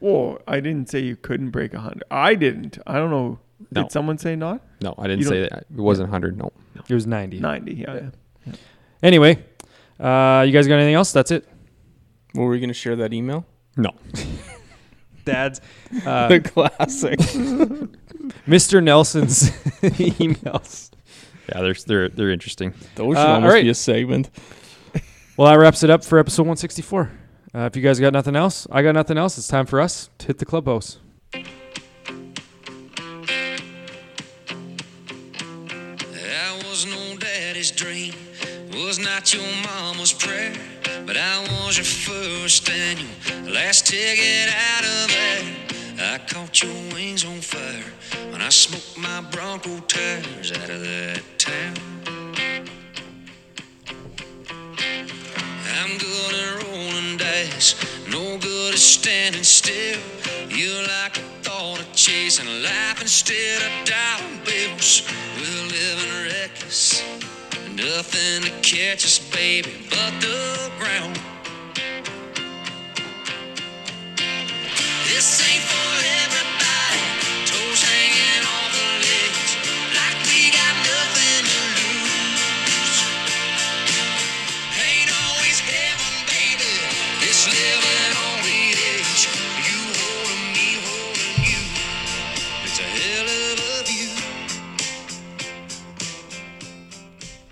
Speaker 4: Whoa! I didn't say you couldn't break a hundred. I didn't. I don't know.
Speaker 3: No.
Speaker 4: Did someone say not
Speaker 3: No, I didn't
Speaker 4: You
Speaker 3: say that. It wasn't 100. No.
Speaker 1: It was 90.
Speaker 4: ninety? Yeah. yeah.
Speaker 1: Anyway, uh, you guys got anything else? That's it.
Speaker 2: Were we going to share that email?
Speaker 3: No.
Speaker 1: Dad's uh,
Speaker 2: the classic.
Speaker 1: Mr. Nelson's emails.
Speaker 3: Yeah, they're they're they're interesting.
Speaker 2: Those should
Speaker 1: Uh,
Speaker 2: almost
Speaker 1: alright.
Speaker 2: be a segment.
Speaker 1: Well, that wraps it up for episode 164. Uh, if you guys got nothing else, I got nothing else. It's time for us to hit the clubhouse.
Speaker 5: I was no daddy's dream, was not your mama's prayer, but I was your first and your last ticket out of there. I caught your wings on fire when I smoked my Bronco tires out of that town. I'm good at rolling dice, no good at standing still. You like a thought of chasing life instead of dollar bills. We're living reckless, nothing to catch us, baby, but the ground.